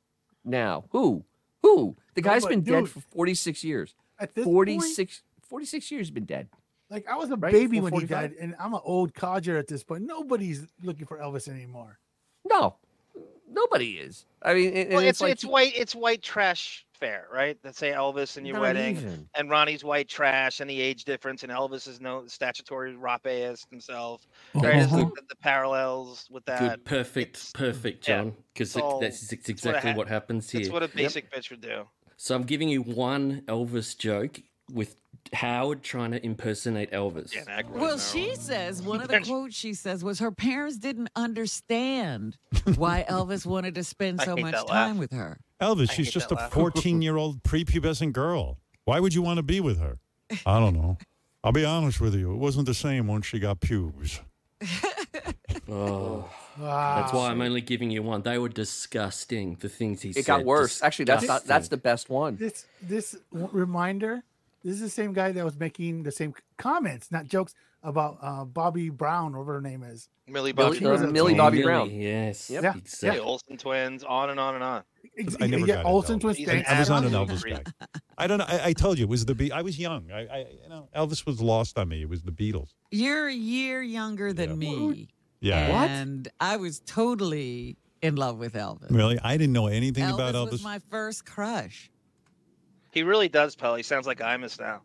[SPEAKER 1] now? Who? Who? The guy's
[SPEAKER 5] but
[SPEAKER 1] been dead
[SPEAKER 5] dude-
[SPEAKER 1] for 46 years.
[SPEAKER 5] At this point,
[SPEAKER 1] 46 46 years he's been dead.
[SPEAKER 5] Like I was a
[SPEAKER 1] Right?
[SPEAKER 5] baby when he
[SPEAKER 1] 45?
[SPEAKER 5] died, and I'm an old codger at this point. Nobody's looking for Elvis anymore.
[SPEAKER 1] No, nobody is. I mean, and- and
[SPEAKER 2] well, it's
[SPEAKER 1] like
[SPEAKER 2] it's white it's white trash fair, right? That say Elvis and your
[SPEAKER 1] Not
[SPEAKER 2] wedding,
[SPEAKER 1] even.
[SPEAKER 2] and Ronnie's white trash, and the age difference, and Elvis is no statutory rapeist himself.
[SPEAKER 5] Uh-huh.
[SPEAKER 2] Right? It's the, the parallels with that.
[SPEAKER 3] Good, perfect, perfect,
[SPEAKER 2] yeah,
[SPEAKER 3] John. Because
[SPEAKER 2] it's all-
[SPEAKER 3] that's
[SPEAKER 2] it's
[SPEAKER 3] ex-
[SPEAKER 2] what
[SPEAKER 3] exactly
[SPEAKER 2] hap-
[SPEAKER 3] what happens here.
[SPEAKER 2] That's what a
[SPEAKER 3] Yep.
[SPEAKER 2] basic bitch would do.
[SPEAKER 3] So I'm giving you one Elvis joke with Howard trying to impersonate Elvis.
[SPEAKER 2] Dan Aykroyd,
[SPEAKER 10] Well,
[SPEAKER 2] no.
[SPEAKER 10] she says one of the quotes she says was her parents didn't understand why Elvis wanted to spend
[SPEAKER 2] I
[SPEAKER 10] so
[SPEAKER 2] hate
[SPEAKER 10] much
[SPEAKER 2] that laugh.
[SPEAKER 10] time with her.
[SPEAKER 8] Elvis,
[SPEAKER 2] I
[SPEAKER 8] she's
[SPEAKER 2] hate
[SPEAKER 8] just
[SPEAKER 2] that
[SPEAKER 8] a
[SPEAKER 2] laugh.
[SPEAKER 8] 14 year old prepubescent girl. Why would you want to be with her? I don't know. I'll be honest with you. It wasn't the same once she got pubes.
[SPEAKER 3] Oh,
[SPEAKER 5] Wow.
[SPEAKER 3] that's why I'm only giving you one. They were disgusting. The things he said.
[SPEAKER 1] it got worse. Actually, that's not, that's the best one.
[SPEAKER 5] This this w- reminder. This is the same guy that was making the same c- comments, not jokes about uh, Bobby Brown, whatever her name is.
[SPEAKER 2] Millie Bobby
[SPEAKER 1] Billy,
[SPEAKER 2] Brown,
[SPEAKER 1] uh, Millie Bobby Brown.
[SPEAKER 3] Yes.
[SPEAKER 1] Yep.
[SPEAKER 5] Yeah,
[SPEAKER 2] the
[SPEAKER 3] Exactly.
[SPEAKER 2] Olsen twins, on and on and on.
[SPEAKER 5] Ex-
[SPEAKER 8] I never
[SPEAKER 5] yeah,
[SPEAKER 8] got
[SPEAKER 5] Olsen
[SPEAKER 8] into
[SPEAKER 5] twins.
[SPEAKER 2] He's an
[SPEAKER 8] I was not an
[SPEAKER 2] Absolutely.
[SPEAKER 8] Elvis guy. I don't know. I, I told you it was the. Be- I was young. I, I, you know, Elvis was lost on me. It was the Beatles.
[SPEAKER 10] You're a year younger than
[SPEAKER 8] Yeah.
[SPEAKER 10] me.
[SPEAKER 8] Yeah.
[SPEAKER 1] What?
[SPEAKER 10] And I was totally in love with Elvis.
[SPEAKER 8] Really, I didn't know anything
[SPEAKER 10] Elvis
[SPEAKER 8] about Elvis.
[SPEAKER 10] was my first crush.
[SPEAKER 2] He really does, Pelly. Sounds like Imus now.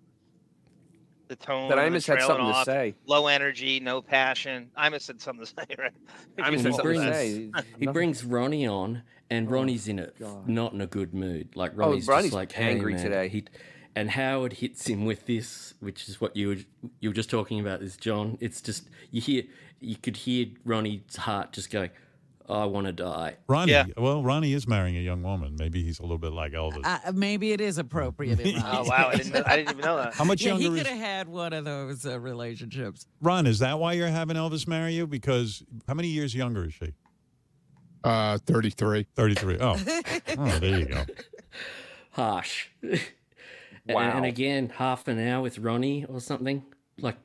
[SPEAKER 2] The tone.
[SPEAKER 1] That
[SPEAKER 2] and the
[SPEAKER 1] Imus had
[SPEAKER 2] trailing
[SPEAKER 1] something
[SPEAKER 2] off,
[SPEAKER 1] to say.
[SPEAKER 2] Low energy, no passion. Imus had something to say, right?
[SPEAKER 1] Imus
[SPEAKER 3] He
[SPEAKER 1] had something to
[SPEAKER 3] brings-
[SPEAKER 1] say.
[SPEAKER 3] He
[SPEAKER 1] Nothing- Oh,
[SPEAKER 3] brings Ronnie on, and Ronnie's in it,
[SPEAKER 1] God. Oh,
[SPEAKER 3] not in a good mood. Like Ronnie's,
[SPEAKER 1] Ronnie's
[SPEAKER 3] just like hey,
[SPEAKER 1] angry
[SPEAKER 3] man.
[SPEAKER 1] today.
[SPEAKER 3] He, and Howard hits him with this, which is what you were, you were just talking about, this John. It's just you hear, you could hear Ronnie's heart just going, "I want to die."
[SPEAKER 8] Ronnie.
[SPEAKER 2] Yeah.
[SPEAKER 8] Well, Ronnie is marrying a young woman. Maybe he's a little bit like Elvis.
[SPEAKER 10] I, maybe it is appropriate. in my
[SPEAKER 2] Oh wow, I didn't, know, I didn't even know that.
[SPEAKER 8] How much
[SPEAKER 10] Yeah, he
[SPEAKER 8] younger
[SPEAKER 10] could
[SPEAKER 8] is
[SPEAKER 10] have had one of those uh, relationships.
[SPEAKER 8] Ron? Is that why you're having Elvis marry you? Because how many years younger is she?
[SPEAKER 9] Uh, 33.
[SPEAKER 8] Thirty-three. Oh, oh there you go.
[SPEAKER 3] Harsh. And-
[SPEAKER 1] Wow.
[SPEAKER 3] and again, half an hour with Ronnie or something. Like,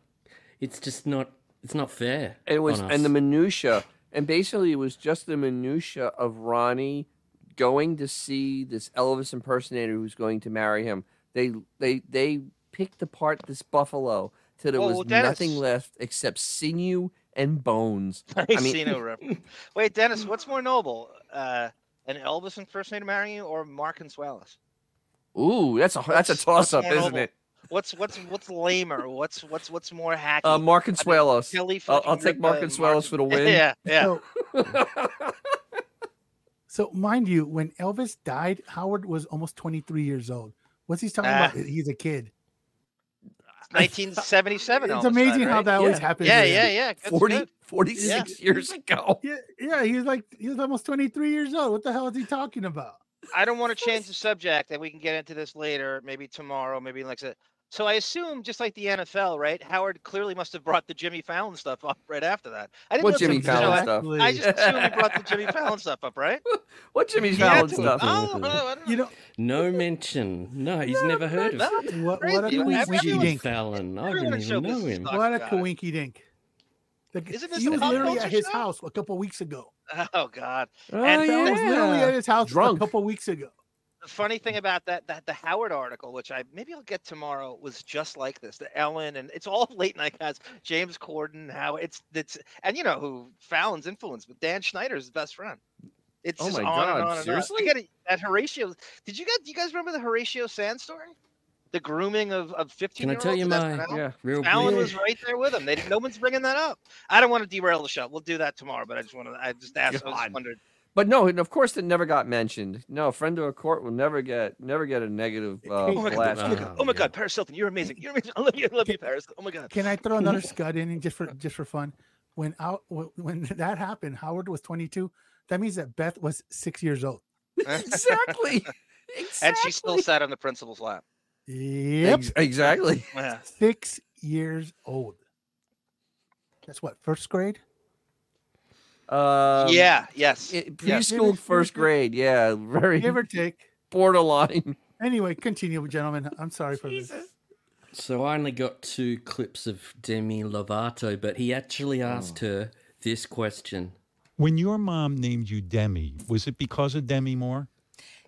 [SPEAKER 3] it's just not. It's not fair.
[SPEAKER 1] It was
[SPEAKER 3] on
[SPEAKER 1] and the
[SPEAKER 3] us.
[SPEAKER 1] minutia, and basically it was just the minutia of Ronnie going to see this Elvis impersonator who's going to marry him. They they they picked apart this buffalo till there
[SPEAKER 2] Well,
[SPEAKER 1] was
[SPEAKER 2] Dennis-
[SPEAKER 1] nothing left except sinew and bones.
[SPEAKER 2] I
[SPEAKER 1] I mean-
[SPEAKER 2] reference. Wait, Dennis, what's more noble, uh, an Elvis impersonator marrying you or Mark Consuelos?
[SPEAKER 1] Ooh, that's a that's a
[SPEAKER 2] What's- what's
[SPEAKER 1] toss up,
[SPEAKER 2] more
[SPEAKER 1] isn't
[SPEAKER 2] noble?
[SPEAKER 1] it?
[SPEAKER 2] What's what's what's lamer? What's what's what's more hacky?
[SPEAKER 1] Uh, Mark
[SPEAKER 2] I mean,
[SPEAKER 1] Consuelos.
[SPEAKER 2] Kelly
[SPEAKER 1] I'll,
[SPEAKER 2] fucking
[SPEAKER 1] I'll take
[SPEAKER 2] Ripa
[SPEAKER 1] Mark
[SPEAKER 2] and
[SPEAKER 1] Consuelos for the win.
[SPEAKER 2] yeah, yeah.
[SPEAKER 5] So, so mind you, when Elvis died, Howard was almost 23 years old. What's he talking
[SPEAKER 2] Ah.
[SPEAKER 5] about? He's a kid.
[SPEAKER 2] 1977.
[SPEAKER 5] It's
[SPEAKER 2] Elvis
[SPEAKER 5] amazing
[SPEAKER 2] died,
[SPEAKER 5] how
[SPEAKER 2] right?
[SPEAKER 5] that always
[SPEAKER 1] Yeah.
[SPEAKER 5] happens.
[SPEAKER 2] Yeah,
[SPEAKER 5] to
[SPEAKER 2] yeah,
[SPEAKER 5] him.
[SPEAKER 2] yeah. Good,
[SPEAKER 1] 40,
[SPEAKER 2] good.
[SPEAKER 1] 46 years ago.
[SPEAKER 5] yeah. Yeah, he was like he was almost 23 years old. What the hell is he talking about?
[SPEAKER 2] I don't want to change the subject, and we can get into this later, maybe tomorrow, maybe like that. So I assume, just like the NFL, right? Howard clearly must have brought the Jimmy Fallon stuff up right after that. I didn't
[SPEAKER 1] What
[SPEAKER 2] know
[SPEAKER 1] Jimmy
[SPEAKER 2] this was a
[SPEAKER 1] Fallon
[SPEAKER 2] show.
[SPEAKER 1] stuff?
[SPEAKER 5] Exactly.
[SPEAKER 2] I just assumed he brought the Jimmy Fallon stuff up, right?
[SPEAKER 1] What Jimmy
[SPEAKER 2] He had
[SPEAKER 1] Fallon
[SPEAKER 2] to-
[SPEAKER 1] stuff?
[SPEAKER 2] Oh, no, I don't
[SPEAKER 5] you
[SPEAKER 2] know.
[SPEAKER 5] know
[SPEAKER 3] no mention. No, he's never heard of.
[SPEAKER 2] No,
[SPEAKER 5] what,
[SPEAKER 2] crazy.
[SPEAKER 5] what a
[SPEAKER 2] You
[SPEAKER 3] Who is
[SPEAKER 5] coinky
[SPEAKER 2] Everyone- everyone-
[SPEAKER 3] Jimmy
[SPEAKER 5] dink.
[SPEAKER 3] Fallon? I
[SPEAKER 2] everyone
[SPEAKER 3] didn't
[SPEAKER 2] in show
[SPEAKER 3] even know
[SPEAKER 2] business
[SPEAKER 3] him.
[SPEAKER 2] talks
[SPEAKER 5] What a
[SPEAKER 2] about it.
[SPEAKER 5] coinky dink. Like,
[SPEAKER 2] Isn't this
[SPEAKER 5] he
[SPEAKER 2] the
[SPEAKER 5] was
[SPEAKER 2] pop
[SPEAKER 5] literally at
[SPEAKER 2] culture
[SPEAKER 5] his
[SPEAKER 2] show?
[SPEAKER 5] house a couple weeks ago.
[SPEAKER 2] Oh God!
[SPEAKER 1] Oh,
[SPEAKER 2] And
[SPEAKER 5] That was literally at
[SPEAKER 1] yeah.
[SPEAKER 5] his house
[SPEAKER 1] Drunk.
[SPEAKER 5] a couple weeks ago.
[SPEAKER 2] The funny thing about that, that the Howard article, which I maybe I'll get tomorrow, was just like this. The Ellen and it's all late night guys. James Corden, how it's it's and you know who Fallon's influence, but Dan Schneider's his best friend. It's
[SPEAKER 1] Oh
[SPEAKER 2] just
[SPEAKER 1] my
[SPEAKER 2] on
[SPEAKER 1] God,
[SPEAKER 2] and on and
[SPEAKER 1] seriously?
[SPEAKER 2] on. I gotta- that Horatio. Did you guys do you guys remember the Horatio Sand story? The grooming of of fifteen.
[SPEAKER 3] Can I tell you my
[SPEAKER 1] Yeah.
[SPEAKER 3] real
[SPEAKER 2] Fallon
[SPEAKER 3] brief-
[SPEAKER 2] was right there with him. They didn't, no one's bringing that up. I don't want to derail the show. We'll do that tomorrow. But I just want to. I just asked. I
[SPEAKER 1] God.
[SPEAKER 2] just wondered.
[SPEAKER 1] But no, and of course it never got mentioned. No, friend of a court will never get never get a negative uh,
[SPEAKER 5] Oh
[SPEAKER 2] my God,
[SPEAKER 1] blast.
[SPEAKER 3] look at-
[SPEAKER 2] Oh my
[SPEAKER 3] yeah.
[SPEAKER 2] God, Paris Hilton, you're amazing. You're amazing. I love you. I love you, Paris. Oh my God.
[SPEAKER 5] Can I throw another scud in just for just for fun? When out when that happened, Howard was 22. That means that Beth was six years old.
[SPEAKER 1] exactly.
[SPEAKER 2] And she still sat on the principal's lap.
[SPEAKER 5] Yep,
[SPEAKER 1] Ex- exactly.
[SPEAKER 2] Yeah.
[SPEAKER 5] six years old. That's what first grade.
[SPEAKER 1] Um,
[SPEAKER 2] yeah. Yes.
[SPEAKER 1] it-
[SPEAKER 2] yes.
[SPEAKER 1] preschool, first grade. Yeah, very
[SPEAKER 5] Give or take.
[SPEAKER 1] borderline.
[SPEAKER 5] Anyway, continue, gentlemen. I'm sorry for this.
[SPEAKER 3] So I only got two clips of Demi Lovato, but he
[SPEAKER 2] Oh.
[SPEAKER 3] actually asked her this question.
[SPEAKER 8] When your mom named you Demi, was it because of Demi Moore?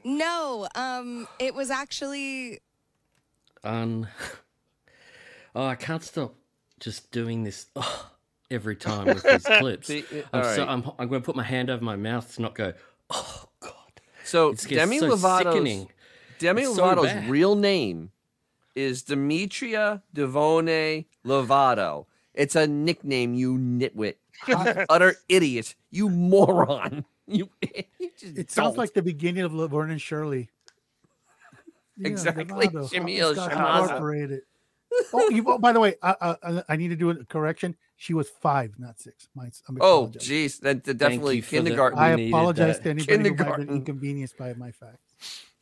[SPEAKER 12] No, um, it was actually
[SPEAKER 3] Un- oh, I can't stop just doing this oh, every time with these clips.
[SPEAKER 1] See, it-
[SPEAKER 3] I'm,
[SPEAKER 1] all
[SPEAKER 3] so,
[SPEAKER 1] right.
[SPEAKER 3] I'm, I'm going to put my hand over my mouth to not go, oh, God.
[SPEAKER 1] So
[SPEAKER 3] It's gets
[SPEAKER 1] Demi
[SPEAKER 3] so
[SPEAKER 1] Lovato's
[SPEAKER 3] sickening.
[SPEAKER 1] Demi
[SPEAKER 3] It's so
[SPEAKER 1] Lovato's
[SPEAKER 3] bad.
[SPEAKER 1] real name is Demetria Devone Lovato. It's a nickname, you nitwit, You utter idiot, you moron. You, you just
[SPEAKER 5] It sounds
[SPEAKER 1] don't.
[SPEAKER 5] like the beginning of Laverne and Shirley.
[SPEAKER 1] Exactly,
[SPEAKER 5] Lovato.
[SPEAKER 1] Jimmy
[SPEAKER 5] It's got
[SPEAKER 1] O'Shaughnessy.
[SPEAKER 5] incorporated. Oh, you, oh, by the way, I, I- I, I need to do a correction. She was five, not six. My, I'm
[SPEAKER 1] Oh,
[SPEAKER 5] apologizing.
[SPEAKER 1] jeez, that, that definitely
[SPEAKER 3] you for the-
[SPEAKER 1] kindergarten.
[SPEAKER 5] I
[SPEAKER 3] needed
[SPEAKER 5] apologize
[SPEAKER 3] that.
[SPEAKER 5] to anybody who might have been
[SPEAKER 1] Kindergarten.
[SPEAKER 5] inconvenienced by my fact.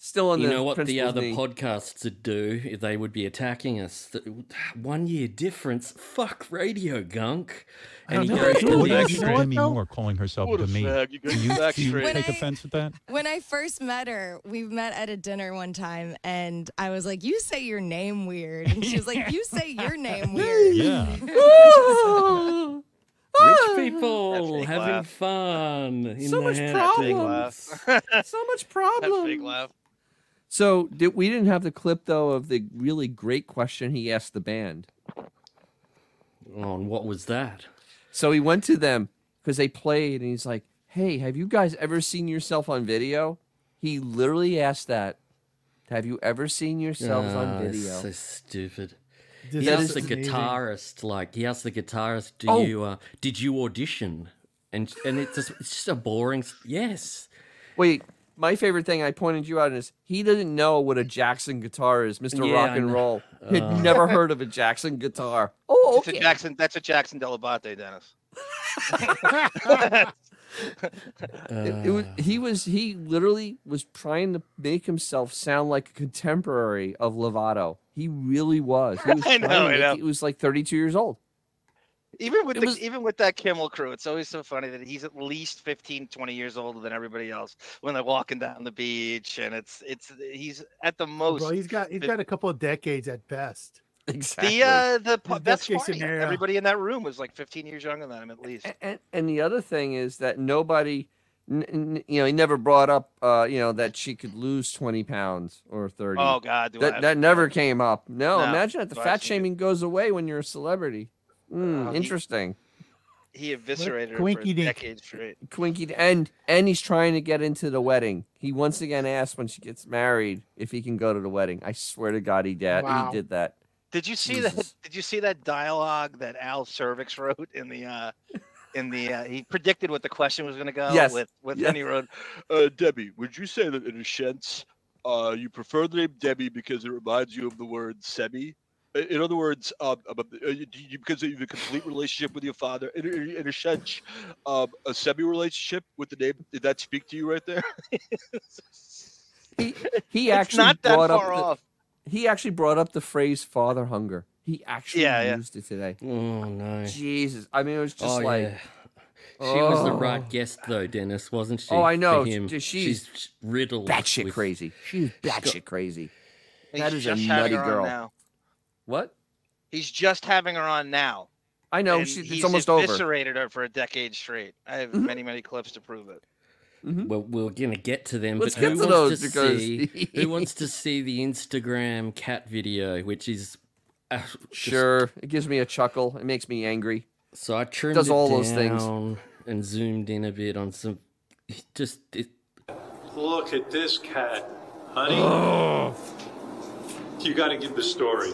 [SPEAKER 1] Still on
[SPEAKER 3] you
[SPEAKER 1] the
[SPEAKER 3] know what the
[SPEAKER 1] principal's
[SPEAKER 3] other
[SPEAKER 1] knee.
[SPEAKER 3] podcasts would do? They would be attacking us. The- One year difference. Fuck radio gunk.
[SPEAKER 5] I don't know.
[SPEAKER 3] goes
[SPEAKER 5] Right.
[SPEAKER 3] to the
[SPEAKER 5] What
[SPEAKER 8] Wouldn't
[SPEAKER 5] is-
[SPEAKER 3] extra-
[SPEAKER 5] know what,
[SPEAKER 8] Demi
[SPEAKER 5] though?
[SPEAKER 8] Moore calling herself
[SPEAKER 2] What a
[SPEAKER 8] the me.
[SPEAKER 2] fag, you got
[SPEAKER 8] Do you,
[SPEAKER 2] your back
[SPEAKER 8] do you
[SPEAKER 2] straight.
[SPEAKER 8] take
[SPEAKER 12] When I-
[SPEAKER 8] offense at that?
[SPEAKER 12] When I first met her, we met at a dinner one time, and I was like, "You say your name weird," and she was like, "You say your name weird."
[SPEAKER 8] Yeah.
[SPEAKER 3] Rich people
[SPEAKER 2] fake
[SPEAKER 3] having
[SPEAKER 2] laugh.
[SPEAKER 3] fun. In
[SPEAKER 1] So
[SPEAKER 3] the
[SPEAKER 1] much
[SPEAKER 3] happenings.
[SPEAKER 1] problems. so much
[SPEAKER 2] That fake
[SPEAKER 1] problem.
[SPEAKER 2] laugh.
[SPEAKER 1] So did, we didn't have the clip though of the really great question he asked the band.
[SPEAKER 3] Oh, and what was that?
[SPEAKER 1] So he went to them because they played, and he's like, "Hey, have you guys ever seen yourself on video?" He literally asked that. Have you ever seen yourselves
[SPEAKER 3] Ah,
[SPEAKER 1] on
[SPEAKER 3] it's
[SPEAKER 1] video?
[SPEAKER 3] So stupid.
[SPEAKER 5] This
[SPEAKER 3] he
[SPEAKER 1] That
[SPEAKER 3] asked
[SPEAKER 1] is
[SPEAKER 3] the
[SPEAKER 5] amazing.
[SPEAKER 3] guitarist, like he asked the guitarist, "Do
[SPEAKER 1] Oh.
[SPEAKER 3] you uh, did you audition?" And and it's just, it's just a boring. s- Yes,
[SPEAKER 1] Wait, my favorite thing I pointed you out is he didn't know what a Jackson guitar is, Mister
[SPEAKER 3] Yeah,
[SPEAKER 1] Rock
[SPEAKER 3] I
[SPEAKER 1] and
[SPEAKER 3] know.
[SPEAKER 1] Roll. He'd
[SPEAKER 3] Uh.
[SPEAKER 1] never heard of a Jackson guitar. Oh,
[SPEAKER 2] It's
[SPEAKER 1] okay.
[SPEAKER 2] a Jackson. That's a Jackson Delabate, Dennis.
[SPEAKER 1] It, it was,
[SPEAKER 2] Uh.
[SPEAKER 1] he was he literally was trying to make himself sound like a contemporary of Lovato. He really was. He was
[SPEAKER 2] I know,
[SPEAKER 1] trying to
[SPEAKER 2] I
[SPEAKER 1] make-
[SPEAKER 2] know.
[SPEAKER 1] He was like 32 years old.
[SPEAKER 2] even with
[SPEAKER 1] It
[SPEAKER 2] the,
[SPEAKER 1] was-
[SPEAKER 2] even with that Kimmel crew, it's always so funny that he's at least 15, 20 years older than everybody else when they're walking down the beach, and it's it's he's at the most.
[SPEAKER 5] Bro, he's got he's
[SPEAKER 2] the-
[SPEAKER 5] got a couple of decades at best.
[SPEAKER 1] Exactly.
[SPEAKER 2] the uh, the pu-
[SPEAKER 5] His
[SPEAKER 2] best
[SPEAKER 5] best case
[SPEAKER 2] party.
[SPEAKER 5] scenario.
[SPEAKER 2] Everybody in that room was like 15 years younger than him at least.
[SPEAKER 1] A- and, and the other thing is that nobody n- n- you know he never brought up uh you know that she could lose 20 pounds or 30
[SPEAKER 2] Oh God, do I
[SPEAKER 1] that,
[SPEAKER 2] have-
[SPEAKER 1] that never came up no,
[SPEAKER 2] No,
[SPEAKER 1] imagine that the
[SPEAKER 2] do I
[SPEAKER 1] fat
[SPEAKER 2] see it?
[SPEAKER 1] shaming goes away when you're a celebrity Mm,
[SPEAKER 2] Oh, he-
[SPEAKER 1] interesting
[SPEAKER 2] he eviscerated her for a
[SPEAKER 5] Quinky-dink.
[SPEAKER 2] decade straight.
[SPEAKER 1] Quinky, and and he's trying to get into the wedding. He once again asked when she gets married if he can go to the wedding. I swear to God, he did.
[SPEAKER 4] Wow.
[SPEAKER 1] He did that.
[SPEAKER 2] Did you see
[SPEAKER 1] Jesus.
[SPEAKER 2] that? Did you see that dialogue that Al Cervix wrote in the uh, in the uh, he predicted what the question was going to go
[SPEAKER 1] Yes.
[SPEAKER 2] with with
[SPEAKER 1] Yes.
[SPEAKER 2] then he wrote, uh, Debbie, would you say that in a sense, uh, you prefer the name Debbie because it reminds you of the word semi? I- In other words, um, um, uh, you- you, because you have a complete relationship with your father, in, in, in a sense, um, a semi relationship with the name, did that speak to you right there?
[SPEAKER 1] He, he
[SPEAKER 2] It's
[SPEAKER 1] actually brought up. the-
[SPEAKER 2] off.
[SPEAKER 1] he actually brought up the phrase "father hunger." He actually
[SPEAKER 2] Yeah, yeah.
[SPEAKER 1] used it today.
[SPEAKER 3] oh no,
[SPEAKER 1] Jesus, I mean, it was just
[SPEAKER 3] oh
[SPEAKER 1] like
[SPEAKER 3] yeah. She was the
[SPEAKER 1] Oh.
[SPEAKER 3] right guest though, Dennis, wasn't she?
[SPEAKER 1] Oh, I
[SPEAKER 3] for
[SPEAKER 1] know.
[SPEAKER 3] him?
[SPEAKER 1] She- she's
[SPEAKER 3] she's, riddled
[SPEAKER 1] batshit
[SPEAKER 3] with-
[SPEAKER 1] crazy. She was batshit crazy. That
[SPEAKER 2] He's
[SPEAKER 1] is a
[SPEAKER 2] just having
[SPEAKER 1] nutty
[SPEAKER 2] her on
[SPEAKER 1] girl.
[SPEAKER 2] now.
[SPEAKER 1] What?
[SPEAKER 2] He's just having her on now.
[SPEAKER 1] I know.
[SPEAKER 2] and
[SPEAKER 1] She, it's
[SPEAKER 2] he's
[SPEAKER 1] almost over.
[SPEAKER 2] eviscerated her for a decade straight. I have
[SPEAKER 1] Mhm.
[SPEAKER 2] many, many clips to prove it.
[SPEAKER 3] Well, we're gonna get to them.
[SPEAKER 1] Mm-hmm. Let's
[SPEAKER 3] but
[SPEAKER 1] get
[SPEAKER 3] who
[SPEAKER 1] to
[SPEAKER 3] wants
[SPEAKER 1] those because
[SPEAKER 3] see, who wants to see the Instagram cat video, which is uh, just-
[SPEAKER 1] Sure, it gives me a chuckle. It makes me angry.
[SPEAKER 3] So I trimmed
[SPEAKER 1] Does
[SPEAKER 3] it
[SPEAKER 1] all
[SPEAKER 3] down
[SPEAKER 1] those things.
[SPEAKER 3] and zoomed in a bit on some. Just it,
[SPEAKER 13] Look at this cat, honey. You got to give the story.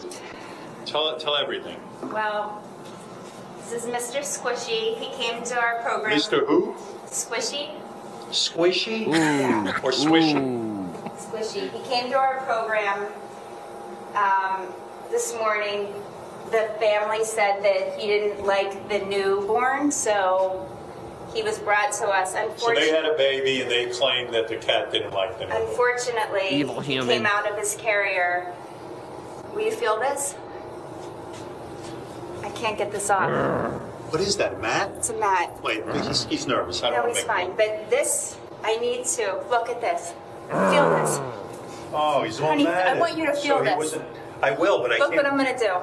[SPEAKER 13] Tell it. Tell everything.
[SPEAKER 12] Well, this is Mr. Squishy. He came to our program.
[SPEAKER 13] Mr. Who?
[SPEAKER 12] Squishy.
[SPEAKER 13] Squishy
[SPEAKER 1] Ooh.
[SPEAKER 13] or Swishy?
[SPEAKER 1] Ooh.
[SPEAKER 12] Squishy. He came to our program um, this morning. The family said that he didn't like the newborn, so he was brought to us.
[SPEAKER 13] So
[SPEAKER 12] Unfortunately,
[SPEAKER 13] they had a baby and they claimed that the cat didn't like them.
[SPEAKER 12] unfortunately,
[SPEAKER 1] Evil human.
[SPEAKER 12] he came out of his carrier. Will you feel this? I can't get this off.
[SPEAKER 13] What is that, Matt?
[SPEAKER 12] It's a mat.
[SPEAKER 13] Wait, he's, he's nervous. I don't
[SPEAKER 12] No,
[SPEAKER 13] want
[SPEAKER 12] he's
[SPEAKER 13] to make.
[SPEAKER 12] fine. But this, I need to look at this. Feel this.
[SPEAKER 13] Oh, he's all
[SPEAKER 12] Honey,
[SPEAKER 13] mad.
[SPEAKER 12] I
[SPEAKER 13] at-
[SPEAKER 12] want you to
[SPEAKER 13] so
[SPEAKER 12] feel
[SPEAKER 13] he
[SPEAKER 12] this.
[SPEAKER 13] wasn't- I will, but I
[SPEAKER 12] Look
[SPEAKER 13] can't.
[SPEAKER 12] what I'm gonna do.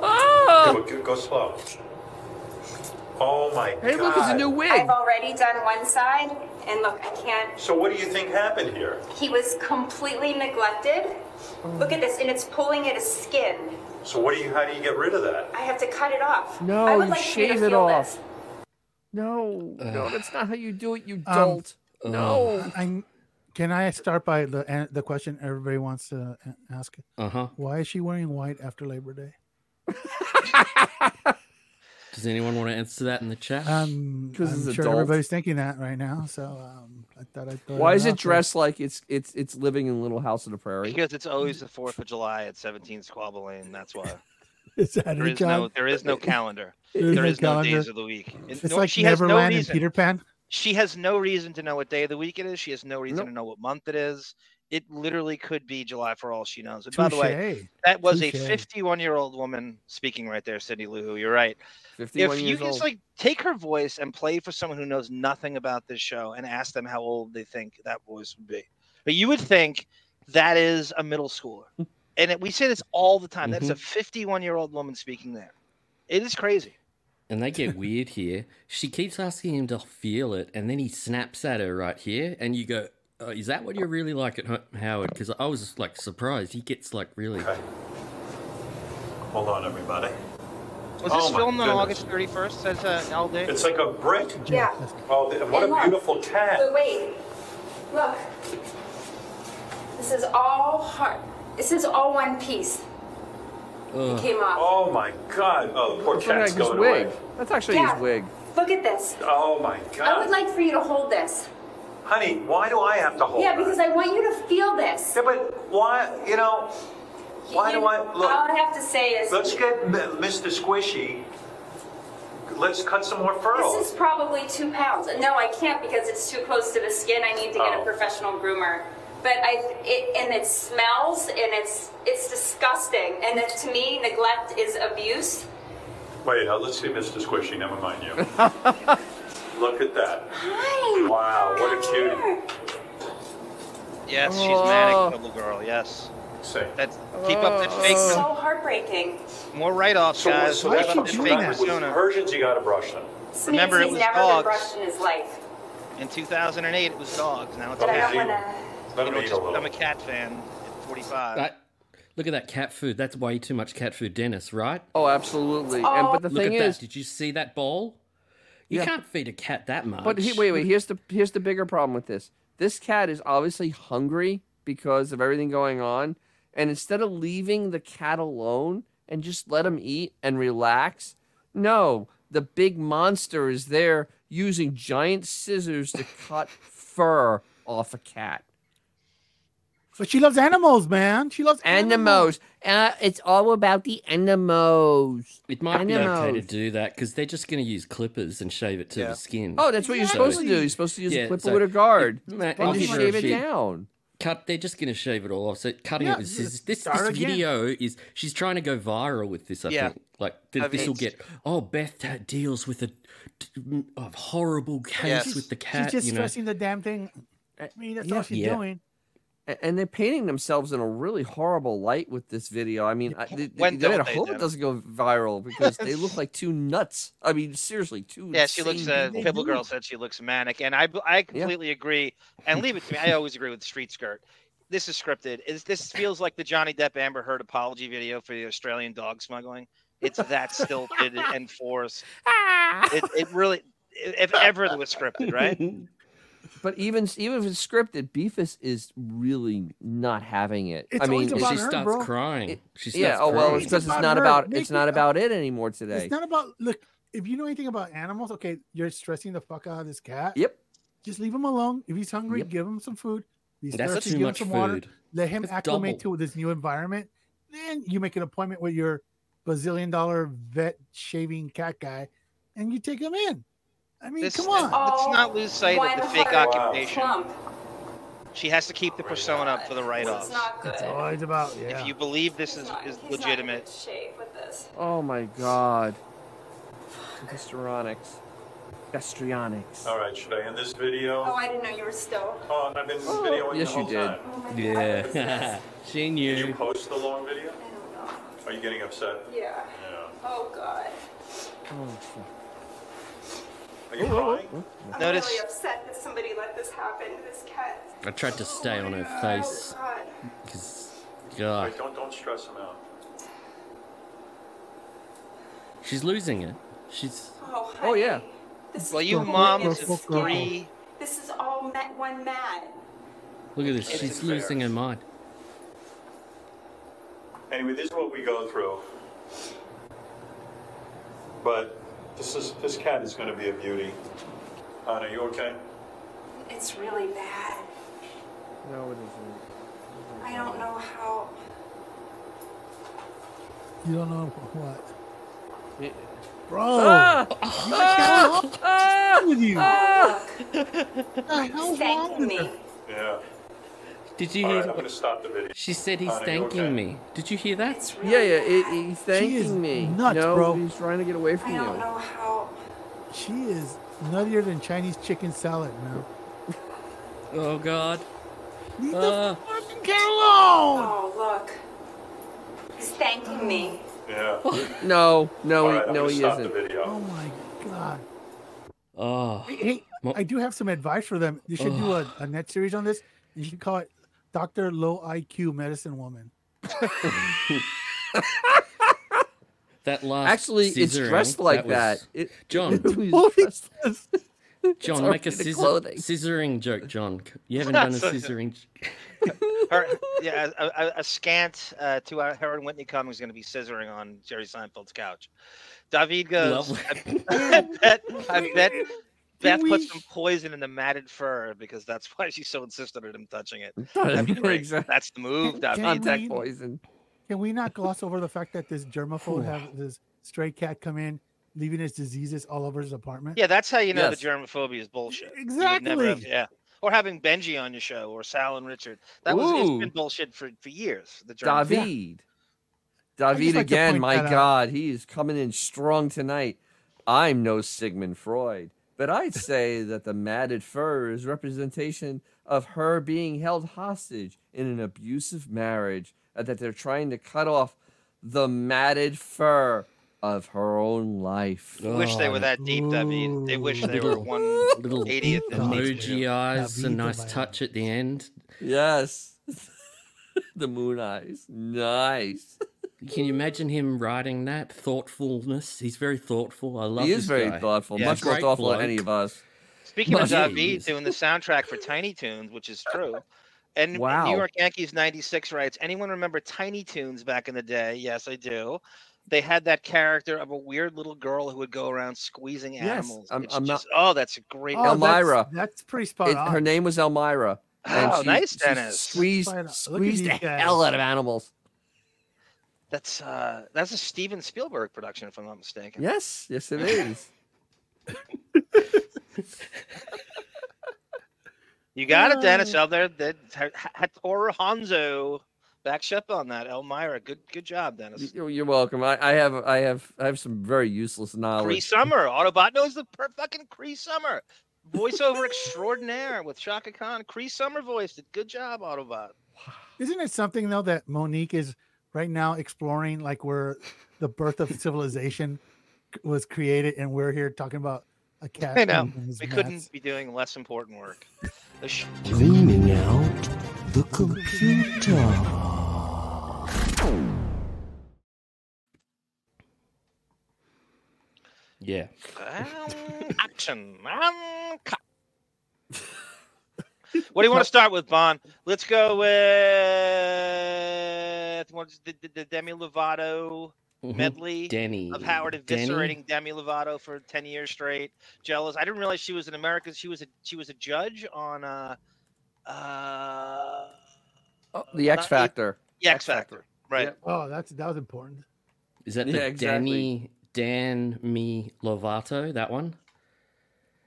[SPEAKER 1] Oh!
[SPEAKER 13] do it. Go, go slow. Oh my
[SPEAKER 1] Hey,
[SPEAKER 13] god.
[SPEAKER 1] look, it's a new wig.
[SPEAKER 12] I've already done one side, And look, I can't.
[SPEAKER 13] So what do you think happened here?
[SPEAKER 12] He was completely neglected. Look at this, and it's pulling at his skin.
[SPEAKER 13] So what do you? How do you get rid of that?
[SPEAKER 12] I have to cut it off.
[SPEAKER 1] No,
[SPEAKER 12] I would
[SPEAKER 1] you
[SPEAKER 12] like for you to
[SPEAKER 1] shave it
[SPEAKER 12] feel
[SPEAKER 1] off.
[SPEAKER 12] This.
[SPEAKER 1] No, no, that's not how you do it, you
[SPEAKER 5] Um,
[SPEAKER 1] dolt. no.
[SPEAKER 5] I, can I start by the an- the question everybody wants to a- ask?
[SPEAKER 3] Uh-huh.
[SPEAKER 5] Why is she wearing white after Labor Day?
[SPEAKER 3] Does anyone want to answer that in the chat?
[SPEAKER 5] Um, I'm sure everybody's thinking that right now. So um, I thought I'd. throw
[SPEAKER 1] Why is
[SPEAKER 5] out
[SPEAKER 1] it
[SPEAKER 5] there.
[SPEAKER 1] dressed like it's it's it's living in Little House on the Prairie?
[SPEAKER 2] Because it's always the Fourth of July at 17 Squabble Lane. That's why.
[SPEAKER 5] Is that
[SPEAKER 2] There
[SPEAKER 5] it,
[SPEAKER 2] is no.
[SPEAKER 5] John?
[SPEAKER 2] There is no calendar.
[SPEAKER 5] There's
[SPEAKER 2] there
[SPEAKER 5] no
[SPEAKER 2] is no
[SPEAKER 5] calendar.
[SPEAKER 2] days of the week. And
[SPEAKER 5] It's
[SPEAKER 2] no-
[SPEAKER 5] like
[SPEAKER 2] she has no
[SPEAKER 5] Neverland and
[SPEAKER 2] reason.
[SPEAKER 5] Peter Pan.
[SPEAKER 2] She has no reason to know what day of the week it is. She has no reason to know what month it is. It literally could be July for all she knows. And by the way,
[SPEAKER 5] Touche.
[SPEAKER 2] that was
[SPEAKER 5] Touche.
[SPEAKER 2] a 51 year old woman speaking right there, Cindy Lou Who. You're right.
[SPEAKER 1] 51
[SPEAKER 2] if you
[SPEAKER 1] years
[SPEAKER 2] just
[SPEAKER 1] old.
[SPEAKER 2] like take her voice and play for someone who knows nothing about this show and ask them how old they think that voice would be, but you would think that is a middle schooler. and it, we say this all the time. That's a 51 year old woman speaking there. It is crazy.
[SPEAKER 3] And they get weird here. She keeps asking him to feel it, and then he snaps at her right here, and you go, oh, "Is that what you really like at Ho- Howard?" Because I was like surprised. He gets like really.
[SPEAKER 13] Hold on, everybody.
[SPEAKER 2] Was
[SPEAKER 13] Oh
[SPEAKER 2] this
[SPEAKER 13] my
[SPEAKER 2] filmed on
[SPEAKER 13] goodness.
[SPEAKER 2] August 31st? As uh, all day.
[SPEAKER 13] It's like a brick.
[SPEAKER 12] Yeah.
[SPEAKER 13] Oh, th- what
[SPEAKER 12] And
[SPEAKER 13] a
[SPEAKER 12] look.
[SPEAKER 13] beautiful cat.
[SPEAKER 12] But wait, look. This is all heart. This is all one piece. It came off.
[SPEAKER 13] Oh my God! Oh, the poor
[SPEAKER 1] That's like
[SPEAKER 13] cat's
[SPEAKER 1] his
[SPEAKER 13] going
[SPEAKER 1] wig.
[SPEAKER 13] away.
[SPEAKER 1] That's actually
[SPEAKER 12] Yeah.
[SPEAKER 1] his wig.
[SPEAKER 12] Look at this.
[SPEAKER 13] Oh my
[SPEAKER 12] I
[SPEAKER 13] God,
[SPEAKER 12] would like for you to hold this.
[SPEAKER 13] honey, why do I have to hold?
[SPEAKER 12] yeah,
[SPEAKER 13] that?
[SPEAKER 12] because I want you to feel this.
[SPEAKER 13] Yeah, but why? You know, why do I look?
[SPEAKER 12] All I have to say is
[SPEAKER 13] Let's get M- Mr. Squishy. Let's cut some more fur.
[SPEAKER 12] this is probably two pounds. No, I can't because it's too close to the skin. I need to get
[SPEAKER 13] Oh.
[SPEAKER 12] a professional groomer. But I, it, and it smells, and it's it's disgusting. And that, to me, neglect is abuse.
[SPEAKER 13] Wait, uh, let's see Mr. Squishy. Never mind you. Look at that.
[SPEAKER 12] Hi.
[SPEAKER 13] Wow, what a cutie.
[SPEAKER 2] Yes, she's
[SPEAKER 13] Oh.
[SPEAKER 2] manic, little girl. Yes. That's
[SPEAKER 12] Oh.
[SPEAKER 2] keep up that fake.
[SPEAKER 12] It's so heartbreaking.
[SPEAKER 2] More write-offs,
[SPEAKER 13] So,
[SPEAKER 2] guys.
[SPEAKER 13] so
[SPEAKER 2] Keep
[SPEAKER 13] that's
[SPEAKER 2] up
[SPEAKER 13] what
[SPEAKER 2] that
[SPEAKER 13] you
[SPEAKER 2] fake
[SPEAKER 13] got with
[SPEAKER 2] persona.
[SPEAKER 13] Persians. You got to brush them.
[SPEAKER 12] Snakes,
[SPEAKER 2] Remember, it
[SPEAKER 12] he's
[SPEAKER 2] was
[SPEAKER 12] never been
[SPEAKER 2] dogs.
[SPEAKER 12] brushed in his life.
[SPEAKER 2] In 2008, it was dogs. Now it's
[SPEAKER 12] But I
[SPEAKER 2] cats.
[SPEAKER 12] don't want to.
[SPEAKER 13] Let
[SPEAKER 2] You
[SPEAKER 13] him
[SPEAKER 2] know,
[SPEAKER 13] eat
[SPEAKER 2] just-
[SPEAKER 13] a little.
[SPEAKER 2] I'm a cat fan. At 45.
[SPEAKER 3] That- look at that cat food. That's way too much cat food, Dennis. Right?
[SPEAKER 1] Oh, absolutely. And but the
[SPEAKER 3] look
[SPEAKER 1] thing
[SPEAKER 3] at that.
[SPEAKER 1] is,
[SPEAKER 3] did you see that bowl? You
[SPEAKER 1] Yeah.
[SPEAKER 3] can't feed a cat that much.
[SPEAKER 1] But he, wait, wait. Here's the here's the bigger problem with this. This cat is obviously hungry because of everything going on, and instead of leaving the cat alone and just let him eat and relax, no, the big monster is there using giant scissors to cut fur off a cat.
[SPEAKER 5] But she loves animals, man. She loves
[SPEAKER 1] Animals. Uh, it's all about the animals.
[SPEAKER 3] It might be okay to
[SPEAKER 1] Animals.
[SPEAKER 3] do that because they're just going to use clippers and shave it to the skin.
[SPEAKER 1] Oh, that's what you're supposed to do. You're supposed to use a clipper with a guard and just shave it down.
[SPEAKER 3] Cut. They're just going to shave it all off. So cutting
[SPEAKER 1] Yeah,
[SPEAKER 3] it with
[SPEAKER 1] just
[SPEAKER 3] scissors. This, this
[SPEAKER 1] start again.
[SPEAKER 3] video is she's trying to go viral with this. I
[SPEAKER 1] Yeah.
[SPEAKER 3] think like th-
[SPEAKER 1] I've-
[SPEAKER 3] this will get. Oh, Beth t- deals with a, d- a horrible case with the cat.
[SPEAKER 5] She's just
[SPEAKER 3] you know.
[SPEAKER 5] stressing the damn thing. I mean, that's all she's
[SPEAKER 1] Yeah.
[SPEAKER 5] doing.
[SPEAKER 1] A- And they're painting themselves in a really horrible light with this video. I mean, I, they,
[SPEAKER 2] When
[SPEAKER 1] they,
[SPEAKER 2] don't
[SPEAKER 1] I
[SPEAKER 2] they,
[SPEAKER 1] hope it
[SPEAKER 2] Dennis?
[SPEAKER 1] doesn't go viral because they look like two nuts. I mean, seriously, two.
[SPEAKER 2] Yeah, she looks.
[SPEAKER 1] insane
[SPEAKER 2] Uh,
[SPEAKER 1] people.
[SPEAKER 2] Pibble Girl said she looks manic, and I I completely agree. And leave it to me. I always agree with Street Skirt. This is scripted. Is this feels like the Johnny Depp Amber Heard apology video for the Australian dog smuggling? It's that stilted and forced. It, it really, if ever it was scripted, right?
[SPEAKER 1] But even even if it's scripted, Beefus is really not having it.
[SPEAKER 3] It's
[SPEAKER 1] I mean,
[SPEAKER 3] always about She her, starts bro. crying.
[SPEAKER 1] It-
[SPEAKER 3] She
[SPEAKER 1] yeah.
[SPEAKER 3] starts
[SPEAKER 1] Oh well,
[SPEAKER 3] crying.
[SPEAKER 1] it's because
[SPEAKER 3] It's
[SPEAKER 1] it's
[SPEAKER 3] about
[SPEAKER 1] not
[SPEAKER 3] her.
[SPEAKER 1] about
[SPEAKER 5] Make
[SPEAKER 1] it's not
[SPEAKER 5] it-
[SPEAKER 1] about it anymore today.
[SPEAKER 5] It's not about look. If you know anything about animals, okay, you're stressing the fuck out of this cat.
[SPEAKER 1] Yep.
[SPEAKER 5] Just leave him alone. If he's hungry, give him some food. If he's
[SPEAKER 3] That's
[SPEAKER 5] thirsty,
[SPEAKER 3] too
[SPEAKER 5] give
[SPEAKER 3] much
[SPEAKER 5] him some water.
[SPEAKER 3] food.
[SPEAKER 5] Let him
[SPEAKER 3] That's
[SPEAKER 5] acclimate
[SPEAKER 3] double.
[SPEAKER 5] to this new environment. Then you make an appointment with your bazillion dollar vet shaving cat guy, and you take him in. I mean,
[SPEAKER 2] This-
[SPEAKER 5] come on.
[SPEAKER 2] let's not lose sight of the fake
[SPEAKER 5] heart
[SPEAKER 2] occupation.
[SPEAKER 5] clump.
[SPEAKER 2] She has to keep the persona up for the write-offs.
[SPEAKER 5] That's all it's about. Yeah.
[SPEAKER 2] If you believe this is, is
[SPEAKER 12] He's Not in
[SPEAKER 2] legitimate,
[SPEAKER 12] good shape with this.
[SPEAKER 1] Oh my god. Gastronics. Gastrionics.
[SPEAKER 13] All right, should I end this video?
[SPEAKER 12] Oh, I didn't know you were still.
[SPEAKER 13] Oh, and I've been
[SPEAKER 12] Oh,
[SPEAKER 13] videoing
[SPEAKER 1] yes,
[SPEAKER 13] the whole
[SPEAKER 1] you did.
[SPEAKER 13] time.
[SPEAKER 3] Yeah, she knew.
[SPEAKER 13] Did you post the long video? Are you
[SPEAKER 12] Oh,
[SPEAKER 13] getting upset?
[SPEAKER 12] Yeah.
[SPEAKER 13] Yeah.
[SPEAKER 12] Oh God.
[SPEAKER 1] Oh, fuck.
[SPEAKER 13] Are you crying?
[SPEAKER 12] I'm
[SPEAKER 3] Notice-
[SPEAKER 12] really upset that somebody let this happen to this cat.
[SPEAKER 3] I tried to stay on her face because, God,
[SPEAKER 13] Wait, don't, don't stress him out.
[SPEAKER 3] she's losing it. She's
[SPEAKER 12] Oh, honey.
[SPEAKER 1] Oh yeah.
[SPEAKER 12] This
[SPEAKER 2] Well,
[SPEAKER 12] is
[SPEAKER 2] you
[SPEAKER 12] all
[SPEAKER 2] moms
[SPEAKER 12] it's
[SPEAKER 2] of three.
[SPEAKER 12] This is all met one man.
[SPEAKER 3] Look at this.
[SPEAKER 13] It's
[SPEAKER 3] She's
[SPEAKER 13] unfair.
[SPEAKER 3] losing her mind.
[SPEAKER 13] Anyway, this is what we go through. But this is this cat is going to be a beauty. Anna, you okay?
[SPEAKER 12] It's really bad.
[SPEAKER 1] No, it isn't.
[SPEAKER 12] I don't know how.
[SPEAKER 5] You don't know what. Bro!
[SPEAKER 1] Ah!
[SPEAKER 5] You
[SPEAKER 1] Ah!
[SPEAKER 5] can't-
[SPEAKER 1] Ah!
[SPEAKER 5] with you?
[SPEAKER 12] Oh,
[SPEAKER 5] hell
[SPEAKER 12] look. Thanking me.
[SPEAKER 13] Yeah.
[SPEAKER 3] Did you
[SPEAKER 13] All
[SPEAKER 3] hear?
[SPEAKER 13] right, I'm going to stop the video.
[SPEAKER 3] She said he's
[SPEAKER 13] Honey, you
[SPEAKER 3] thanking
[SPEAKER 13] okay?
[SPEAKER 3] me. Did you hear that?
[SPEAKER 1] Oh, Yeah, yeah. It,
[SPEAKER 5] is
[SPEAKER 1] he's thanking me.
[SPEAKER 5] nuts,
[SPEAKER 1] no,
[SPEAKER 5] bro.
[SPEAKER 1] he's trying to get away from
[SPEAKER 12] I don't
[SPEAKER 1] you.
[SPEAKER 12] know how.
[SPEAKER 5] She is nuttier than Chinese chicken salad now.
[SPEAKER 3] Oh God.
[SPEAKER 5] Leave
[SPEAKER 3] Uh,
[SPEAKER 5] the fucking cat alone!
[SPEAKER 12] Oh, look. He's thanking me.
[SPEAKER 13] Yeah.
[SPEAKER 1] No, no,
[SPEAKER 13] All
[SPEAKER 1] he-
[SPEAKER 13] right, I'm
[SPEAKER 1] no,
[SPEAKER 13] going to
[SPEAKER 1] he
[SPEAKER 13] stop the
[SPEAKER 1] isn't.
[SPEAKER 13] video.
[SPEAKER 5] Oh my god.
[SPEAKER 3] oh.
[SPEAKER 5] Hey,
[SPEAKER 3] Mo-
[SPEAKER 5] I do have some advice for them. You should do a, a net series on this. You should call it Dr. Low IQ Medicine Woman.
[SPEAKER 3] That last.
[SPEAKER 1] Actually, it's
[SPEAKER 3] scissoring,
[SPEAKER 1] dressed like that.
[SPEAKER 3] was-
[SPEAKER 1] It,
[SPEAKER 3] John.
[SPEAKER 1] it was
[SPEAKER 5] Holy
[SPEAKER 1] dressed-
[SPEAKER 3] John,
[SPEAKER 1] our
[SPEAKER 3] make a
[SPEAKER 1] bit of
[SPEAKER 3] scissor-
[SPEAKER 1] clothing.
[SPEAKER 3] scissoring joke, John. You haven't done a
[SPEAKER 2] Sorry.
[SPEAKER 3] scissoring. j-
[SPEAKER 2] Her, yeah, a, a, a scant uh, to our, her and Whitney Cummings going to be scissoring on Jerry Seinfeld's couch. David goes.
[SPEAKER 3] Lovely.
[SPEAKER 2] I bet. I bet. Beth put
[SPEAKER 5] we-
[SPEAKER 2] some poison in the matted fur because that's why she so insisted on him touching it. That'd be great.
[SPEAKER 1] Exact-
[SPEAKER 2] That's the move, David.
[SPEAKER 1] Contact
[SPEAKER 5] we-
[SPEAKER 1] poison.
[SPEAKER 5] Can we not gloss over the fact that this germaphobe have this stray cat come in, leaving his diseases all over his apartment?
[SPEAKER 2] Yeah, that's how you know
[SPEAKER 1] Yes.
[SPEAKER 2] the germophobia is bullshit. You would never have-
[SPEAKER 5] Exactly.
[SPEAKER 2] yeah. Or having Benji on your show or Sal and Richard. That was it's
[SPEAKER 1] Ooh.
[SPEAKER 2] been bullshit for, for years. The germaphobe.
[SPEAKER 1] David.
[SPEAKER 5] just
[SPEAKER 1] David
[SPEAKER 5] like to
[SPEAKER 1] again.
[SPEAKER 5] point
[SPEAKER 1] My
[SPEAKER 5] that out.
[SPEAKER 1] God, he is coming in strong tonight. I'm no Sigmund Freud, but I'd say that the matted fur is representation of her being held hostage in an abusive marriage, and that they're trying to cut off the matted fur of her own life.
[SPEAKER 3] Oh,
[SPEAKER 2] I wish they were that deep, David. They wish they were
[SPEAKER 3] Little-
[SPEAKER 2] one
[SPEAKER 3] Little
[SPEAKER 2] idiot.
[SPEAKER 3] emoji eyes, a
[SPEAKER 5] David
[SPEAKER 3] nice
[SPEAKER 5] David.
[SPEAKER 3] touch at the end.
[SPEAKER 1] Yes. the moon eyes. Nice.
[SPEAKER 3] Can you imagine him writing that thoughtfulness? He's very thoughtful. I love.
[SPEAKER 1] he is
[SPEAKER 3] this
[SPEAKER 1] very
[SPEAKER 3] guy.
[SPEAKER 1] thoughtful,
[SPEAKER 2] Yeah,
[SPEAKER 1] much more
[SPEAKER 3] great
[SPEAKER 1] thoughtful than any
[SPEAKER 3] bloke.
[SPEAKER 1] of us.
[SPEAKER 2] Speaking of
[SPEAKER 3] Jeez.
[SPEAKER 2] David doing the soundtrack for Tiny Toons, which is true. And
[SPEAKER 1] Wow.
[SPEAKER 2] New York Yankees 96 writes, anyone remember Tiny Toons back in the day? Yes, I do. They had that character of a weird little girl who would go around squeezing
[SPEAKER 1] Yes,
[SPEAKER 2] animals.
[SPEAKER 1] I'm-
[SPEAKER 2] It's
[SPEAKER 1] I'm not-
[SPEAKER 2] just- oh, that's a great.
[SPEAKER 1] Oh, Elmira.
[SPEAKER 5] That's, that's pretty spot
[SPEAKER 1] It-
[SPEAKER 5] on.
[SPEAKER 1] her name was Elmira.
[SPEAKER 2] Oh, nice, Dennis.
[SPEAKER 1] Squeezed,
[SPEAKER 5] Look at
[SPEAKER 1] squeezed
[SPEAKER 5] you
[SPEAKER 1] the
[SPEAKER 5] guys.
[SPEAKER 1] hell out of animals.
[SPEAKER 2] That's uh, that's a Steven Spielberg production, if I'm not mistaken.
[SPEAKER 1] Yes, yes, it is.
[SPEAKER 2] You got it, Dennis. Out there, that Hattora Hanzo backs you up on that. Elmira, good, good job, Dennis.
[SPEAKER 1] You- You're welcome. I, I have, I have, I have some very useless
[SPEAKER 2] Cree
[SPEAKER 1] knowledge.
[SPEAKER 2] Summer, Autobot knows the per- fucking Cree Summer voiceover extraordinaire with Shaka Khan. Cree Summer voiced it. Good job, Autobot.
[SPEAKER 5] Isn't it something though that Monique is right now exploring, like where the birth of civilization c- was created, and we're here talking about a cat.
[SPEAKER 2] I know.
[SPEAKER 5] and his
[SPEAKER 2] We
[SPEAKER 5] mats.
[SPEAKER 2] couldn't be doing less important work. The sh-
[SPEAKER 11] Cleaning out the computer.
[SPEAKER 3] Yeah.
[SPEAKER 2] Um, action. Um, cut. what do you want to start with, Bon? Let's go with what's the, the, the Demi Lovato medley
[SPEAKER 3] Denny.
[SPEAKER 2] of Howard
[SPEAKER 3] Denny?
[SPEAKER 2] eviscerating Demi Lovato for ten years straight. Jealous. I didn't realize she was an American. She was a she was a judge on uh, uh
[SPEAKER 1] Oh, the X
[SPEAKER 2] Not-
[SPEAKER 1] Factor.
[SPEAKER 2] the X Factor. Right.
[SPEAKER 1] Yep.
[SPEAKER 5] Oh, that's that was important.
[SPEAKER 3] Is that
[SPEAKER 1] Yeah,
[SPEAKER 3] the
[SPEAKER 1] exactly.
[SPEAKER 3] Danny Dan Me Lovato? That one?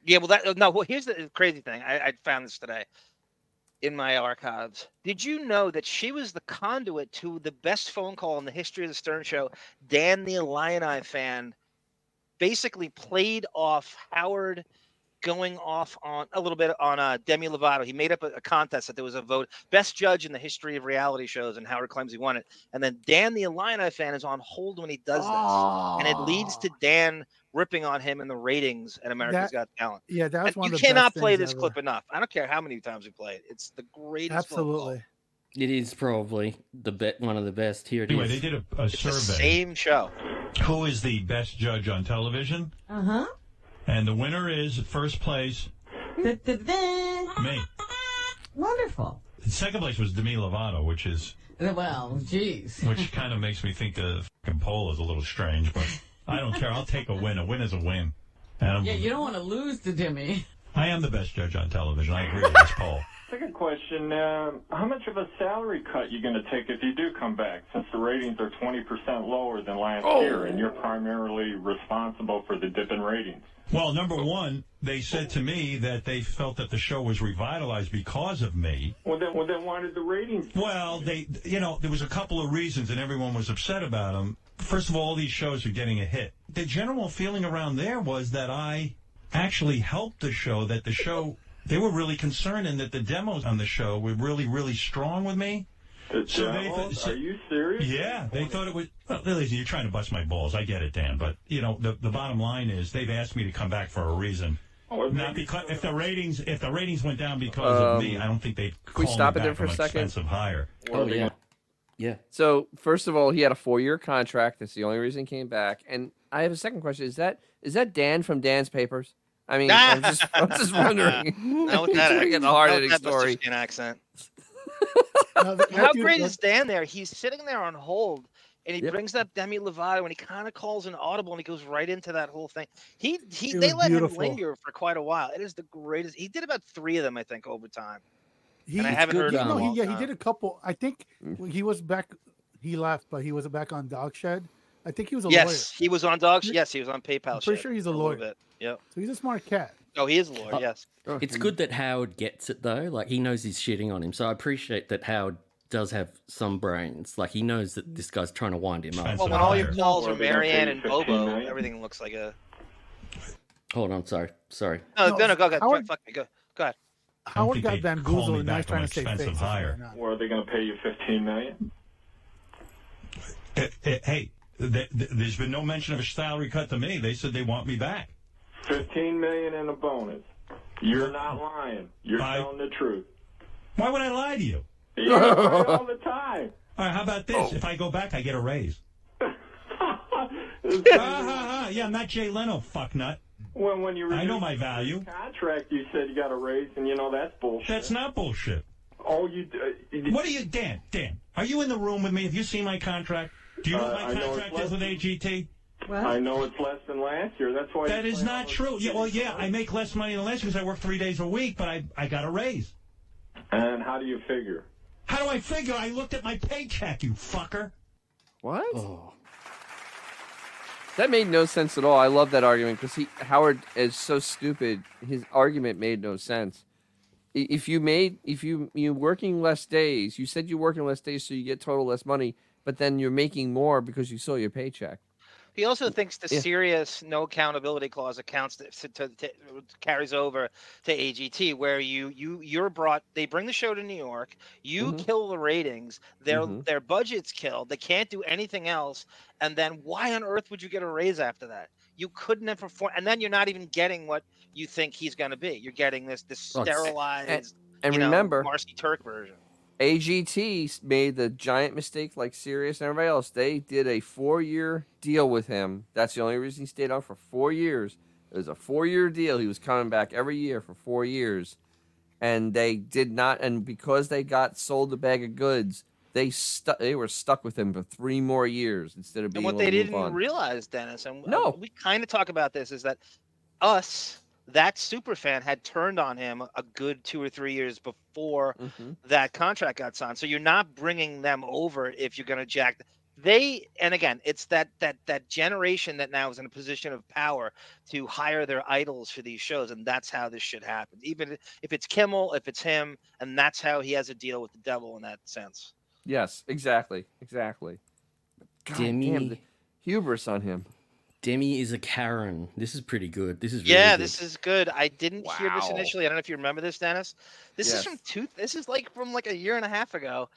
[SPEAKER 2] Yeah, well, that no. Well, here's the crazy thing. I, I found this today in my archives. Did you know that she was the conduit to the best phone call in the history of the Stern Show? Dan the Lion Eye fan basically played off Howard going off on a little bit on uh, Demi Lovato. He made up a, a contest that there was a vote best judge in the history of reality shows, and Howard claims he won it. And then Dan, the Illini fan, is on hold when he does this, and it leads to Dan ripping on him in the ratings at America's
[SPEAKER 5] That-
[SPEAKER 2] Got Talent.
[SPEAKER 5] yeah, that was
[SPEAKER 2] And
[SPEAKER 5] one of
[SPEAKER 2] you
[SPEAKER 5] the best
[SPEAKER 2] cannot play
[SPEAKER 5] things
[SPEAKER 2] this
[SPEAKER 5] ever.
[SPEAKER 2] clip enough. I don't care how many times we play it; it's the greatest.
[SPEAKER 5] Absolutely.
[SPEAKER 3] It is probably the be- one of the best. Here it is.
[SPEAKER 8] Anyway, they did a, a
[SPEAKER 2] the
[SPEAKER 8] survey.
[SPEAKER 2] same show.
[SPEAKER 8] Who is the best judge on television?
[SPEAKER 10] Uh huh.
[SPEAKER 8] And the winner is first place me.
[SPEAKER 10] Wonderful.
[SPEAKER 8] Second place was Demi Lovato, which is
[SPEAKER 10] Well, geez.
[SPEAKER 8] which kind of makes me think the fucking poll is a little strange, but I don't care. I'll take a win. A win is a win. And I'm-
[SPEAKER 10] Yeah, you don't want to lose to Demi.
[SPEAKER 8] I am the best judge on television. I agree with this poll.
[SPEAKER 14] Second question: uh, How much of a salary cut you going to take if you do come back? Since the ratings are twenty percent lower than last
[SPEAKER 8] Oh.
[SPEAKER 14] year, and you're primarily responsible for the dip in ratings.
[SPEAKER 8] Well, number one, they said to me that they felt that the show was revitalized because of me.
[SPEAKER 14] Well, then, well, then why did the ratings?
[SPEAKER 8] Well, they, you know, there was a couple of reasons, and everyone was upset about them. First of all, all these shows are getting a hit. The general feeling around there was that I actually helped the show. That the show, they were really concerned, and that the demos on the show were really, really strong with me.
[SPEAKER 14] The
[SPEAKER 8] they
[SPEAKER 14] demos?
[SPEAKER 8] so-
[SPEAKER 14] Are you serious?
[SPEAKER 8] Yeah, they thought it was. Well, listen, you're trying to bust my balls. I get it, Dan, but you know, the the bottom line is they've asked me to come back for a reason. Not because if the ratings if the ratings went down because of me,
[SPEAKER 1] Um,
[SPEAKER 8] I don't think they'd
[SPEAKER 1] can we
[SPEAKER 8] call
[SPEAKER 1] stop
[SPEAKER 8] me
[SPEAKER 1] it there
[SPEAKER 8] back
[SPEAKER 1] for a
[SPEAKER 8] from
[SPEAKER 1] second?
[SPEAKER 8] expensive hire.
[SPEAKER 1] Oh, yeah.
[SPEAKER 3] Yeah.
[SPEAKER 1] So first of all, he had a four-year contract. That's the only reason he came back. And I have a second question: Is that is that Dan from Dan's Papers? I mean, I'm just, I'm just wondering.
[SPEAKER 2] Not with that,
[SPEAKER 1] Freaking
[SPEAKER 2] not
[SPEAKER 1] hard-hitting
[SPEAKER 2] with that Mr.
[SPEAKER 1] story.
[SPEAKER 2] Skin accent.
[SPEAKER 5] that
[SPEAKER 2] How
[SPEAKER 5] dude
[SPEAKER 2] great
[SPEAKER 5] was-
[SPEAKER 2] is Dan there? He's sitting there on hold, and he brings up Demi Lovato, and he kind of calls an audible, and he goes right into that whole thing. He he,
[SPEAKER 5] It
[SPEAKER 2] they
[SPEAKER 5] was
[SPEAKER 2] let
[SPEAKER 5] beautiful.
[SPEAKER 2] him linger for quite a while. It is the greatest. He did about three of them, I think, over time.
[SPEAKER 5] He,
[SPEAKER 2] and I haven't heard
[SPEAKER 5] no,
[SPEAKER 2] of him.
[SPEAKER 5] he, yeah, he did a couple. I think
[SPEAKER 2] Mm.
[SPEAKER 5] when he was back. He left, but he was back on Dog Shed. I think he was a
[SPEAKER 2] yes,
[SPEAKER 5] lawyer.
[SPEAKER 2] he was on Dogs. Yes, he was on PayPal.
[SPEAKER 5] I'm pretty
[SPEAKER 2] shit
[SPEAKER 5] sure he's a
[SPEAKER 2] for little
[SPEAKER 5] lawyer. Uh,
[SPEAKER 2] bit. Yep.
[SPEAKER 5] So he's a smart cat.
[SPEAKER 2] Oh, he is a lawyer. yes.
[SPEAKER 3] It's good that Howard gets it though. Like he knows he's shitting on him, so I appreciate that Howard does have some brains. Like he knows that this guy's trying to wind him up.
[SPEAKER 2] Well, when all your calls are
[SPEAKER 14] Well, they're gonna pay
[SPEAKER 2] Marianne
[SPEAKER 14] you
[SPEAKER 2] and
[SPEAKER 14] 15
[SPEAKER 2] Bobo,
[SPEAKER 14] million.
[SPEAKER 2] everything looks like a.
[SPEAKER 3] Hold on, sorry, sorry.
[SPEAKER 2] No, no, no, go ahead.
[SPEAKER 5] Howard-
[SPEAKER 2] fuck me, go, go ahead.
[SPEAKER 5] Howard got bamboozled, and now he's trying to save face.
[SPEAKER 8] expensive hire.
[SPEAKER 14] Well, are they going to pay you fifteen million?
[SPEAKER 8] Eh, eh, Hey, th- th- there's been no mention of a salary cut to me. They said they want me back.
[SPEAKER 14] Fifteen million and a bonus. You're not lying. You're
[SPEAKER 8] I-
[SPEAKER 14] telling the truth.
[SPEAKER 8] Why would I lie to you? Oh.
[SPEAKER 14] You lie all the time.
[SPEAKER 8] All right, how about this? If I go back, I get a raise. Ah, ha, ha. Yeah, I'm not Jay Leno, fucknut.
[SPEAKER 14] When when you
[SPEAKER 8] I know
[SPEAKER 14] reduced
[SPEAKER 8] my value.
[SPEAKER 14] your contract, you said you got a raise, and you know that's bullshit.
[SPEAKER 8] That's not bullshit.
[SPEAKER 14] All you, d- uh, you d-
[SPEAKER 8] What are you, Dan? Dan, are you in the room with me? Have you seen my contract? Do you know
[SPEAKER 14] Uh,
[SPEAKER 8] what
[SPEAKER 14] I
[SPEAKER 8] my
[SPEAKER 14] know
[SPEAKER 8] contract
[SPEAKER 14] it's
[SPEAKER 8] is with AGT?
[SPEAKER 14] I know it's less than last year. That's why
[SPEAKER 8] That
[SPEAKER 14] you
[SPEAKER 8] is
[SPEAKER 14] play
[SPEAKER 8] not
[SPEAKER 14] all those
[SPEAKER 8] true. Yeah, well,
[SPEAKER 14] games.
[SPEAKER 8] yeah, I make less money than last because I work three days a week, but I, I got a raise.
[SPEAKER 14] And how do you figure?
[SPEAKER 8] How do I figure? I looked at my paycheck, you fucker.
[SPEAKER 1] What? That made no sense at all. I love that argument because he Howard is so stupid. His argument made no sense. I- If you made if you you working less days, you said you're working less days, so you get total less money, but then you're making more because you saw your paycheck.
[SPEAKER 2] He also thinks the
[SPEAKER 1] Yeah.
[SPEAKER 2] serious no accountability clause accounts that to, to, to- carries over to AGT, where you you you're brought. They bring the show to New York. You
[SPEAKER 1] Mm-hmm.
[SPEAKER 2] kill the ratings. Their
[SPEAKER 1] Mhm.
[SPEAKER 2] their budget's killed. They can't do anything else. And then why on earth would you get a raise after that? You couldn't have performed. And then you're not even getting what you think he's going to be. You're getting this this
[SPEAKER 1] Oh, it's-
[SPEAKER 2] sterilized.
[SPEAKER 1] and
[SPEAKER 2] you know,
[SPEAKER 1] remember-
[SPEAKER 2] Marcy Turk version.
[SPEAKER 1] AGT s- made the giant mistake like Sirius and everybody else. They did a four year deal with him. That's the only reason he stayed on for four years. It was a four year deal. He was coming back every year for four years. And they did not, and because they got sold the bag of goods, they stu- they were stuck with him for three more years instead of being
[SPEAKER 2] and what
[SPEAKER 1] able
[SPEAKER 2] they
[SPEAKER 1] to move
[SPEAKER 2] didn't
[SPEAKER 1] on.
[SPEAKER 2] realize, Dennis, and w-
[SPEAKER 1] No.
[SPEAKER 2] we kind of talk about this, is that us, that super fan, had turned on him a good two or three years before
[SPEAKER 1] Mm-hmm.
[SPEAKER 2] that contract got signed. So you're not bringing them over if you're going to jack. They and again, it's that that that generation that now is in a position of power to hire their idols for these shows, and that's how this shit happens. Even if it's Kimmel, if it's him, and that's how he has a deal with the devil in that sense.
[SPEAKER 1] Yes, exactly, exactly. God damn
[SPEAKER 3] Demi-
[SPEAKER 1] the hubris on him.
[SPEAKER 3] Demi is a Karen. This is pretty good. This is really
[SPEAKER 2] yeah,
[SPEAKER 3] good.
[SPEAKER 2] this is good. I didn't hear this
[SPEAKER 3] Wow.
[SPEAKER 2] initially. I don't know if you remember this, Dennis. This
[SPEAKER 3] Yes.
[SPEAKER 2] is from two. This is like from like a year and a half ago,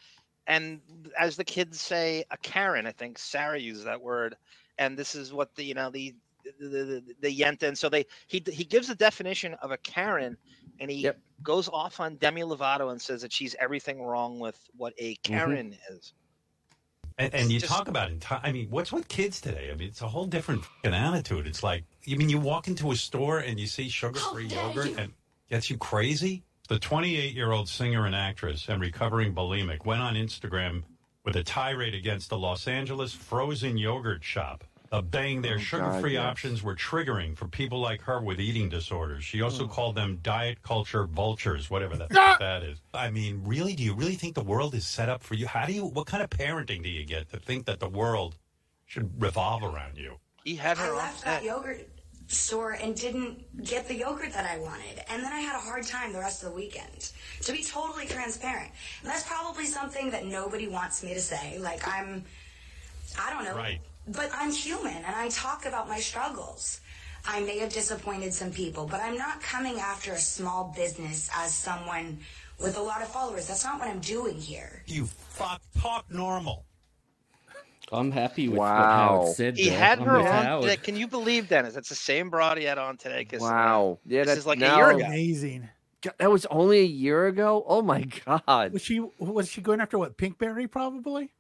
[SPEAKER 2] and as the kids say, a Karen. I think Sarah uses that word, and this is what the you know the the, the, the Yenta. And so they he he gives the definition of a Karen, and he goes off on Demi Lovato and says that she's everything wrong with what a
[SPEAKER 3] Mm-hmm.
[SPEAKER 2] Karen is.
[SPEAKER 8] And, and you
[SPEAKER 2] Just-
[SPEAKER 8] talk about it. I mean, what's with kids today? I mean, it's a whole different fucking attitude. It's like, you mean, you walk into a store and you see sugar-free yogurt and gets you crazy. The 28-year-old singer and actress and recovering bulimic went on Instagram with a tirade against the Los Angeles frozen yogurt shop, uh, baying their sugar-free
[SPEAKER 14] yes.
[SPEAKER 8] options were triggering for people like her with eating disorders. She also called them diet culture vultures, whatever the f- that is. I mean, really, do you really think the world is set up for you? How do you? What kind of parenting do you get to think that the world should revolve around you?
[SPEAKER 2] He had
[SPEAKER 15] I left that yogurt store and didn't get the yogurt that I wanted. And then I had a hard time the rest of the weekend. To be totally transparent. And that's probably something that nobody wants me to say. Like I'm I don't know.
[SPEAKER 8] Right.
[SPEAKER 15] But I'm human and I talk about my struggles. I may have disappointed some people, but I'm not coming after a small business as someone with a lot of followers. That's not what I'm doing here.
[SPEAKER 8] You fuck, talk normal.
[SPEAKER 3] I'm happy with what
[SPEAKER 1] Wow.
[SPEAKER 3] Howard said.
[SPEAKER 2] He
[SPEAKER 3] there.
[SPEAKER 2] had
[SPEAKER 3] I'm
[SPEAKER 2] her
[SPEAKER 3] with
[SPEAKER 2] on.
[SPEAKER 3] Howard.
[SPEAKER 2] Today. Can you believe, Dennis? That's the same broad he had on today. 'cause, uh,
[SPEAKER 1] Wow. Yeah,
[SPEAKER 2] this
[SPEAKER 1] that's
[SPEAKER 2] is like
[SPEAKER 1] now,
[SPEAKER 2] a year ago.
[SPEAKER 5] Amazing.
[SPEAKER 1] God, that was only a year ago. Oh my god.
[SPEAKER 5] Was she was she going after what Pinkberry probably?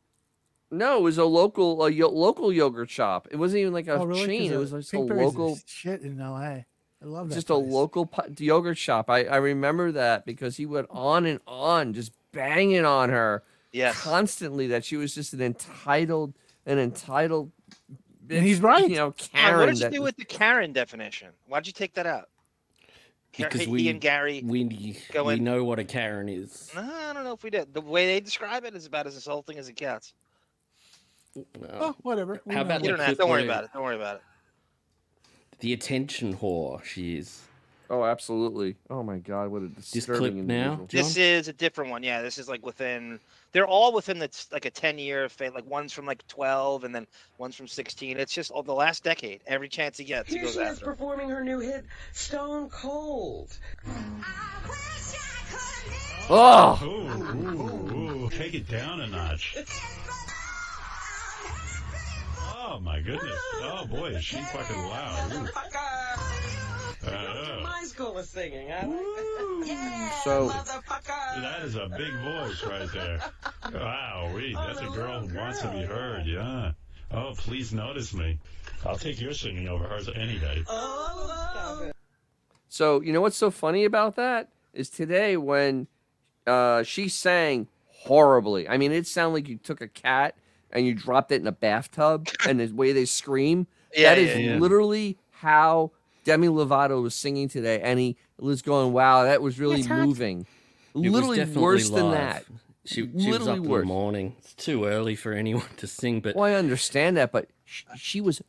[SPEAKER 1] No, it was a local a yo- local yogurt shop. It wasn't even like a
[SPEAKER 5] oh really? 'Cause,
[SPEAKER 1] chain. It
[SPEAKER 5] uh,
[SPEAKER 1] was just a
[SPEAKER 5] Pinkberry's the
[SPEAKER 1] local
[SPEAKER 5] shit in L.A. I love that.
[SPEAKER 1] just
[SPEAKER 5] place.
[SPEAKER 1] a local pu- yogurt shop. I, I remember that because he went on and on, just banging on her
[SPEAKER 2] yes.
[SPEAKER 1] constantly that she was just an entitled, an entitled.
[SPEAKER 5] And he's
[SPEAKER 1] bitch,
[SPEAKER 5] right.
[SPEAKER 1] You know,
[SPEAKER 2] Now,
[SPEAKER 1] Karen.
[SPEAKER 2] what did you
[SPEAKER 1] that
[SPEAKER 2] do
[SPEAKER 1] was-
[SPEAKER 2] with the Karen definition? Why'd you take that out?
[SPEAKER 3] because
[SPEAKER 2] He
[SPEAKER 3] we
[SPEAKER 2] and Gary
[SPEAKER 3] we, we
[SPEAKER 2] going-
[SPEAKER 3] know what a Karen is.
[SPEAKER 2] No, I don't know if we did. The way they describe it is about as insulting as it gets.
[SPEAKER 3] Uh,
[SPEAKER 5] Oh, whatever. We
[SPEAKER 3] How
[SPEAKER 5] know.
[SPEAKER 3] about the
[SPEAKER 2] You don't have.
[SPEAKER 3] clip
[SPEAKER 2] Don't worry
[SPEAKER 3] where-
[SPEAKER 2] about it. Don't worry about it.
[SPEAKER 3] the attention whore she is.
[SPEAKER 1] Oh, absolutely. Oh my God, what a disturbing
[SPEAKER 3] clip now,
[SPEAKER 1] individual.
[SPEAKER 2] This is a different one. Yeah, this is like within. They're all within the t- like a ten year phase. Like one's from like twelve, and then one's from sixteen. It's just all the last decade. Every chance he gets, he
[SPEAKER 10] Here
[SPEAKER 2] goes
[SPEAKER 10] she is
[SPEAKER 2] after.
[SPEAKER 10] performing her new hit, Stone Cold.
[SPEAKER 1] Oh!
[SPEAKER 8] Ooh, ooh, ooh. Take it down a notch. Oh, my goodness. Oh, boy, is she fucking loud. Ooh.
[SPEAKER 6] Oh.
[SPEAKER 8] Uh,
[SPEAKER 10] My school was singing. I
[SPEAKER 1] So
[SPEAKER 8] that is a big voice right there. Wow, that's a girl who wants to be heard, yeah. Oh, please notice me. I'll take your singing over hers any day.
[SPEAKER 1] So you know what's so funny about that is today when uh, she sang horribly. I mean, it sounded like you took a cat and you dropped it in a bathtub, and the way they scream.
[SPEAKER 2] Yeah,
[SPEAKER 1] that is
[SPEAKER 2] yeah, yeah.
[SPEAKER 1] literally how Demi Lovato was singing today, and he was going, "Wow, that was really
[SPEAKER 3] It's hot."
[SPEAKER 1] moving."
[SPEAKER 3] It was
[SPEAKER 1] literally
[SPEAKER 3] definitely
[SPEAKER 1] worse than
[SPEAKER 3] live.
[SPEAKER 1] that.
[SPEAKER 3] She, she was
[SPEAKER 1] Literally
[SPEAKER 3] up in the
[SPEAKER 1] worse.
[SPEAKER 3] morning. It's too early for anyone to sing, but
[SPEAKER 1] Well, I understand that, but she, she was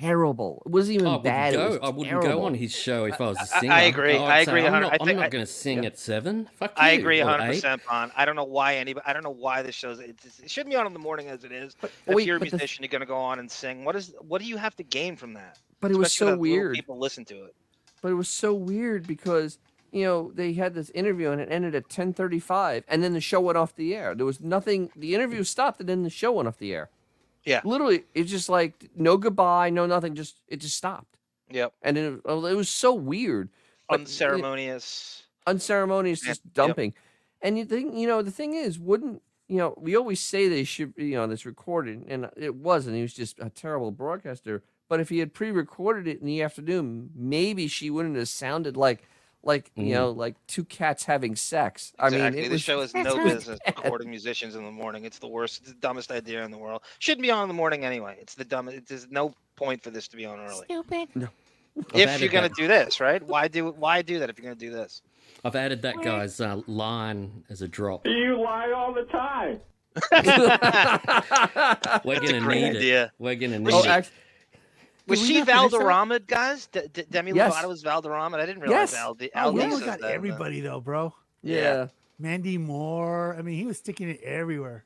[SPEAKER 1] terrible. It wasn't even
[SPEAKER 3] Oh, I wouldn't
[SPEAKER 1] bad. it
[SPEAKER 3] go.
[SPEAKER 1] was
[SPEAKER 3] I wouldn't go
[SPEAKER 1] terrible.
[SPEAKER 3] on his show if I, was a
[SPEAKER 2] I- I
[SPEAKER 3] singer.
[SPEAKER 2] agree.
[SPEAKER 3] I'd
[SPEAKER 2] I
[SPEAKER 3] say,
[SPEAKER 2] agree
[SPEAKER 3] I'm
[SPEAKER 2] 100
[SPEAKER 3] not,
[SPEAKER 2] I
[SPEAKER 3] I'm
[SPEAKER 2] think I-
[SPEAKER 3] not going to sing at seven. Fuck
[SPEAKER 2] I
[SPEAKER 3] you,
[SPEAKER 2] agree
[SPEAKER 3] or
[SPEAKER 2] 100
[SPEAKER 3] eight.
[SPEAKER 2] percent on. I don't know why anybody. I don't know why this shows. It, it shouldn't be on in the morning as it is. But, if
[SPEAKER 1] wait,
[SPEAKER 2] you're a
[SPEAKER 1] but the-
[SPEAKER 2] musician, you're gonna go on and sing. What is? What do you have to gain from that?
[SPEAKER 1] But it was
[SPEAKER 2] Especially
[SPEAKER 1] so
[SPEAKER 2] when little
[SPEAKER 1] weird.
[SPEAKER 2] People listen to it.
[SPEAKER 1] but it was so weird because you know they had this interview and it ended at 10:35 and then the show went off the air there was nothing the interview stopped and then the show went off the air
[SPEAKER 2] yeah
[SPEAKER 1] literally it's just like no goodbye no nothing just it just stopped
[SPEAKER 2] Yep.
[SPEAKER 1] and it, it was so weird but-
[SPEAKER 2] Unceremonious.
[SPEAKER 1] unceremonious just dumping. And you think, you know, the thing is, wouldn't you know? We always say they should, you know, this recorded, and it wasn't. He was just a terrible broadcaster. But if he had pre-recorded it in the afternoon, maybe she wouldn't have sounded like, like you
[SPEAKER 2] Mhm.
[SPEAKER 1] know, like two cats having sex. I
[SPEAKER 2] exactly.
[SPEAKER 1] mean, it
[SPEAKER 2] this
[SPEAKER 1] was,
[SPEAKER 2] show is no business recording musicians in the morning. It's the worst, it's the dumbest idea in the world. Shouldn't be on in the morning anyway. It's the dumbest. There's no point for this to be on early.
[SPEAKER 1] Stupid. No.
[SPEAKER 2] If you're gonna do this, right? Why do why do that if you're gonna do this?
[SPEAKER 3] I've added that guy's uh, line as a drop.
[SPEAKER 16] You lie all the time.
[SPEAKER 3] We're
[SPEAKER 2] That's a
[SPEAKER 3] going to
[SPEAKER 2] great
[SPEAKER 3] need
[SPEAKER 2] idea.
[SPEAKER 3] it. We're going to need
[SPEAKER 2] Was
[SPEAKER 3] it.
[SPEAKER 2] she- Was
[SPEAKER 5] we
[SPEAKER 2] she
[SPEAKER 5] not finish that?
[SPEAKER 2] Valderrama, guys? De- De- Demi
[SPEAKER 5] Yes.
[SPEAKER 2] Lovato was Valderrama. I didn't realize Valdi-
[SPEAKER 5] oh, we
[SPEAKER 2] Aldi
[SPEAKER 5] always
[SPEAKER 2] says
[SPEAKER 5] got
[SPEAKER 2] that, but-
[SPEAKER 5] everybody though, bro.
[SPEAKER 2] Yeah. Yeah.
[SPEAKER 5] Mandy Moore. I mean, he was sticking it everywhere.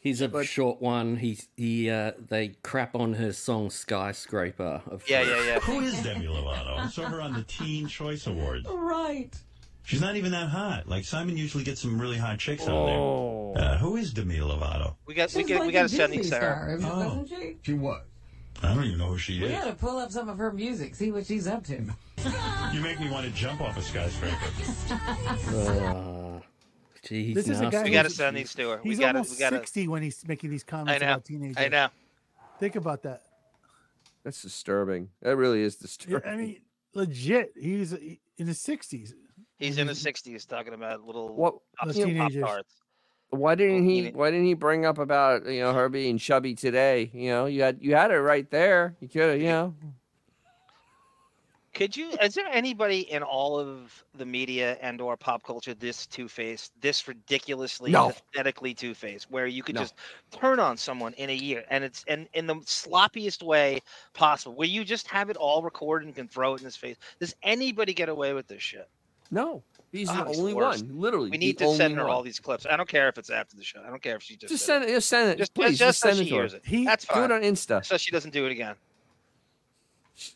[SPEAKER 3] He's a short one. He he. Uh, they crap on her song "Skyscraper." Of
[SPEAKER 2] Yeah, yeah, yeah.
[SPEAKER 17] Who is Demi Lovato? I saw her on the Teen Choice Awards.
[SPEAKER 10] Right.
[SPEAKER 17] She's not even that hot. Like Simon usually gets some really hot chicks on there. Uh, who is Demi Lovato?
[SPEAKER 2] Oh. We got we
[SPEAKER 10] She's
[SPEAKER 2] got
[SPEAKER 10] like
[SPEAKER 2] we
[SPEAKER 10] a
[SPEAKER 2] got to send
[SPEAKER 10] Disney
[SPEAKER 2] these to
[SPEAKER 10] star,
[SPEAKER 2] her.
[SPEAKER 10] isn't-
[SPEAKER 6] Oh.
[SPEAKER 10] wasn't she?
[SPEAKER 17] She was. I don't even know who she
[SPEAKER 10] We
[SPEAKER 17] is.
[SPEAKER 10] gotta pull up some of her music, see what she's up to.
[SPEAKER 17] You make me want to jump off a skyscraper.
[SPEAKER 3] Uh, geez,
[SPEAKER 5] This is a
[SPEAKER 3] nasty.
[SPEAKER 5] guy
[SPEAKER 2] We got to send these to her. We
[SPEAKER 5] He's
[SPEAKER 2] got to
[SPEAKER 5] almost
[SPEAKER 2] we got to.
[SPEAKER 5] 60 when he's making these
[SPEAKER 2] I
[SPEAKER 5] comments
[SPEAKER 2] know.
[SPEAKER 5] about teenagers.
[SPEAKER 2] I know.
[SPEAKER 5] Think about that.
[SPEAKER 1] That's disturbing. That really is disturbing.
[SPEAKER 5] I mean, legit, he's uh, in his 60s.
[SPEAKER 2] He's in his sixties talking about little
[SPEAKER 1] What-
[SPEAKER 2] pop-
[SPEAKER 1] Those
[SPEAKER 2] pop
[SPEAKER 1] teenagers.
[SPEAKER 2] tarts.
[SPEAKER 1] why didn't he? Why didn't he bring up about you know her being chubby today? You know, you had you had it right there. You could have, you know.
[SPEAKER 2] Could you? Is there anybody in all of the media and/or pop culture this two-faced, this ridiculously,
[SPEAKER 1] No.
[SPEAKER 2] pathetically two-faced, where you could
[SPEAKER 1] No.
[SPEAKER 2] just turn on someone in a year, and it's and in the sloppiest way possible, where you just have it all recorded and can throw it in his face? Does anybody get away with this shit?
[SPEAKER 1] No, he's
[SPEAKER 2] Ah,
[SPEAKER 1] the
[SPEAKER 2] it's
[SPEAKER 1] only
[SPEAKER 2] worst.
[SPEAKER 1] one. Literally,
[SPEAKER 2] we
[SPEAKER 1] the
[SPEAKER 2] need to send
[SPEAKER 1] only
[SPEAKER 2] her all
[SPEAKER 1] one.
[SPEAKER 2] these clips. I don't care if it's after the show. I don't care if she just
[SPEAKER 1] Just
[SPEAKER 2] said
[SPEAKER 1] send it. Just send it.
[SPEAKER 2] Just-
[SPEAKER 1] please,
[SPEAKER 2] just
[SPEAKER 1] just,
[SPEAKER 2] so
[SPEAKER 1] send it
[SPEAKER 2] she
[SPEAKER 1] to her.
[SPEAKER 2] hears it. He- That's
[SPEAKER 1] Do it
[SPEAKER 2] fine.
[SPEAKER 1] on Insta.
[SPEAKER 2] so she doesn't do it again.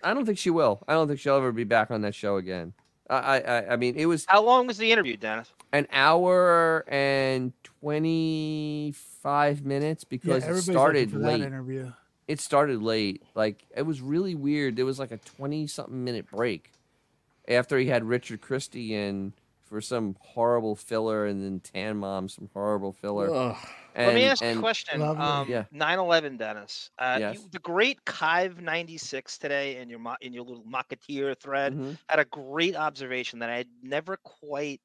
[SPEAKER 1] I don't think she will. I don't think she'll ever be back on that show again. I, I, I- I mean, it was
[SPEAKER 2] How long was the interview, Dennis?
[SPEAKER 1] an hour and twenty five minutes
[SPEAKER 5] Yeah,
[SPEAKER 1] because it
[SPEAKER 5] everybody's looking
[SPEAKER 1] started
[SPEAKER 5] for that
[SPEAKER 1] late.
[SPEAKER 5] interview.
[SPEAKER 1] It started late. Like it was really weird. There was like a twenty something minute break after he had Richard Christie in for some horrible filler, and then Tan Mom some horrible filler.
[SPEAKER 3] Ugh.
[SPEAKER 2] Let me
[SPEAKER 1] And-
[SPEAKER 2] ask you
[SPEAKER 1] and-
[SPEAKER 2] a question.
[SPEAKER 1] Lovely.
[SPEAKER 2] Um,
[SPEAKER 1] Yeah.
[SPEAKER 2] 9/11, Dennis. Uh,
[SPEAKER 1] Yes.
[SPEAKER 2] you, the great Kive 96 today in your mo- in your little Mocketeer thread
[SPEAKER 1] Mm-hmm.
[SPEAKER 2] had a great observation that I had never quite.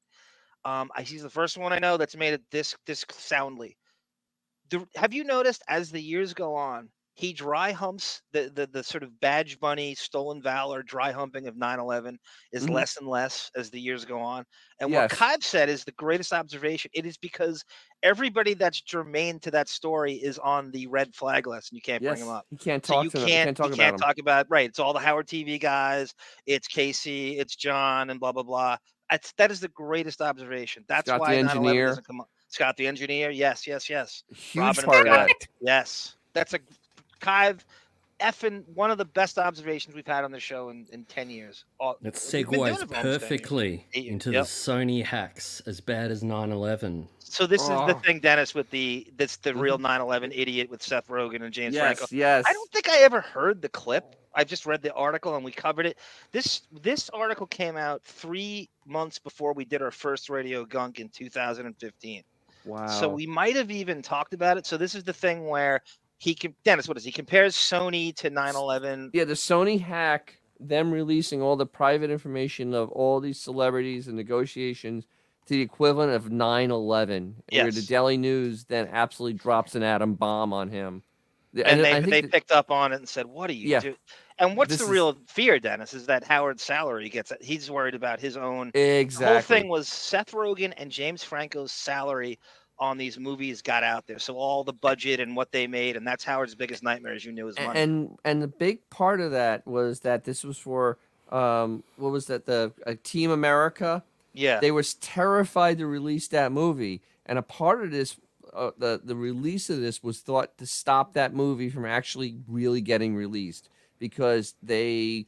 [SPEAKER 2] Um, I, he's the first one I know that's made it this this soundly. The, have you noticed as the years go on, he dry humps the, the the sort of badge bunny, stolen valor, dry humping of 9/11 is
[SPEAKER 1] Mhm.
[SPEAKER 2] less and less as the years go on. And what
[SPEAKER 1] Yes.
[SPEAKER 2] Kive said is the greatest observation. It is because everybody that's germane to that story is on the red flag list, and you can't bring
[SPEAKER 1] Yes,
[SPEAKER 2] them up.
[SPEAKER 1] you can't
[SPEAKER 2] So
[SPEAKER 1] talk
[SPEAKER 2] you
[SPEAKER 1] to them.
[SPEAKER 2] can't,
[SPEAKER 1] You can't talk
[SPEAKER 2] you
[SPEAKER 1] about
[SPEAKER 2] can't
[SPEAKER 1] them.
[SPEAKER 2] talk about right. It's all the Howard TV guys. It's Casey. It's John, and blah blah blah. That's that is the greatest observation. That's
[SPEAKER 1] Scott the
[SPEAKER 2] why 9/11
[SPEAKER 1] engineer.
[SPEAKER 2] doesn't come up. Scott the engineer. Yes, yes, yes.
[SPEAKER 1] Huge
[SPEAKER 2] Robin and
[SPEAKER 1] part of
[SPEAKER 2] Scott,
[SPEAKER 1] that.
[SPEAKER 2] Yes, that's a Kive. Effing one of the best observations we've had on the show in, in ten years. All-
[SPEAKER 3] It
[SPEAKER 2] we've been doing
[SPEAKER 3] segues
[SPEAKER 2] it for almost 10 years.
[SPEAKER 3] perfectly
[SPEAKER 2] Eight years.
[SPEAKER 3] into
[SPEAKER 2] Yep.
[SPEAKER 3] the Sony hacks as bad as 9/11.
[SPEAKER 2] So this is the
[SPEAKER 3] Oh.
[SPEAKER 2] thing, Dennis, with the this the real 9/11 idiot with Seth Rogen and James
[SPEAKER 1] Mm-hmm. Yes,
[SPEAKER 2] Franco.
[SPEAKER 1] yes.
[SPEAKER 2] I don't think I ever heard the clip. I've just read the article and we covered it. This this article came out three months before we did our first radio gunk in 2015.
[SPEAKER 1] Wow.
[SPEAKER 2] So we might have even talked about it. So this is the thing where he can Dennis, what is he compares Sony to 9/11?
[SPEAKER 1] Yeah, the Sony hack, them releasing all the private information of all these celebrities and negotiations to the equivalent of 9 11, where the
[SPEAKER 2] Yes.
[SPEAKER 1] Daily News then absolutely drops an atom bomb on him. The-
[SPEAKER 2] and,
[SPEAKER 1] I think
[SPEAKER 2] they, they
[SPEAKER 1] that-
[SPEAKER 2] picked up on it and said, "What are you
[SPEAKER 1] Yeah.
[SPEAKER 2] doing?" And what's
[SPEAKER 1] This
[SPEAKER 2] the
[SPEAKER 1] is-
[SPEAKER 2] real fear, Dennis, is that Howard's salary gets. He's worried about his own. The whole
[SPEAKER 1] Exactly.
[SPEAKER 2] thing was Seth Rogen and James Franco's salary on these movies got out there, so all the budget and what they made, and that's Howard's biggest nightmare, as you knew, is
[SPEAKER 1] a-
[SPEAKER 2] money.
[SPEAKER 1] and and the big part of that was that this was for um what was that the uh, Team America.
[SPEAKER 2] Yeah.
[SPEAKER 1] they was terrified to release that movie, and a part of this. Uh, the the release of this was thought to stop that movie from actually really getting released because they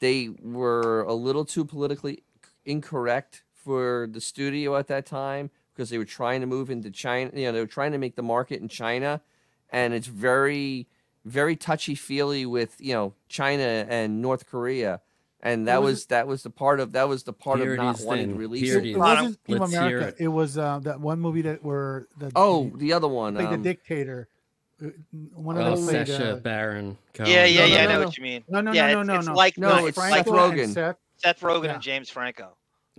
[SPEAKER 1] they were a little too politically incorrect for the studio at that time because they were trying to move into China. You know, they were trying to make the market in China, and it's very, very touchy feely with you know China and North Korea, and that
[SPEAKER 5] It was-
[SPEAKER 1] was that was the part of that was the part
[SPEAKER 3] Here
[SPEAKER 1] of
[SPEAKER 3] it
[SPEAKER 1] not
[SPEAKER 3] is
[SPEAKER 1] wanting
[SPEAKER 3] then.
[SPEAKER 1] to release
[SPEAKER 3] Here
[SPEAKER 1] it.
[SPEAKER 3] it
[SPEAKER 5] It
[SPEAKER 3] is.
[SPEAKER 5] wasn't Team
[SPEAKER 3] Let's hear
[SPEAKER 5] America. It. was uh, that one movie that were the
[SPEAKER 1] Oh, the other one,
[SPEAKER 5] like
[SPEAKER 1] um,
[SPEAKER 5] the dictator. Uh, One
[SPEAKER 3] Oh,
[SPEAKER 5] of them played,
[SPEAKER 3] Sasha
[SPEAKER 5] uh,
[SPEAKER 3] Baron Cohen.
[SPEAKER 2] yeah, yeah,
[SPEAKER 1] No,
[SPEAKER 2] yeah.
[SPEAKER 1] no,
[SPEAKER 2] I know
[SPEAKER 1] no,
[SPEAKER 2] what you mean.
[SPEAKER 5] no, no,
[SPEAKER 2] yeah,
[SPEAKER 5] no,
[SPEAKER 2] it's,
[SPEAKER 5] no,
[SPEAKER 2] It's
[SPEAKER 5] no,
[SPEAKER 2] like
[SPEAKER 1] no,
[SPEAKER 2] it's,
[SPEAKER 1] it's
[SPEAKER 2] like
[SPEAKER 1] Seth
[SPEAKER 5] Franco and
[SPEAKER 1] Rogen.
[SPEAKER 5] Seth.
[SPEAKER 2] Seth Rogen
[SPEAKER 5] Yeah.
[SPEAKER 2] and James Franco.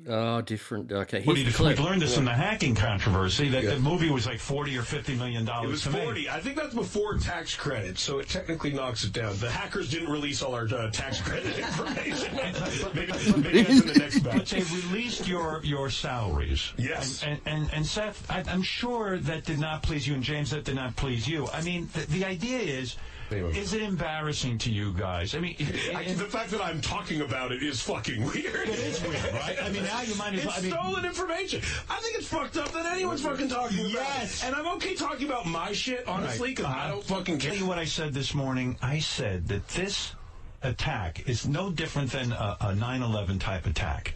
[SPEAKER 3] Oh, different. Okay,
[SPEAKER 17] Well,
[SPEAKER 3] here's
[SPEAKER 17] you
[SPEAKER 3] the
[SPEAKER 17] just, we
[SPEAKER 3] clip.
[SPEAKER 17] learned this in the hacking controversy that the movie was like forty or fifty million dollars.
[SPEAKER 18] It was
[SPEAKER 17] to make.
[SPEAKER 18] 40. I think that's before tax credit, so it technically knocks it down. The hackers didn't release all our uh, tax credit information. maybe, maybe that's in the next
[SPEAKER 17] But
[SPEAKER 18] batch.
[SPEAKER 17] they released your your salaries.
[SPEAKER 18] Yes.
[SPEAKER 17] And and, and, and Seth, I, I'm sure that did not please you, and James, that did not please you. I mean, the, the idea is
[SPEAKER 19] Anyway.
[SPEAKER 8] Is it embarrassing to you guys? I mean,
[SPEAKER 6] I, the fact that I'm talking about it is fucking weird.
[SPEAKER 8] It is weird, right? I mean, now you might
[SPEAKER 6] It's
[SPEAKER 8] as well- I mean-
[SPEAKER 6] stolen information. I think it's fucked up that anyone's fucking talking about
[SPEAKER 8] Yes.
[SPEAKER 6] it. And I'm okay talking about my shit, honestly, because I don't fucking care.
[SPEAKER 8] Tell you what I said this morning. I said that this attack is no different than a, a 9/11 type attack.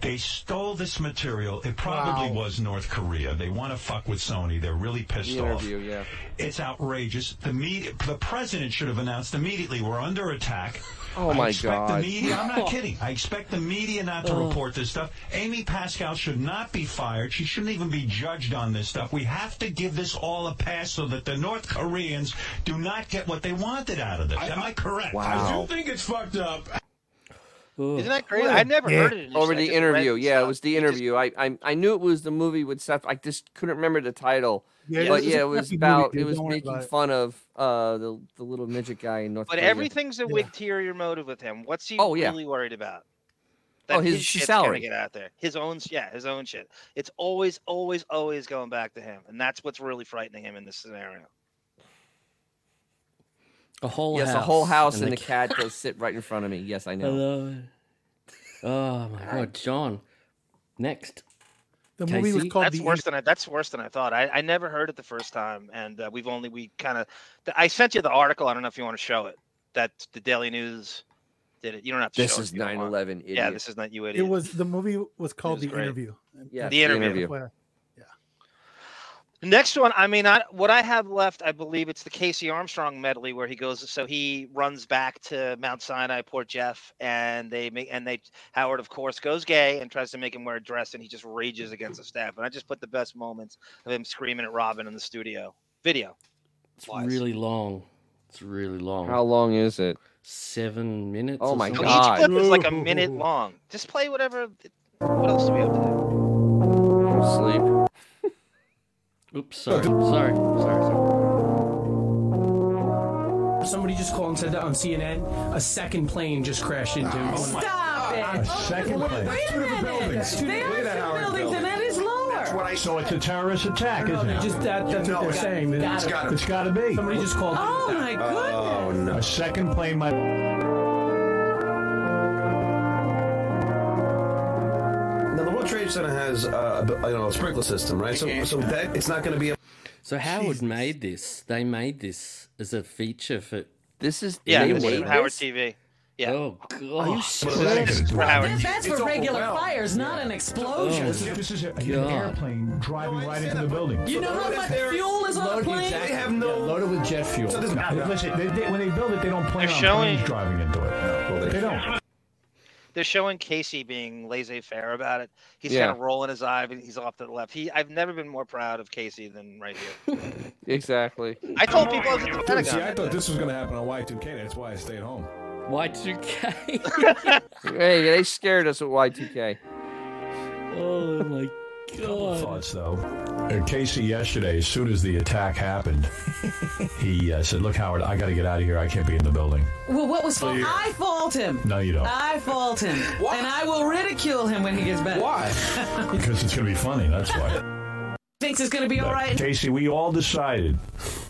[SPEAKER 8] They stole this material. It probably was North Korea. They want to fuck with Sony. They're really pissed
[SPEAKER 1] The
[SPEAKER 8] off.
[SPEAKER 1] interview, yeah.
[SPEAKER 8] It's outrageous. The media, the president should have announced immediately we're under attack.
[SPEAKER 1] Oh,
[SPEAKER 8] I
[SPEAKER 1] my
[SPEAKER 8] expect
[SPEAKER 1] God.
[SPEAKER 8] The media, I'm not kidding. I expect the media not to
[SPEAKER 1] Oh.
[SPEAKER 8] report this stuff. Amy Pascal should not be fired. She shouldn't even be judged on this stuff. We have to give this all a pass so that the North Koreans do not get what they wanted out of this. Am I correct?
[SPEAKER 6] I do think it's fucked up.
[SPEAKER 2] Isn't that crazy? I never heard it.
[SPEAKER 1] Over
[SPEAKER 2] I
[SPEAKER 1] the
[SPEAKER 2] just
[SPEAKER 1] interview,
[SPEAKER 2] read
[SPEAKER 1] yeah, it was the interview. I, I I knew it was the movie with Seth. I just couldn't remember the title.
[SPEAKER 2] Yeah,
[SPEAKER 1] but
[SPEAKER 2] this is
[SPEAKER 1] yeah,
[SPEAKER 2] a
[SPEAKER 1] it was
[SPEAKER 2] crappy movie,
[SPEAKER 1] about
[SPEAKER 2] dude.
[SPEAKER 1] it was
[SPEAKER 2] Don't worry
[SPEAKER 1] making
[SPEAKER 2] about it.
[SPEAKER 1] fun of uh the the little midget guy in North
[SPEAKER 2] But
[SPEAKER 1] Korea.
[SPEAKER 2] everything's a ulterior motive with him. What's he
[SPEAKER 1] Oh, yeah.
[SPEAKER 2] really worried about?
[SPEAKER 1] Oh, his- his
[SPEAKER 2] shit's
[SPEAKER 1] salary.
[SPEAKER 2] Gonna get out there. His own, yeah, his own shit. It's always, always, always going back to him, and that's what's really frightening him in this scenario.
[SPEAKER 3] A whole
[SPEAKER 1] yes,
[SPEAKER 3] house.
[SPEAKER 1] a whole house and,
[SPEAKER 3] the
[SPEAKER 1] the cat does sit right in front of me. Yes, I know.
[SPEAKER 3] Hello. Oh my god, John. Next. Casey?
[SPEAKER 2] That's worse than I. That's worse than I thought. I, I never heard it the first time, and uh, we've only we kind of. I sent you the article. I don't know if you want to show it. That the Daily News did it. You don't have to.
[SPEAKER 1] This
[SPEAKER 2] show it
[SPEAKER 1] is
[SPEAKER 2] if you don't want.
[SPEAKER 1] 9/11
[SPEAKER 2] Yeah,
[SPEAKER 1] idiot.
[SPEAKER 2] this is not you
[SPEAKER 5] It
[SPEAKER 2] idiot.
[SPEAKER 5] was the movie was called
[SPEAKER 2] was
[SPEAKER 5] The
[SPEAKER 2] great.
[SPEAKER 5] Interview.
[SPEAKER 2] Yeah, The Interview. Interview.
[SPEAKER 5] Where-
[SPEAKER 2] Next one, I mean, I, what I have left, I believe it's the Casey Armstrong medley where he goes. So he runs back to Mount Sinai, Port Jeff, and they make and they Howard, of course, goes gay and tries to make him wear a dress, and he just rages against the staff. And I just put the best moments of him screaming at Robin in the studio video.
[SPEAKER 3] It's really long. It's really long.
[SPEAKER 1] How long is it?
[SPEAKER 3] Seven minutes.
[SPEAKER 1] Oh
[SPEAKER 3] or
[SPEAKER 1] my
[SPEAKER 3] something.
[SPEAKER 1] God.
[SPEAKER 2] Each clip is like a minute long. Just play whatever. What else do we have to do?
[SPEAKER 1] Sleep.
[SPEAKER 3] Oops, sorry, sorry, sorry,
[SPEAKER 20] Somebody just called and said that on CNN. A second plane just crashed into.
[SPEAKER 2] Oh
[SPEAKER 10] Stop it.
[SPEAKER 20] second
[SPEAKER 10] Wait a
[SPEAKER 20] That's two different
[SPEAKER 10] minute.
[SPEAKER 20] buildings.
[SPEAKER 10] They are
[SPEAKER 20] Wait a
[SPEAKER 10] different
[SPEAKER 20] Howard
[SPEAKER 10] buildings, and that is lower. That's
[SPEAKER 20] what I
[SPEAKER 6] So it's a terrorist attack,
[SPEAKER 20] No,
[SPEAKER 6] isn't
[SPEAKER 20] they
[SPEAKER 6] it?
[SPEAKER 20] just- that- that's what
[SPEAKER 6] No,
[SPEAKER 20] they're
[SPEAKER 6] it's-
[SPEAKER 20] saying. That-
[SPEAKER 6] it's gotta-
[SPEAKER 20] it's gotta be. Somebody just called- Oh, my
[SPEAKER 6] Oh, no. A second plane might.
[SPEAKER 21] Now the World Trade Center has uh, a bu- you know a sprinkler system, right? So so that it's not going to be a
[SPEAKER 3] So Howard made this. They made this as a feature for.
[SPEAKER 1] This is
[SPEAKER 2] Yeah, this is for Howard TV. Yeah.
[SPEAKER 3] Oh
[SPEAKER 2] Are you
[SPEAKER 3] god.
[SPEAKER 2] serious? This is for Howard.
[SPEAKER 10] That- That's for regular
[SPEAKER 6] overwhelmed.
[SPEAKER 10] fires, not an explosion.
[SPEAKER 6] Oh. This is- this is a- an
[SPEAKER 20] God.
[SPEAKER 6] airplane driving right into the building.
[SPEAKER 10] You know how much fuel is on a plane?
[SPEAKER 6] They have no.
[SPEAKER 20] loaded with jet fuel.
[SPEAKER 6] So there's no, listen, they, they, when they build it, they don't plan
[SPEAKER 2] They're
[SPEAKER 6] on
[SPEAKER 2] showing-
[SPEAKER 6] planes driving into it. they, don't.
[SPEAKER 2] They're showing Casey being laissez-faire about it. He's
[SPEAKER 1] Yeah.
[SPEAKER 2] kind of rolling his eye, but he's off to the left. He, I've never been more proud of Casey than right here.
[SPEAKER 1] Exactly.
[SPEAKER 2] I told people I was at the
[SPEAKER 1] Dude,
[SPEAKER 2] Pentagon.
[SPEAKER 1] see, I thought
[SPEAKER 6] this was going to happen on Y2K. That's why I stayed home.
[SPEAKER 3] Y2K.
[SPEAKER 1] hey, they scared us at Y2K.
[SPEAKER 3] oh my
[SPEAKER 6] Couple thoughts though. Uh, Casey yesterday, as soon as the attack happened, he uh, said, "Look, Howard, I got to get out of here. I can't be in the building."
[SPEAKER 10] Well, what was
[SPEAKER 6] Oh,
[SPEAKER 10] fault? I fault him.
[SPEAKER 6] No, you don't.
[SPEAKER 10] I fault him. And I will ridicule him when he gets back. Why?
[SPEAKER 6] Because it's going to be funny. That's why.
[SPEAKER 10] Thinks it's going to be all
[SPEAKER 6] Look,
[SPEAKER 10] right.
[SPEAKER 6] Casey, we all decided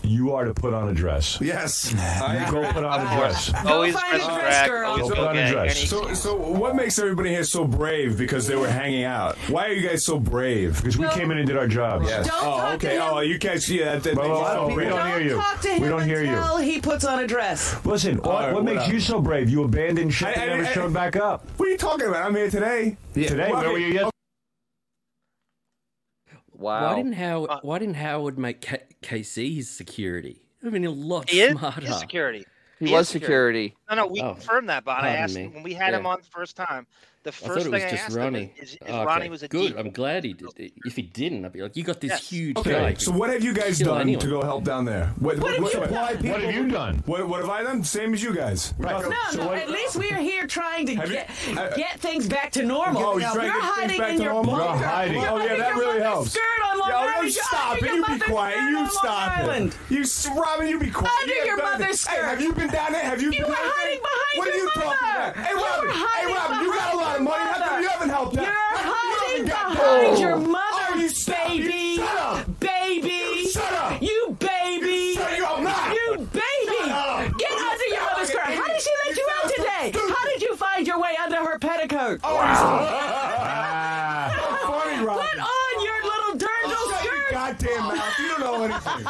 [SPEAKER 6] you are to put on a dress. Yes. You go put on a dress.
[SPEAKER 2] Always
[SPEAKER 10] Go find a
[SPEAKER 2] dress
[SPEAKER 10] dress
[SPEAKER 2] rack,
[SPEAKER 10] girl.
[SPEAKER 2] always
[SPEAKER 6] Go
[SPEAKER 2] go
[SPEAKER 6] put on a
[SPEAKER 2] gay.
[SPEAKER 6] dress.
[SPEAKER 2] Any-
[SPEAKER 22] So, so what makes everybody here so brave? Because they were hanging out. Why are you guys so brave?
[SPEAKER 6] Because we came in and did our jobs.
[SPEAKER 22] Oh, okay. Oh, you guys. Yeah, that, that
[SPEAKER 6] Well, well,
[SPEAKER 22] makes you
[SPEAKER 6] I
[SPEAKER 22] so
[SPEAKER 6] don't- we
[SPEAKER 22] brave.
[SPEAKER 6] don't hear you.
[SPEAKER 10] Talk to him
[SPEAKER 6] We don't hear you.
[SPEAKER 10] until he puts on a dress.
[SPEAKER 6] Listen, what,
[SPEAKER 22] right,
[SPEAKER 6] what
[SPEAKER 22] what
[SPEAKER 6] makes
[SPEAKER 22] up?
[SPEAKER 6] you so brave? You abandoned shit
[SPEAKER 22] I- I-
[SPEAKER 6] and never
[SPEAKER 22] I-
[SPEAKER 6] showed back up.
[SPEAKER 22] What are you talking about? I'm here today.
[SPEAKER 6] Today,
[SPEAKER 22] Well,
[SPEAKER 6] where were you yesterday?
[SPEAKER 1] Wow.
[SPEAKER 3] Why didn't Howard?
[SPEAKER 2] Uh,
[SPEAKER 3] why didn't Howard make K- KC his security? I mean, a lot
[SPEAKER 2] He is,
[SPEAKER 3] smarter.
[SPEAKER 2] he is security.
[SPEAKER 1] He was
[SPEAKER 2] is No, no, we
[SPEAKER 3] Oh,
[SPEAKER 2] confirmed that, Bob. I
[SPEAKER 3] pardon
[SPEAKER 2] asked
[SPEAKER 3] me.
[SPEAKER 2] when we had him
[SPEAKER 3] Yeah.
[SPEAKER 2] on the first time. The
[SPEAKER 3] I thought
[SPEAKER 2] first
[SPEAKER 3] it
[SPEAKER 2] thing
[SPEAKER 3] was
[SPEAKER 2] I
[SPEAKER 3] just
[SPEAKER 2] asked him
[SPEAKER 3] Ronnie.
[SPEAKER 2] is, is, is
[SPEAKER 3] Oh, okay.
[SPEAKER 2] Ronnie was a
[SPEAKER 3] good.
[SPEAKER 2] D.
[SPEAKER 3] I'm glad he did. it. If he didn't, I'd be like, "You got this
[SPEAKER 2] Yes.
[SPEAKER 3] huge
[SPEAKER 22] Okay.
[SPEAKER 3] guy."
[SPEAKER 22] So what have you guys
[SPEAKER 3] Kill
[SPEAKER 22] done
[SPEAKER 3] anyone.
[SPEAKER 22] to go help down there? What,
[SPEAKER 10] What have you
[SPEAKER 22] supply
[SPEAKER 10] done?
[SPEAKER 22] people-
[SPEAKER 10] What have
[SPEAKER 6] you done?
[SPEAKER 22] What, what have I done? Same as you guys.
[SPEAKER 10] No, no. at least we are here trying to
[SPEAKER 22] Have you-
[SPEAKER 10] get
[SPEAKER 22] I-
[SPEAKER 10] get things back to normal.
[SPEAKER 22] Oh, he's
[SPEAKER 10] you're
[SPEAKER 22] trying to get things
[SPEAKER 10] hiding
[SPEAKER 22] back
[SPEAKER 10] in
[SPEAKER 22] to
[SPEAKER 10] your
[SPEAKER 22] normal.
[SPEAKER 10] bunker.
[SPEAKER 22] You're hiding.
[SPEAKER 10] You're
[SPEAKER 22] Oh, yeah,
[SPEAKER 10] hiding
[SPEAKER 22] that
[SPEAKER 10] your
[SPEAKER 22] really
[SPEAKER 10] mother's
[SPEAKER 22] helps.
[SPEAKER 10] Skirt on Long
[SPEAKER 22] Yo,
[SPEAKER 10] Island.
[SPEAKER 22] you
[SPEAKER 10] You're
[SPEAKER 22] stop
[SPEAKER 10] hiding
[SPEAKER 22] it.
[SPEAKER 10] your
[SPEAKER 22] You be
[SPEAKER 10] mother's
[SPEAKER 22] quiet.
[SPEAKER 10] skirt on
[SPEAKER 22] You
[SPEAKER 10] Long
[SPEAKER 22] stop
[SPEAKER 10] Island.
[SPEAKER 22] it. You, s- Robin, you be quiet.
[SPEAKER 10] Under
[SPEAKER 22] You
[SPEAKER 10] your
[SPEAKER 22] have done
[SPEAKER 10] mother's
[SPEAKER 22] it. Hey,
[SPEAKER 10] skirt.
[SPEAKER 22] have you been down there? Have you,
[SPEAKER 10] You
[SPEAKER 22] been
[SPEAKER 10] were
[SPEAKER 22] down there?
[SPEAKER 10] hiding behind
[SPEAKER 22] What
[SPEAKER 10] your
[SPEAKER 22] are you talking
[SPEAKER 10] mother.
[SPEAKER 22] about? Hey,
[SPEAKER 10] You were
[SPEAKER 22] Robin. Hey,
[SPEAKER 10] hiding
[SPEAKER 22] Robin, you got a lot of money. How come you
[SPEAKER 10] behind
[SPEAKER 22] haven't helped
[SPEAKER 10] your
[SPEAKER 22] out? How
[SPEAKER 10] mother.
[SPEAKER 22] come you
[SPEAKER 10] You're
[SPEAKER 22] haven't got
[SPEAKER 10] hiding
[SPEAKER 22] paid?
[SPEAKER 10] your
[SPEAKER 22] Oh,
[SPEAKER 10] mother,
[SPEAKER 22] you stop. You
[SPEAKER 10] baby.
[SPEAKER 22] shut up.
[SPEAKER 10] Baby.
[SPEAKER 22] You shut up.
[SPEAKER 10] You baby.
[SPEAKER 22] You shut your mouth.
[SPEAKER 10] You baby.
[SPEAKER 22] Shut up.
[SPEAKER 6] Oh,
[SPEAKER 8] Funny, Rob.
[SPEAKER 10] Put on your little dirndl skirt.
[SPEAKER 8] Goddamn mouth. You don't know anything.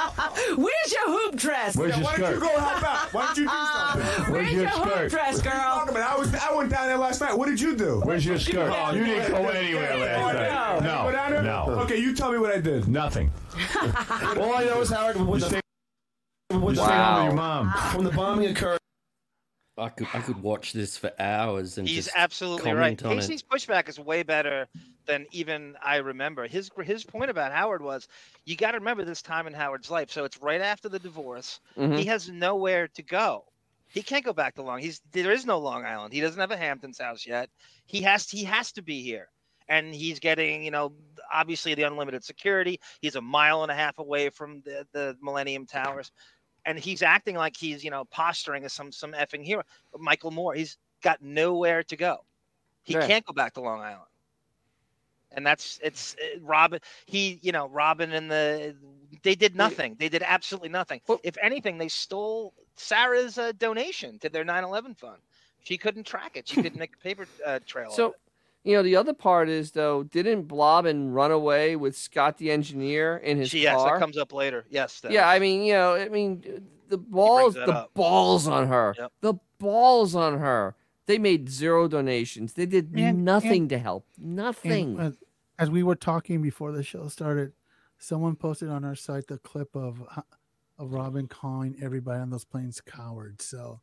[SPEAKER 10] Where's your hoop dress?
[SPEAKER 8] Where's your Why don't you skirt? go help out? Why don't you do something?
[SPEAKER 10] Where's
[SPEAKER 8] Where's
[SPEAKER 10] your,
[SPEAKER 8] your
[SPEAKER 10] hoop
[SPEAKER 8] skirt?
[SPEAKER 10] dress, girl?
[SPEAKER 8] Talking about, I was I went down there last night. What did you do? Where's your skirt? Oh,
[SPEAKER 6] You didn't go anywhere last night.
[SPEAKER 8] No. Go down there?
[SPEAKER 6] No.
[SPEAKER 8] Okay, you tell me what I did.
[SPEAKER 6] Nothing. All I know is Howard was stay, was
[SPEAKER 3] You
[SPEAKER 6] stay
[SPEAKER 3] stay-
[SPEAKER 6] home with your mom when the bombing occurred.
[SPEAKER 3] I could I could watch this for hours and
[SPEAKER 2] He's
[SPEAKER 3] just
[SPEAKER 2] absolutely right.
[SPEAKER 3] comment on it.
[SPEAKER 2] Casey's pushback is way better than even I remember. His his point about Howard was, you got to remember this time in Howard's life. So it's right after the divorce.
[SPEAKER 1] Mhm.
[SPEAKER 2] He
[SPEAKER 3] Mm-hmm.
[SPEAKER 2] has nowhere to go. He can't go back to Long. He's there is no Long Island. He doesn't have a Hamptons house yet. He has he has to be here, and he's getting you know obviously the unlimited security. He's a mile and a half away from the, the Millennium Towers, and he's acting like he's you know posturing as some some effing hero. Michael Moore. He's got nowhere to go. He
[SPEAKER 1] Yeah.
[SPEAKER 2] can't go back to Long Island. And that's it's uh, Robin. He, you know, Robin and the they did nothing. They did absolutely nothing. If anything, they stole Sarah's uh, donation to their 9/11 fund. She couldn't track it. She couldn't make a paper uh, trail. of
[SPEAKER 1] So, you know, the other part is though, didn't Blobbin run away with Scott the engineer in his
[SPEAKER 2] it. yes,
[SPEAKER 1] car?
[SPEAKER 2] that comes up later. Yes. that-
[SPEAKER 1] yeah, I mean, you know, I mean, the balls,
[SPEAKER 2] that
[SPEAKER 1] the
[SPEAKER 2] up.
[SPEAKER 1] balls on her,
[SPEAKER 2] Yep.
[SPEAKER 1] the balls on her. They made zero donations. They did
[SPEAKER 5] And-
[SPEAKER 1] nothing
[SPEAKER 5] and-
[SPEAKER 1] to help. Nothing.
[SPEAKER 5] And, uh, as we were talking before the show started, someone posted on our site the clip of h- of Robin calling everybody on those planes cowards. So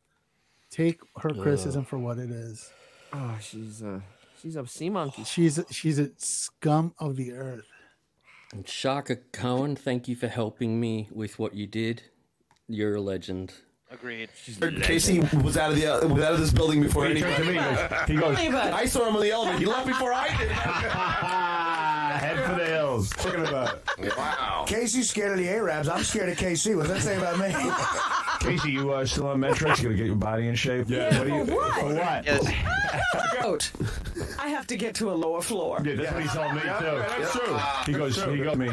[SPEAKER 5] take her
[SPEAKER 1] Ugh.
[SPEAKER 5] criticism for what it is.
[SPEAKER 1] oh, she's uh, she's a sea monkey.
[SPEAKER 5] She's she's a scum of the earth.
[SPEAKER 3] And Shaka Cohen, thank you for helping me with what you did. You're a legend.
[SPEAKER 2] Agreed.
[SPEAKER 6] Casey was out of the uh, was out of this building before
[SPEAKER 3] He
[SPEAKER 6] anybody.
[SPEAKER 3] turned
[SPEAKER 8] to me, he goes, Leave it.
[SPEAKER 6] I saw him on the elevator. He left before I did.
[SPEAKER 8] Head for the hills. Talking about it. Wow.
[SPEAKER 23] Casey's scared of the Arabs. I'm scared of KC. What's that say about me?
[SPEAKER 8] Casey, you uh, still on metrics? Gonna get your body in shape? Yeah. What are you,
[SPEAKER 10] for what?
[SPEAKER 8] For what?
[SPEAKER 10] Out. I have to get to a lower floor.
[SPEAKER 8] Yeah, that's what he told me too.
[SPEAKER 10] that's true.
[SPEAKER 8] He goes, he goes, me,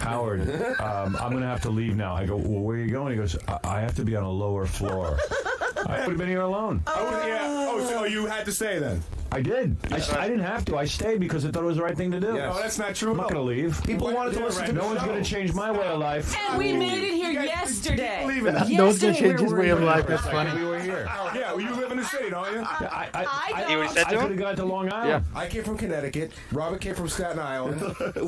[SPEAKER 8] Howard. Um, I'm gonna have to leave now. I go, well, where are you going? He goes, I, I have to be on a lower floor. I would have been here alone. Oh, yeah. Oh, so you had to stay then? I did. I, st- I didn't have to. I stayed because I thought it was the right thing to do. Yes. No, Oh, that's not true I'm not at all. going to leave.
[SPEAKER 6] People
[SPEAKER 8] What
[SPEAKER 6] wanted to
[SPEAKER 8] you're
[SPEAKER 6] listen
[SPEAKER 8] right.
[SPEAKER 6] to the
[SPEAKER 8] No one's
[SPEAKER 6] show.
[SPEAKER 8] going to change my way of life.
[SPEAKER 10] And we made it here yesterday.
[SPEAKER 8] believe in that.
[SPEAKER 5] No one's gonna
[SPEAKER 10] Yesterday,
[SPEAKER 5] change his
[SPEAKER 10] where
[SPEAKER 5] way of
[SPEAKER 10] were
[SPEAKER 5] life.
[SPEAKER 10] you?
[SPEAKER 5] That's funny.
[SPEAKER 8] We were here. Yeah, well, you live in the city, don't you? I, I,
[SPEAKER 10] I
[SPEAKER 2] know.
[SPEAKER 8] I could have gone to Long Island.
[SPEAKER 6] I came from Connecticut. Robert came from Staten Island.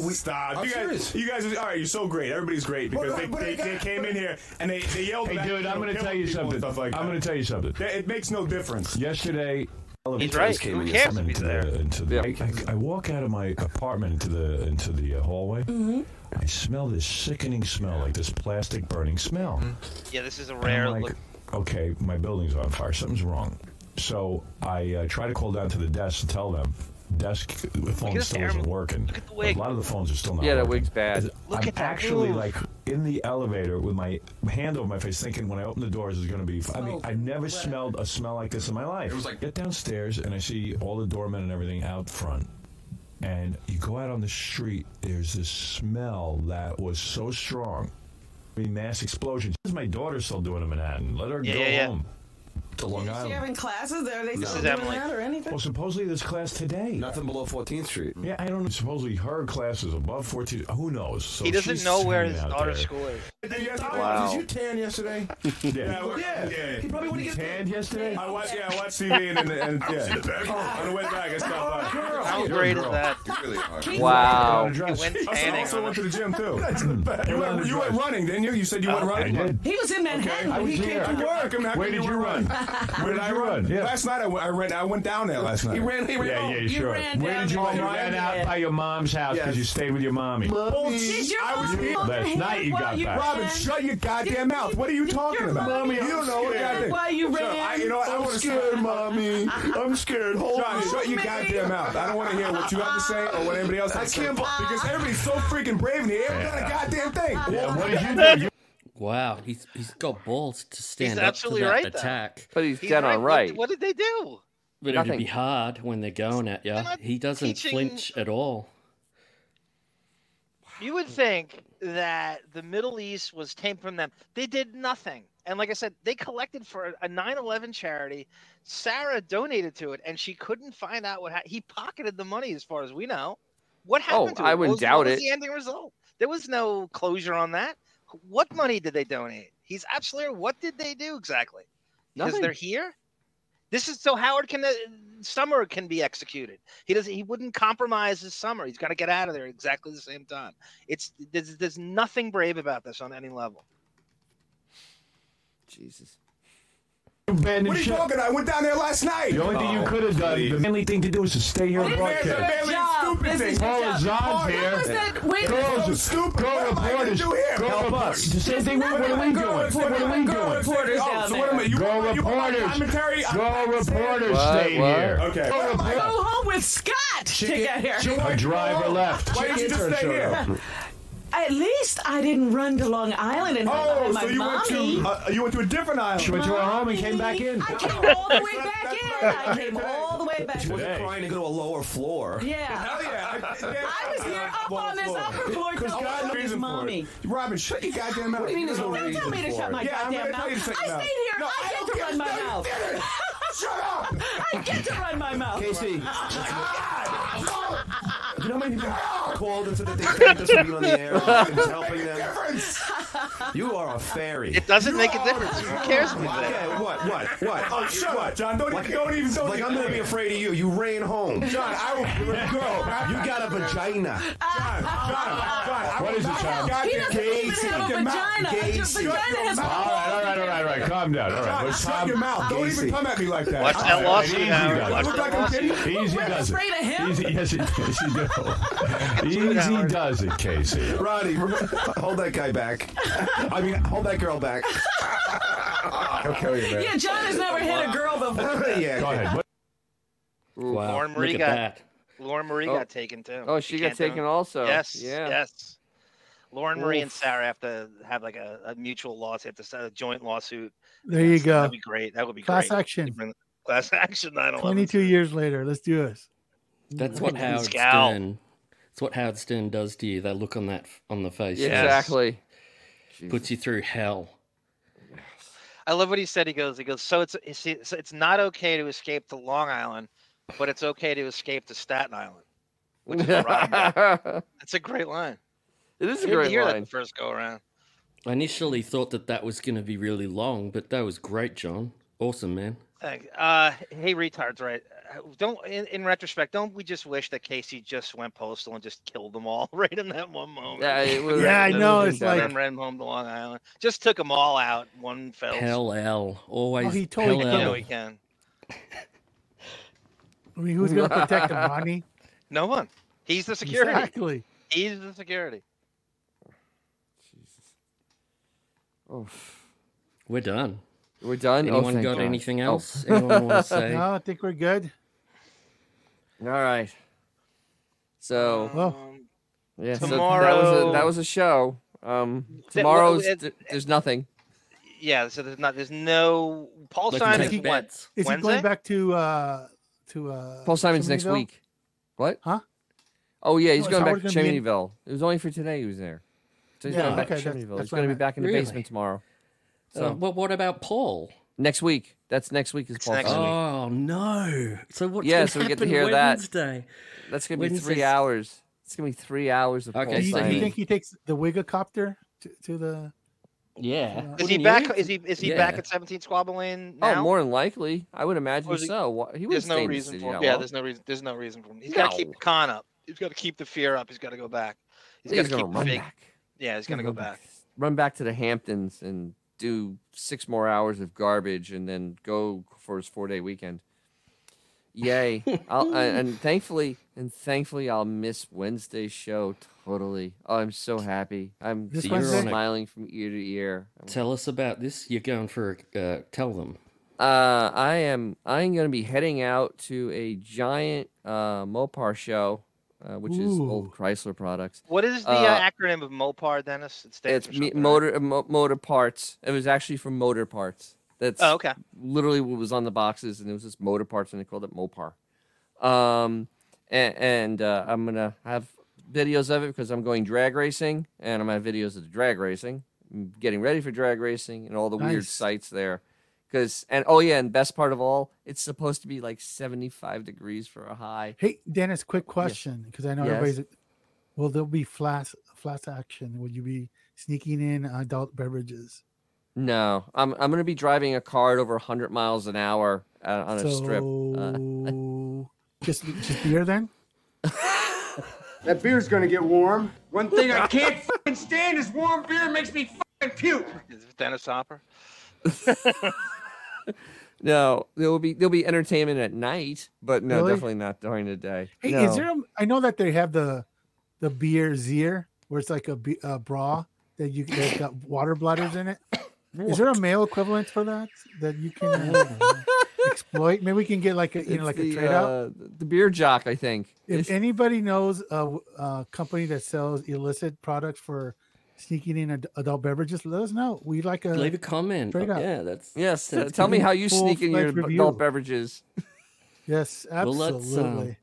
[SPEAKER 6] we,
[SPEAKER 8] Stop.
[SPEAKER 6] I'm
[SPEAKER 22] you guys,
[SPEAKER 6] serious.
[SPEAKER 22] you guys, are, all right. You're so great. Everybody's great because
[SPEAKER 6] But-
[SPEAKER 22] they,
[SPEAKER 6] but
[SPEAKER 22] they,
[SPEAKER 6] I got-
[SPEAKER 22] they came in here and they, they yelled.
[SPEAKER 8] Hey,
[SPEAKER 22] back,
[SPEAKER 8] dude, I'm
[SPEAKER 22] know,
[SPEAKER 8] going to
[SPEAKER 22] killing
[SPEAKER 8] tell you
[SPEAKER 22] people and
[SPEAKER 8] something.
[SPEAKER 22] Stuff like
[SPEAKER 8] I'm going to tell you something.
[SPEAKER 22] that. It makes no difference.
[SPEAKER 8] Yesterday,
[SPEAKER 22] He's right. Who
[SPEAKER 8] in
[SPEAKER 22] cares
[SPEAKER 8] into the, into the, I, I walk out of my apartment into the into the uh, hallway. I smell this sickening smell, like this plastic burning smell.
[SPEAKER 22] Mm-hmm.
[SPEAKER 2] Yeah, this is a
[SPEAKER 8] And I'm
[SPEAKER 2] rare
[SPEAKER 8] like,
[SPEAKER 2] look.
[SPEAKER 8] Okay, my building's on fire. Something's wrong. So I uh, try to call down to the desk to tell them. Desk, the phone
[SPEAKER 1] this
[SPEAKER 8] still
[SPEAKER 1] arrow.
[SPEAKER 8] isn't working. A lot of the phones are still not
[SPEAKER 1] Yeah,
[SPEAKER 8] working.
[SPEAKER 1] that wig's bad.
[SPEAKER 8] Look I'm actually like in the elevator with my hand over my face, thinking when I open the doors is going to be. I mean, I never smelled a smell like this in my life. It was like get downstairs and I see all the doormen and everything out front, and you go out on the street. There's this smell that was so strong. I mean, mass explosions. This is my daughter still doing in Manhattan. Let her
[SPEAKER 2] Yeah,
[SPEAKER 8] go
[SPEAKER 2] yeah, yeah.
[SPEAKER 8] home to Long
[SPEAKER 10] Is she
[SPEAKER 8] Island.
[SPEAKER 10] having classes there? Are they
[SPEAKER 8] This
[SPEAKER 10] still
[SPEAKER 8] is
[SPEAKER 10] doing
[SPEAKER 8] Emily.
[SPEAKER 10] that or anything?
[SPEAKER 8] Well, supposedly this class today.
[SPEAKER 6] Nothing below 14th Street.
[SPEAKER 8] Yeah, I don't. Supposedly her class is above 14. Who knows? So
[SPEAKER 2] he doesn't
[SPEAKER 8] she's
[SPEAKER 2] know where
[SPEAKER 8] hanging
[SPEAKER 2] his
[SPEAKER 8] out
[SPEAKER 2] daughter's
[SPEAKER 8] there.
[SPEAKER 2] school is.
[SPEAKER 6] Wow. Did you tan yesterday?
[SPEAKER 8] yeah.
[SPEAKER 22] Yeah, yeah, yeah.
[SPEAKER 6] He probably wouldn't get
[SPEAKER 8] tanned yesterday.
[SPEAKER 22] I watched, yeah, I watched TV and, and, and
[SPEAKER 6] I was
[SPEAKER 22] yeah. Oh,
[SPEAKER 6] in the back.
[SPEAKER 22] On the way back,
[SPEAKER 8] Oh,
[SPEAKER 22] I stopped by.
[SPEAKER 2] How great is that?
[SPEAKER 1] Wow.
[SPEAKER 8] You
[SPEAKER 2] went
[SPEAKER 22] I
[SPEAKER 2] tanning
[SPEAKER 22] also
[SPEAKER 2] on
[SPEAKER 22] went
[SPEAKER 2] a-
[SPEAKER 22] to the gym too. you, went, you went running, didn't you? You said you went running.
[SPEAKER 10] He was in Manhattan
[SPEAKER 22] I
[SPEAKER 10] when
[SPEAKER 22] was
[SPEAKER 10] he
[SPEAKER 22] here.
[SPEAKER 10] came
[SPEAKER 22] I
[SPEAKER 10] to work.
[SPEAKER 22] work. I'm happy
[SPEAKER 8] Where did
[SPEAKER 22] were
[SPEAKER 8] you
[SPEAKER 22] running.
[SPEAKER 8] run?
[SPEAKER 22] Where did I run?
[SPEAKER 8] Yeah.
[SPEAKER 22] Last night I went, I ran. I went down there last night.
[SPEAKER 6] He ran- he ran
[SPEAKER 22] Yeah,
[SPEAKER 6] home.
[SPEAKER 22] yeah,
[SPEAKER 6] You
[SPEAKER 22] sure.
[SPEAKER 6] ran
[SPEAKER 22] Where
[SPEAKER 6] down
[SPEAKER 22] did you
[SPEAKER 6] there.
[SPEAKER 22] run?
[SPEAKER 6] You
[SPEAKER 22] You
[SPEAKER 6] ran
[SPEAKER 22] ran
[SPEAKER 6] out
[SPEAKER 22] out
[SPEAKER 8] by your mom's house because
[SPEAKER 22] Yes.
[SPEAKER 8] you stayed with your mommy.
[SPEAKER 22] Bullshit. I was here.
[SPEAKER 8] Last night you got back.
[SPEAKER 22] Robin, shut your goddamn mouth. What are you talking about?
[SPEAKER 6] mommy,
[SPEAKER 22] you
[SPEAKER 6] I'm
[SPEAKER 22] don't know what
[SPEAKER 6] scared.
[SPEAKER 22] goddamn.
[SPEAKER 6] Why you
[SPEAKER 22] Shut up.
[SPEAKER 6] ran?
[SPEAKER 22] I, you know what? I
[SPEAKER 6] I'm
[SPEAKER 22] want to
[SPEAKER 6] scared, mommy. I'm scared. Hold
[SPEAKER 22] John,
[SPEAKER 6] on.
[SPEAKER 22] shut your goddamn mouth. I don't want to hear what you have to say or what anybody else
[SPEAKER 6] I
[SPEAKER 22] has to say.
[SPEAKER 6] can't bu-
[SPEAKER 22] Because everybody's so freaking brave in here. Every kind of goddamn thing.
[SPEAKER 8] Yeah, what did you do?
[SPEAKER 3] Wow, he's he's got balls to stand
[SPEAKER 2] He's
[SPEAKER 3] up
[SPEAKER 2] absolutely
[SPEAKER 3] to that
[SPEAKER 2] right, though.
[SPEAKER 3] attack.
[SPEAKER 1] But he's He's dead right. on What- right.
[SPEAKER 2] What did they do?
[SPEAKER 3] But
[SPEAKER 1] Nothing.
[SPEAKER 3] it'd be hard when they're going at you. He doesn't
[SPEAKER 2] teaching-
[SPEAKER 3] flinch at all.
[SPEAKER 2] You would think that the Middle East was tamed from them. They did nothing. And like I said, they collected for a 9/11 charity. Sarah donated to it, and she couldn't find out what ha- he pocketed the money, as far as we know. What happened?
[SPEAKER 1] Oh,
[SPEAKER 2] to it?
[SPEAKER 1] I
[SPEAKER 2] What
[SPEAKER 1] wouldn't
[SPEAKER 2] was-
[SPEAKER 1] doubt
[SPEAKER 2] what was
[SPEAKER 1] it.
[SPEAKER 2] The ending result. There was no closure on that. What money did they donate? He's absolutely. What did they do exactly? Because
[SPEAKER 1] Nothing.
[SPEAKER 2] they're here. This is so Howard can uh, summer can be executed. He doesn't. He wouldn't compromise his summer. He's got to get out of there at exactly the same time. It's there's, there's nothing brave about this on any level.
[SPEAKER 1] Jesus.
[SPEAKER 6] What are you talking about? I went down there last night.
[SPEAKER 22] The only thing you could have done, the manly thing to do, is to stay here and
[SPEAKER 6] Hey, man,
[SPEAKER 22] broadcast.
[SPEAKER 6] man, man, stupid
[SPEAKER 22] This
[SPEAKER 6] thing.
[SPEAKER 22] is Paul
[SPEAKER 6] Paul
[SPEAKER 22] Azan's
[SPEAKER 6] Azan's
[SPEAKER 22] here.
[SPEAKER 6] here.
[SPEAKER 22] Girls are
[SPEAKER 6] stupid.
[SPEAKER 22] girl
[SPEAKER 6] What am I going to
[SPEAKER 22] reporters-
[SPEAKER 6] do here?
[SPEAKER 22] girl Help us. reporters. The same thing we-
[SPEAKER 6] What
[SPEAKER 22] what are
[SPEAKER 6] am I
[SPEAKER 22] we
[SPEAKER 6] going
[SPEAKER 22] doing?
[SPEAKER 6] for?
[SPEAKER 22] What are we
[SPEAKER 6] Girl
[SPEAKER 22] doing? Reporters
[SPEAKER 6] Oh,
[SPEAKER 22] down
[SPEAKER 6] so what am I?
[SPEAKER 22] there.
[SPEAKER 6] You
[SPEAKER 22] Girl
[SPEAKER 6] want- you want my
[SPEAKER 22] reporters.
[SPEAKER 6] commentary? I'm
[SPEAKER 22] Girl
[SPEAKER 6] not saying-
[SPEAKER 22] reporters What? stay What? here.
[SPEAKER 6] Okay. Oh,
[SPEAKER 22] Girl
[SPEAKER 6] What am I-
[SPEAKER 11] reporters.
[SPEAKER 10] Go home with Scott to get here.
[SPEAKER 22] A driver left.
[SPEAKER 6] Why didn't you just
[SPEAKER 22] Intern
[SPEAKER 6] stay
[SPEAKER 22] showed
[SPEAKER 6] here?
[SPEAKER 22] up.
[SPEAKER 10] At least I didn't run to Long Island and hang out
[SPEAKER 6] Oh,
[SPEAKER 10] with my
[SPEAKER 6] so you went
[SPEAKER 10] mommy.
[SPEAKER 6] to uh, you went to a different island.
[SPEAKER 22] She went to her home and came back in.
[SPEAKER 10] I came all the way back in. I came all the way back.
[SPEAKER 24] She wasn't crying to go to a lower floor.
[SPEAKER 10] Yeah. I was here up on this upper floor
[SPEAKER 6] Because
[SPEAKER 10] till
[SPEAKER 6] God
[SPEAKER 10] all
[SPEAKER 6] knows
[SPEAKER 10] his
[SPEAKER 6] reason for
[SPEAKER 10] mommy.
[SPEAKER 6] it. Robin, shut your goddamn mouth.
[SPEAKER 10] What do you mean there's no
[SPEAKER 6] Don't
[SPEAKER 10] reason for it? Yeah, I'm gonna tell you to shut your mouth. No, I don't give a shit. You did it.
[SPEAKER 6] Shut up!
[SPEAKER 10] I get to run my mouth.
[SPEAKER 24] Casey. You know how many people called into the they begged us to be on the air and it's helping them? You are a fairy.
[SPEAKER 2] It doesn't make a difference. Who cares about that?
[SPEAKER 24] Okay, what, what, what?
[SPEAKER 6] Oh, shut up, John. Don't,
[SPEAKER 24] Like-
[SPEAKER 6] don't even. Don't
[SPEAKER 24] like
[SPEAKER 6] even
[SPEAKER 24] I'm gonna be afraid of you. You ran home.
[SPEAKER 6] John, I will. Girl,
[SPEAKER 24] You got a vagina.
[SPEAKER 6] John, John, John. I
[SPEAKER 22] What
[SPEAKER 6] will
[SPEAKER 22] is it,
[SPEAKER 6] not-
[SPEAKER 22] John?
[SPEAKER 6] God
[SPEAKER 10] He
[SPEAKER 6] damn-
[SPEAKER 10] doesn't even
[SPEAKER 6] Casey,
[SPEAKER 10] have a
[SPEAKER 6] shut your mouth.
[SPEAKER 10] vagina. Your
[SPEAKER 6] Casey, shut
[SPEAKER 10] vagina
[SPEAKER 6] your
[SPEAKER 10] has
[SPEAKER 6] mouth.
[SPEAKER 10] balls.
[SPEAKER 22] All right, all right, all right, all right. Calm down. All right,
[SPEAKER 6] John,
[SPEAKER 22] let's
[SPEAKER 6] shut
[SPEAKER 24] calm-
[SPEAKER 6] your mouth. Don't
[SPEAKER 24] Casey.
[SPEAKER 6] even come at me like that.
[SPEAKER 2] Watch that
[SPEAKER 6] All
[SPEAKER 2] lawsuit,
[SPEAKER 6] easy,
[SPEAKER 2] Howard.
[SPEAKER 6] guys.
[SPEAKER 2] Watch
[SPEAKER 6] Look
[SPEAKER 2] that
[SPEAKER 6] like I'm kidding.
[SPEAKER 2] lawsuit.
[SPEAKER 22] Easy
[SPEAKER 10] We're
[SPEAKER 22] does
[SPEAKER 10] afraid of
[SPEAKER 22] it.
[SPEAKER 10] him?
[SPEAKER 22] Easy, yes, it, yes, you do. Easy does it, Casey.
[SPEAKER 24] Ronnie, hold that guy back. I mean, hold that girl back. I'll kill you, man.
[SPEAKER 10] Yeah, John has never hit a girl before.
[SPEAKER 24] yeah,
[SPEAKER 22] Go ahead. What-
[SPEAKER 3] Wow,
[SPEAKER 2] Lauren Marie
[SPEAKER 3] look
[SPEAKER 2] got-
[SPEAKER 3] at that.
[SPEAKER 2] Lauren Marie
[SPEAKER 1] Oh.
[SPEAKER 2] got taken too.
[SPEAKER 1] Oh, she got
[SPEAKER 2] can't do
[SPEAKER 1] taken
[SPEAKER 2] it.
[SPEAKER 1] also.
[SPEAKER 2] Yes.
[SPEAKER 1] Yeah.
[SPEAKER 2] Yes. Lauren Marie and
[SPEAKER 1] Oof.
[SPEAKER 2] Sarah have to have like a, a mutual lawsuit, have to set a joint lawsuit.
[SPEAKER 5] There you go.
[SPEAKER 2] That'd be great. That would be
[SPEAKER 5] Class
[SPEAKER 2] great.
[SPEAKER 5] action.
[SPEAKER 2] Bring- Class action 9 11.
[SPEAKER 5] 22 years later. Let's do this.
[SPEAKER 3] That's what Howard
[SPEAKER 2] Scowl.
[SPEAKER 3] Stern. That's what Howard Stern does to you. That look on that on the face.
[SPEAKER 1] Yeah,
[SPEAKER 3] It just
[SPEAKER 1] Exactly.
[SPEAKER 3] Puts you through hell.
[SPEAKER 2] I love what he said. He goes, he goes, so it's you see, so it's not okay to escape to Long Island, but it's okay to escape to Staten Island. Which is Rhode
[SPEAKER 1] it
[SPEAKER 2] That's a great line.
[SPEAKER 1] is a
[SPEAKER 2] I didn't
[SPEAKER 1] great
[SPEAKER 2] hear that
[SPEAKER 1] line.
[SPEAKER 2] the first go around.
[SPEAKER 3] I initially thought that that was going to be really long, but that was great, John. Awesome, man.
[SPEAKER 2] Thank- Uh, hey, retards, right? Uh, Don't in, in retrospect, don't we just wish that Casey just went postal and just killed them all right in that one moment?
[SPEAKER 1] Yeah, it was-
[SPEAKER 5] Yeah, I
[SPEAKER 1] it
[SPEAKER 5] know,
[SPEAKER 1] was
[SPEAKER 5] it's
[SPEAKER 1] better.
[SPEAKER 5] like-
[SPEAKER 2] Ran, ran home to Long Island. Just took them all out one fell.
[SPEAKER 3] Hell, L. Always.
[SPEAKER 5] Oh, he
[SPEAKER 2] I
[SPEAKER 5] totally
[SPEAKER 3] hell,
[SPEAKER 5] killed
[SPEAKER 2] know
[SPEAKER 3] L.
[SPEAKER 2] he can.
[SPEAKER 5] I mean, who's going to protect him, Ronnie?
[SPEAKER 2] No one. He's the security.
[SPEAKER 5] Exactly.
[SPEAKER 2] He's the security.
[SPEAKER 1] Oh,
[SPEAKER 3] We're done.
[SPEAKER 1] we're done. Oh,
[SPEAKER 3] Anyone
[SPEAKER 1] thank
[SPEAKER 3] got
[SPEAKER 1] God.
[SPEAKER 3] anything
[SPEAKER 1] Oh,
[SPEAKER 3] else? Anyone want to say?
[SPEAKER 5] No, I think we're good.
[SPEAKER 1] all right. So
[SPEAKER 5] Well,
[SPEAKER 2] Um,
[SPEAKER 1] yeah, so that was a, that was a show. Um,
[SPEAKER 2] That- well,
[SPEAKER 1] tomorrow's
[SPEAKER 2] it-
[SPEAKER 1] th- there's nothing.
[SPEAKER 2] yeah, so there's not there's no Paul
[SPEAKER 3] Like
[SPEAKER 2] Simon
[SPEAKER 3] take
[SPEAKER 2] is what?
[SPEAKER 3] bets.
[SPEAKER 5] is he
[SPEAKER 2] Wednesday?
[SPEAKER 5] going back to uh to uh
[SPEAKER 1] Paul Simon's next
[SPEAKER 5] Summerville?
[SPEAKER 1] week. What?
[SPEAKER 5] Huh?
[SPEAKER 1] Oh yeah, he's
[SPEAKER 5] No, is
[SPEAKER 1] going back
[SPEAKER 5] Howard
[SPEAKER 1] to
[SPEAKER 5] gonna be in-
[SPEAKER 1] Chimneyville. It was only for today. He was there. So he's
[SPEAKER 5] Yeah,
[SPEAKER 1] going back
[SPEAKER 5] okay,
[SPEAKER 1] to
[SPEAKER 5] that's-
[SPEAKER 1] Chimneyville.
[SPEAKER 5] that's
[SPEAKER 1] He's
[SPEAKER 5] what I
[SPEAKER 1] going to be
[SPEAKER 5] meant.
[SPEAKER 1] back in the
[SPEAKER 3] Really?
[SPEAKER 1] basement tomorrow.
[SPEAKER 3] So,
[SPEAKER 1] So
[SPEAKER 3] what, what about Paul?
[SPEAKER 1] next week. That's next week is Paul
[SPEAKER 2] next
[SPEAKER 1] Simon.
[SPEAKER 2] week.
[SPEAKER 3] Oh no! So what's
[SPEAKER 1] Yeah,
[SPEAKER 3] gonna
[SPEAKER 1] so we get to
[SPEAKER 3] happen
[SPEAKER 1] hear that.
[SPEAKER 3] Wednesday?
[SPEAKER 1] That's gonna be
[SPEAKER 3] Wednesday's-
[SPEAKER 1] three hours. It's gonna be three hours of
[SPEAKER 3] Okay,
[SPEAKER 1] Paul
[SPEAKER 5] Do you, do
[SPEAKER 3] so
[SPEAKER 5] you
[SPEAKER 1] Simon.
[SPEAKER 5] think he takes the Wigacopter to, to the?
[SPEAKER 3] Yeah.
[SPEAKER 5] Is
[SPEAKER 2] Is
[SPEAKER 3] Wouldn't
[SPEAKER 2] he
[SPEAKER 3] you?
[SPEAKER 2] back? Is he is he back
[SPEAKER 3] Yeah.
[SPEAKER 2] at 17 Squabble Lane
[SPEAKER 1] Oh,
[SPEAKER 2] now?
[SPEAKER 1] more than likely, I would imagine
[SPEAKER 2] Or is he-
[SPEAKER 1] so. Wha- He
[SPEAKER 2] There's
[SPEAKER 1] was
[SPEAKER 2] no reason for him. Yeah, there's no reason. There's no reason for him. He's got to keep
[SPEAKER 1] No.
[SPEAKER 2] the con up. He's got to keep the fear up. He's got to go back. He's got
[SPEAKER 1] he's
[SPEAKER 2] to
[SPEAKER 1] gonna
[SPEAKER 2] keep the
[SPEAKER 1] run
[SPEAKER 2] fake.
[SPEAKER 1] back.
[SPEAKER 2] Yeah, he's gonna go back.
[SPEAKER 1] Run back to the Hamptons and do six more hours of garbage, and then go for his four day weekend. Yay! I'll, I, and thankfully, and thankfully, I'll miss Wednesday's show totally. Oh, I'm so happy. I'm
[SPEAKER 5] This
[SPEAKER 1] just
[SPEAKER 5] Wednesday?
[SPEAKER 1] smiling from ear to ear.
[SPEAKER 3] Tell us about this. You're going for. a- Uh, tell them.
[SPEAKER 1] Uh, I am. I'm going to be heading out to a giant uh, Mopar show, uh, which is
[SPEAKER 5] Ooh.
[SPEAKER 1] old Chrysler products.
[SPEAKER 2] What is the uh,
[SPEAKER 1] Uh,
[SPEAKER 2] acronym of Mopar, Dennis? It stands
[SPEAKER 1] It's
[SPEAKER 2] for
[SPEAKER 1] me-
[SPEAKER 2] something, right?
[SPEAKER 1] motor uh, mo- motor parts. It was actually from motor parts. That's
[SPEAKER 2] Oh, okay.
[SPEAKER 1] literally what was on the boxes, and it was just motor parts, and they called it Mopar. Um, and, and uh, I'm gonna have videos of it because I'm going drag racing, and I'm gonna have videos of the drag racing. getting ready for drag racing and all the weird
[SPEAKER 5] Nice.
[SPEAKER 1] sights there. Because and oh yeah, and best part of all, it's supposed to be like seventy five degrees for a high.
[SPEAKER 5] Hey, Dennis, quick question because I know
[SPEAKER 1] Yes.
[SPEAKER 5] everybody's. Will there be flash flash action? Will you be sneaking in adult beverages?
[SPEAKER 1] No, I'm I'm gonna be driving a car at over hundred miles an hour uh, on a strip. Uh,
[SPEAKER 5] So, just just beer then.
[SPEAKER 7] That beer's gonna get warm. One thing I can't fucking stand is warm beer makes me fucking puke.
[SPEAKER 2] Is it Dennis Hopper?
[SPEAKER 1] no, there will be there'll be entertainment at night, but no,
[SPEAKER 5] Really?
[SPEAKER 1] definitely not during the day.
[SPEAKER 5] Hey,
[SPEAKER 1] no.
[SPEAKER 5] is there? A, I know that they have the the beer zier where it's like a, be- a bra that you that's got water bladders in it. Is there a male equivalent for that that you can uh, exploit? Maybe we can get like a you know
[SPEAKER 1] It's
[SPEAKER 5] like
[SPEAKER 1] the,
[SPEAKER 5] a trade out.
[SPEAKER 1] uh, the beer jock, I think.
[SPEAKER 5] If
[SPEAKER 1] It's-
[SPEAKER 5] anybody knows a, w- a company that sells illicit products for sneaking in ad- adult beverages, let us know. We like a
[SPEAKER 3] Leave a comment.
[SPEAKER 5] straight up.
[SPEAKER 3] Yeah, that's
[SPEAKER 1] yes.
[SPEAKER 3] that's
[SPEAKER 1] tell me
[SPEAKER 3] good.
[SPEAKER 1] how you sneak in your
[SPEAKER 5] full-fledged
[SPEAKER 1] b-
[SPEAKER 5] review.
[SPEAKER 1] adult beverages.
[SPEAKER 5] Yes,
[SPEAKER 3] Well, let's, um,
[SPEAKER 5] absolutely.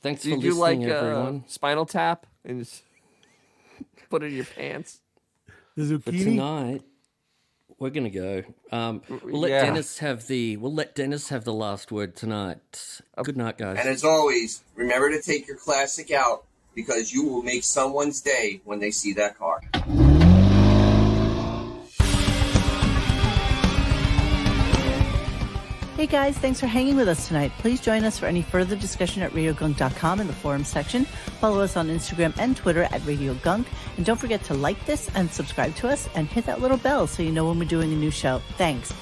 [SPEAKER 3] Thanks
[SPEAKER 1] Do you
[SPEAKER 3] for
[SPEAKER 1] do like
[SPEAKER 3] listening, everyone.
[SPEAKER 1] Uh, Spinal Tap and just put it in your pants?
[SPEAKER 5] The
[SPEAKER 3] But
[SPEAKER 5] zucchini.
[SPEAKER 3] tonight we're gonna go. Um, we'll let
[SPEAKER 1] yeah.
[SPEAKER 3] Dennis have the we'll let Dennis have the last word tonight. Good night, guys.
[SPEAKER 25] And as always, remember to take your classic out because you will make someone's day when they see that car.
[SPEAKER 26] Hey guys, thanks for hanging with us tonight. Please join us for any further discussion at radiogunk.com in the forum section. Follow us on Instagram and Twitter at Radio Gunk. And don't forget to like this and subscribe to us and hit that little bell so you know when we're doing a new show. Thanks.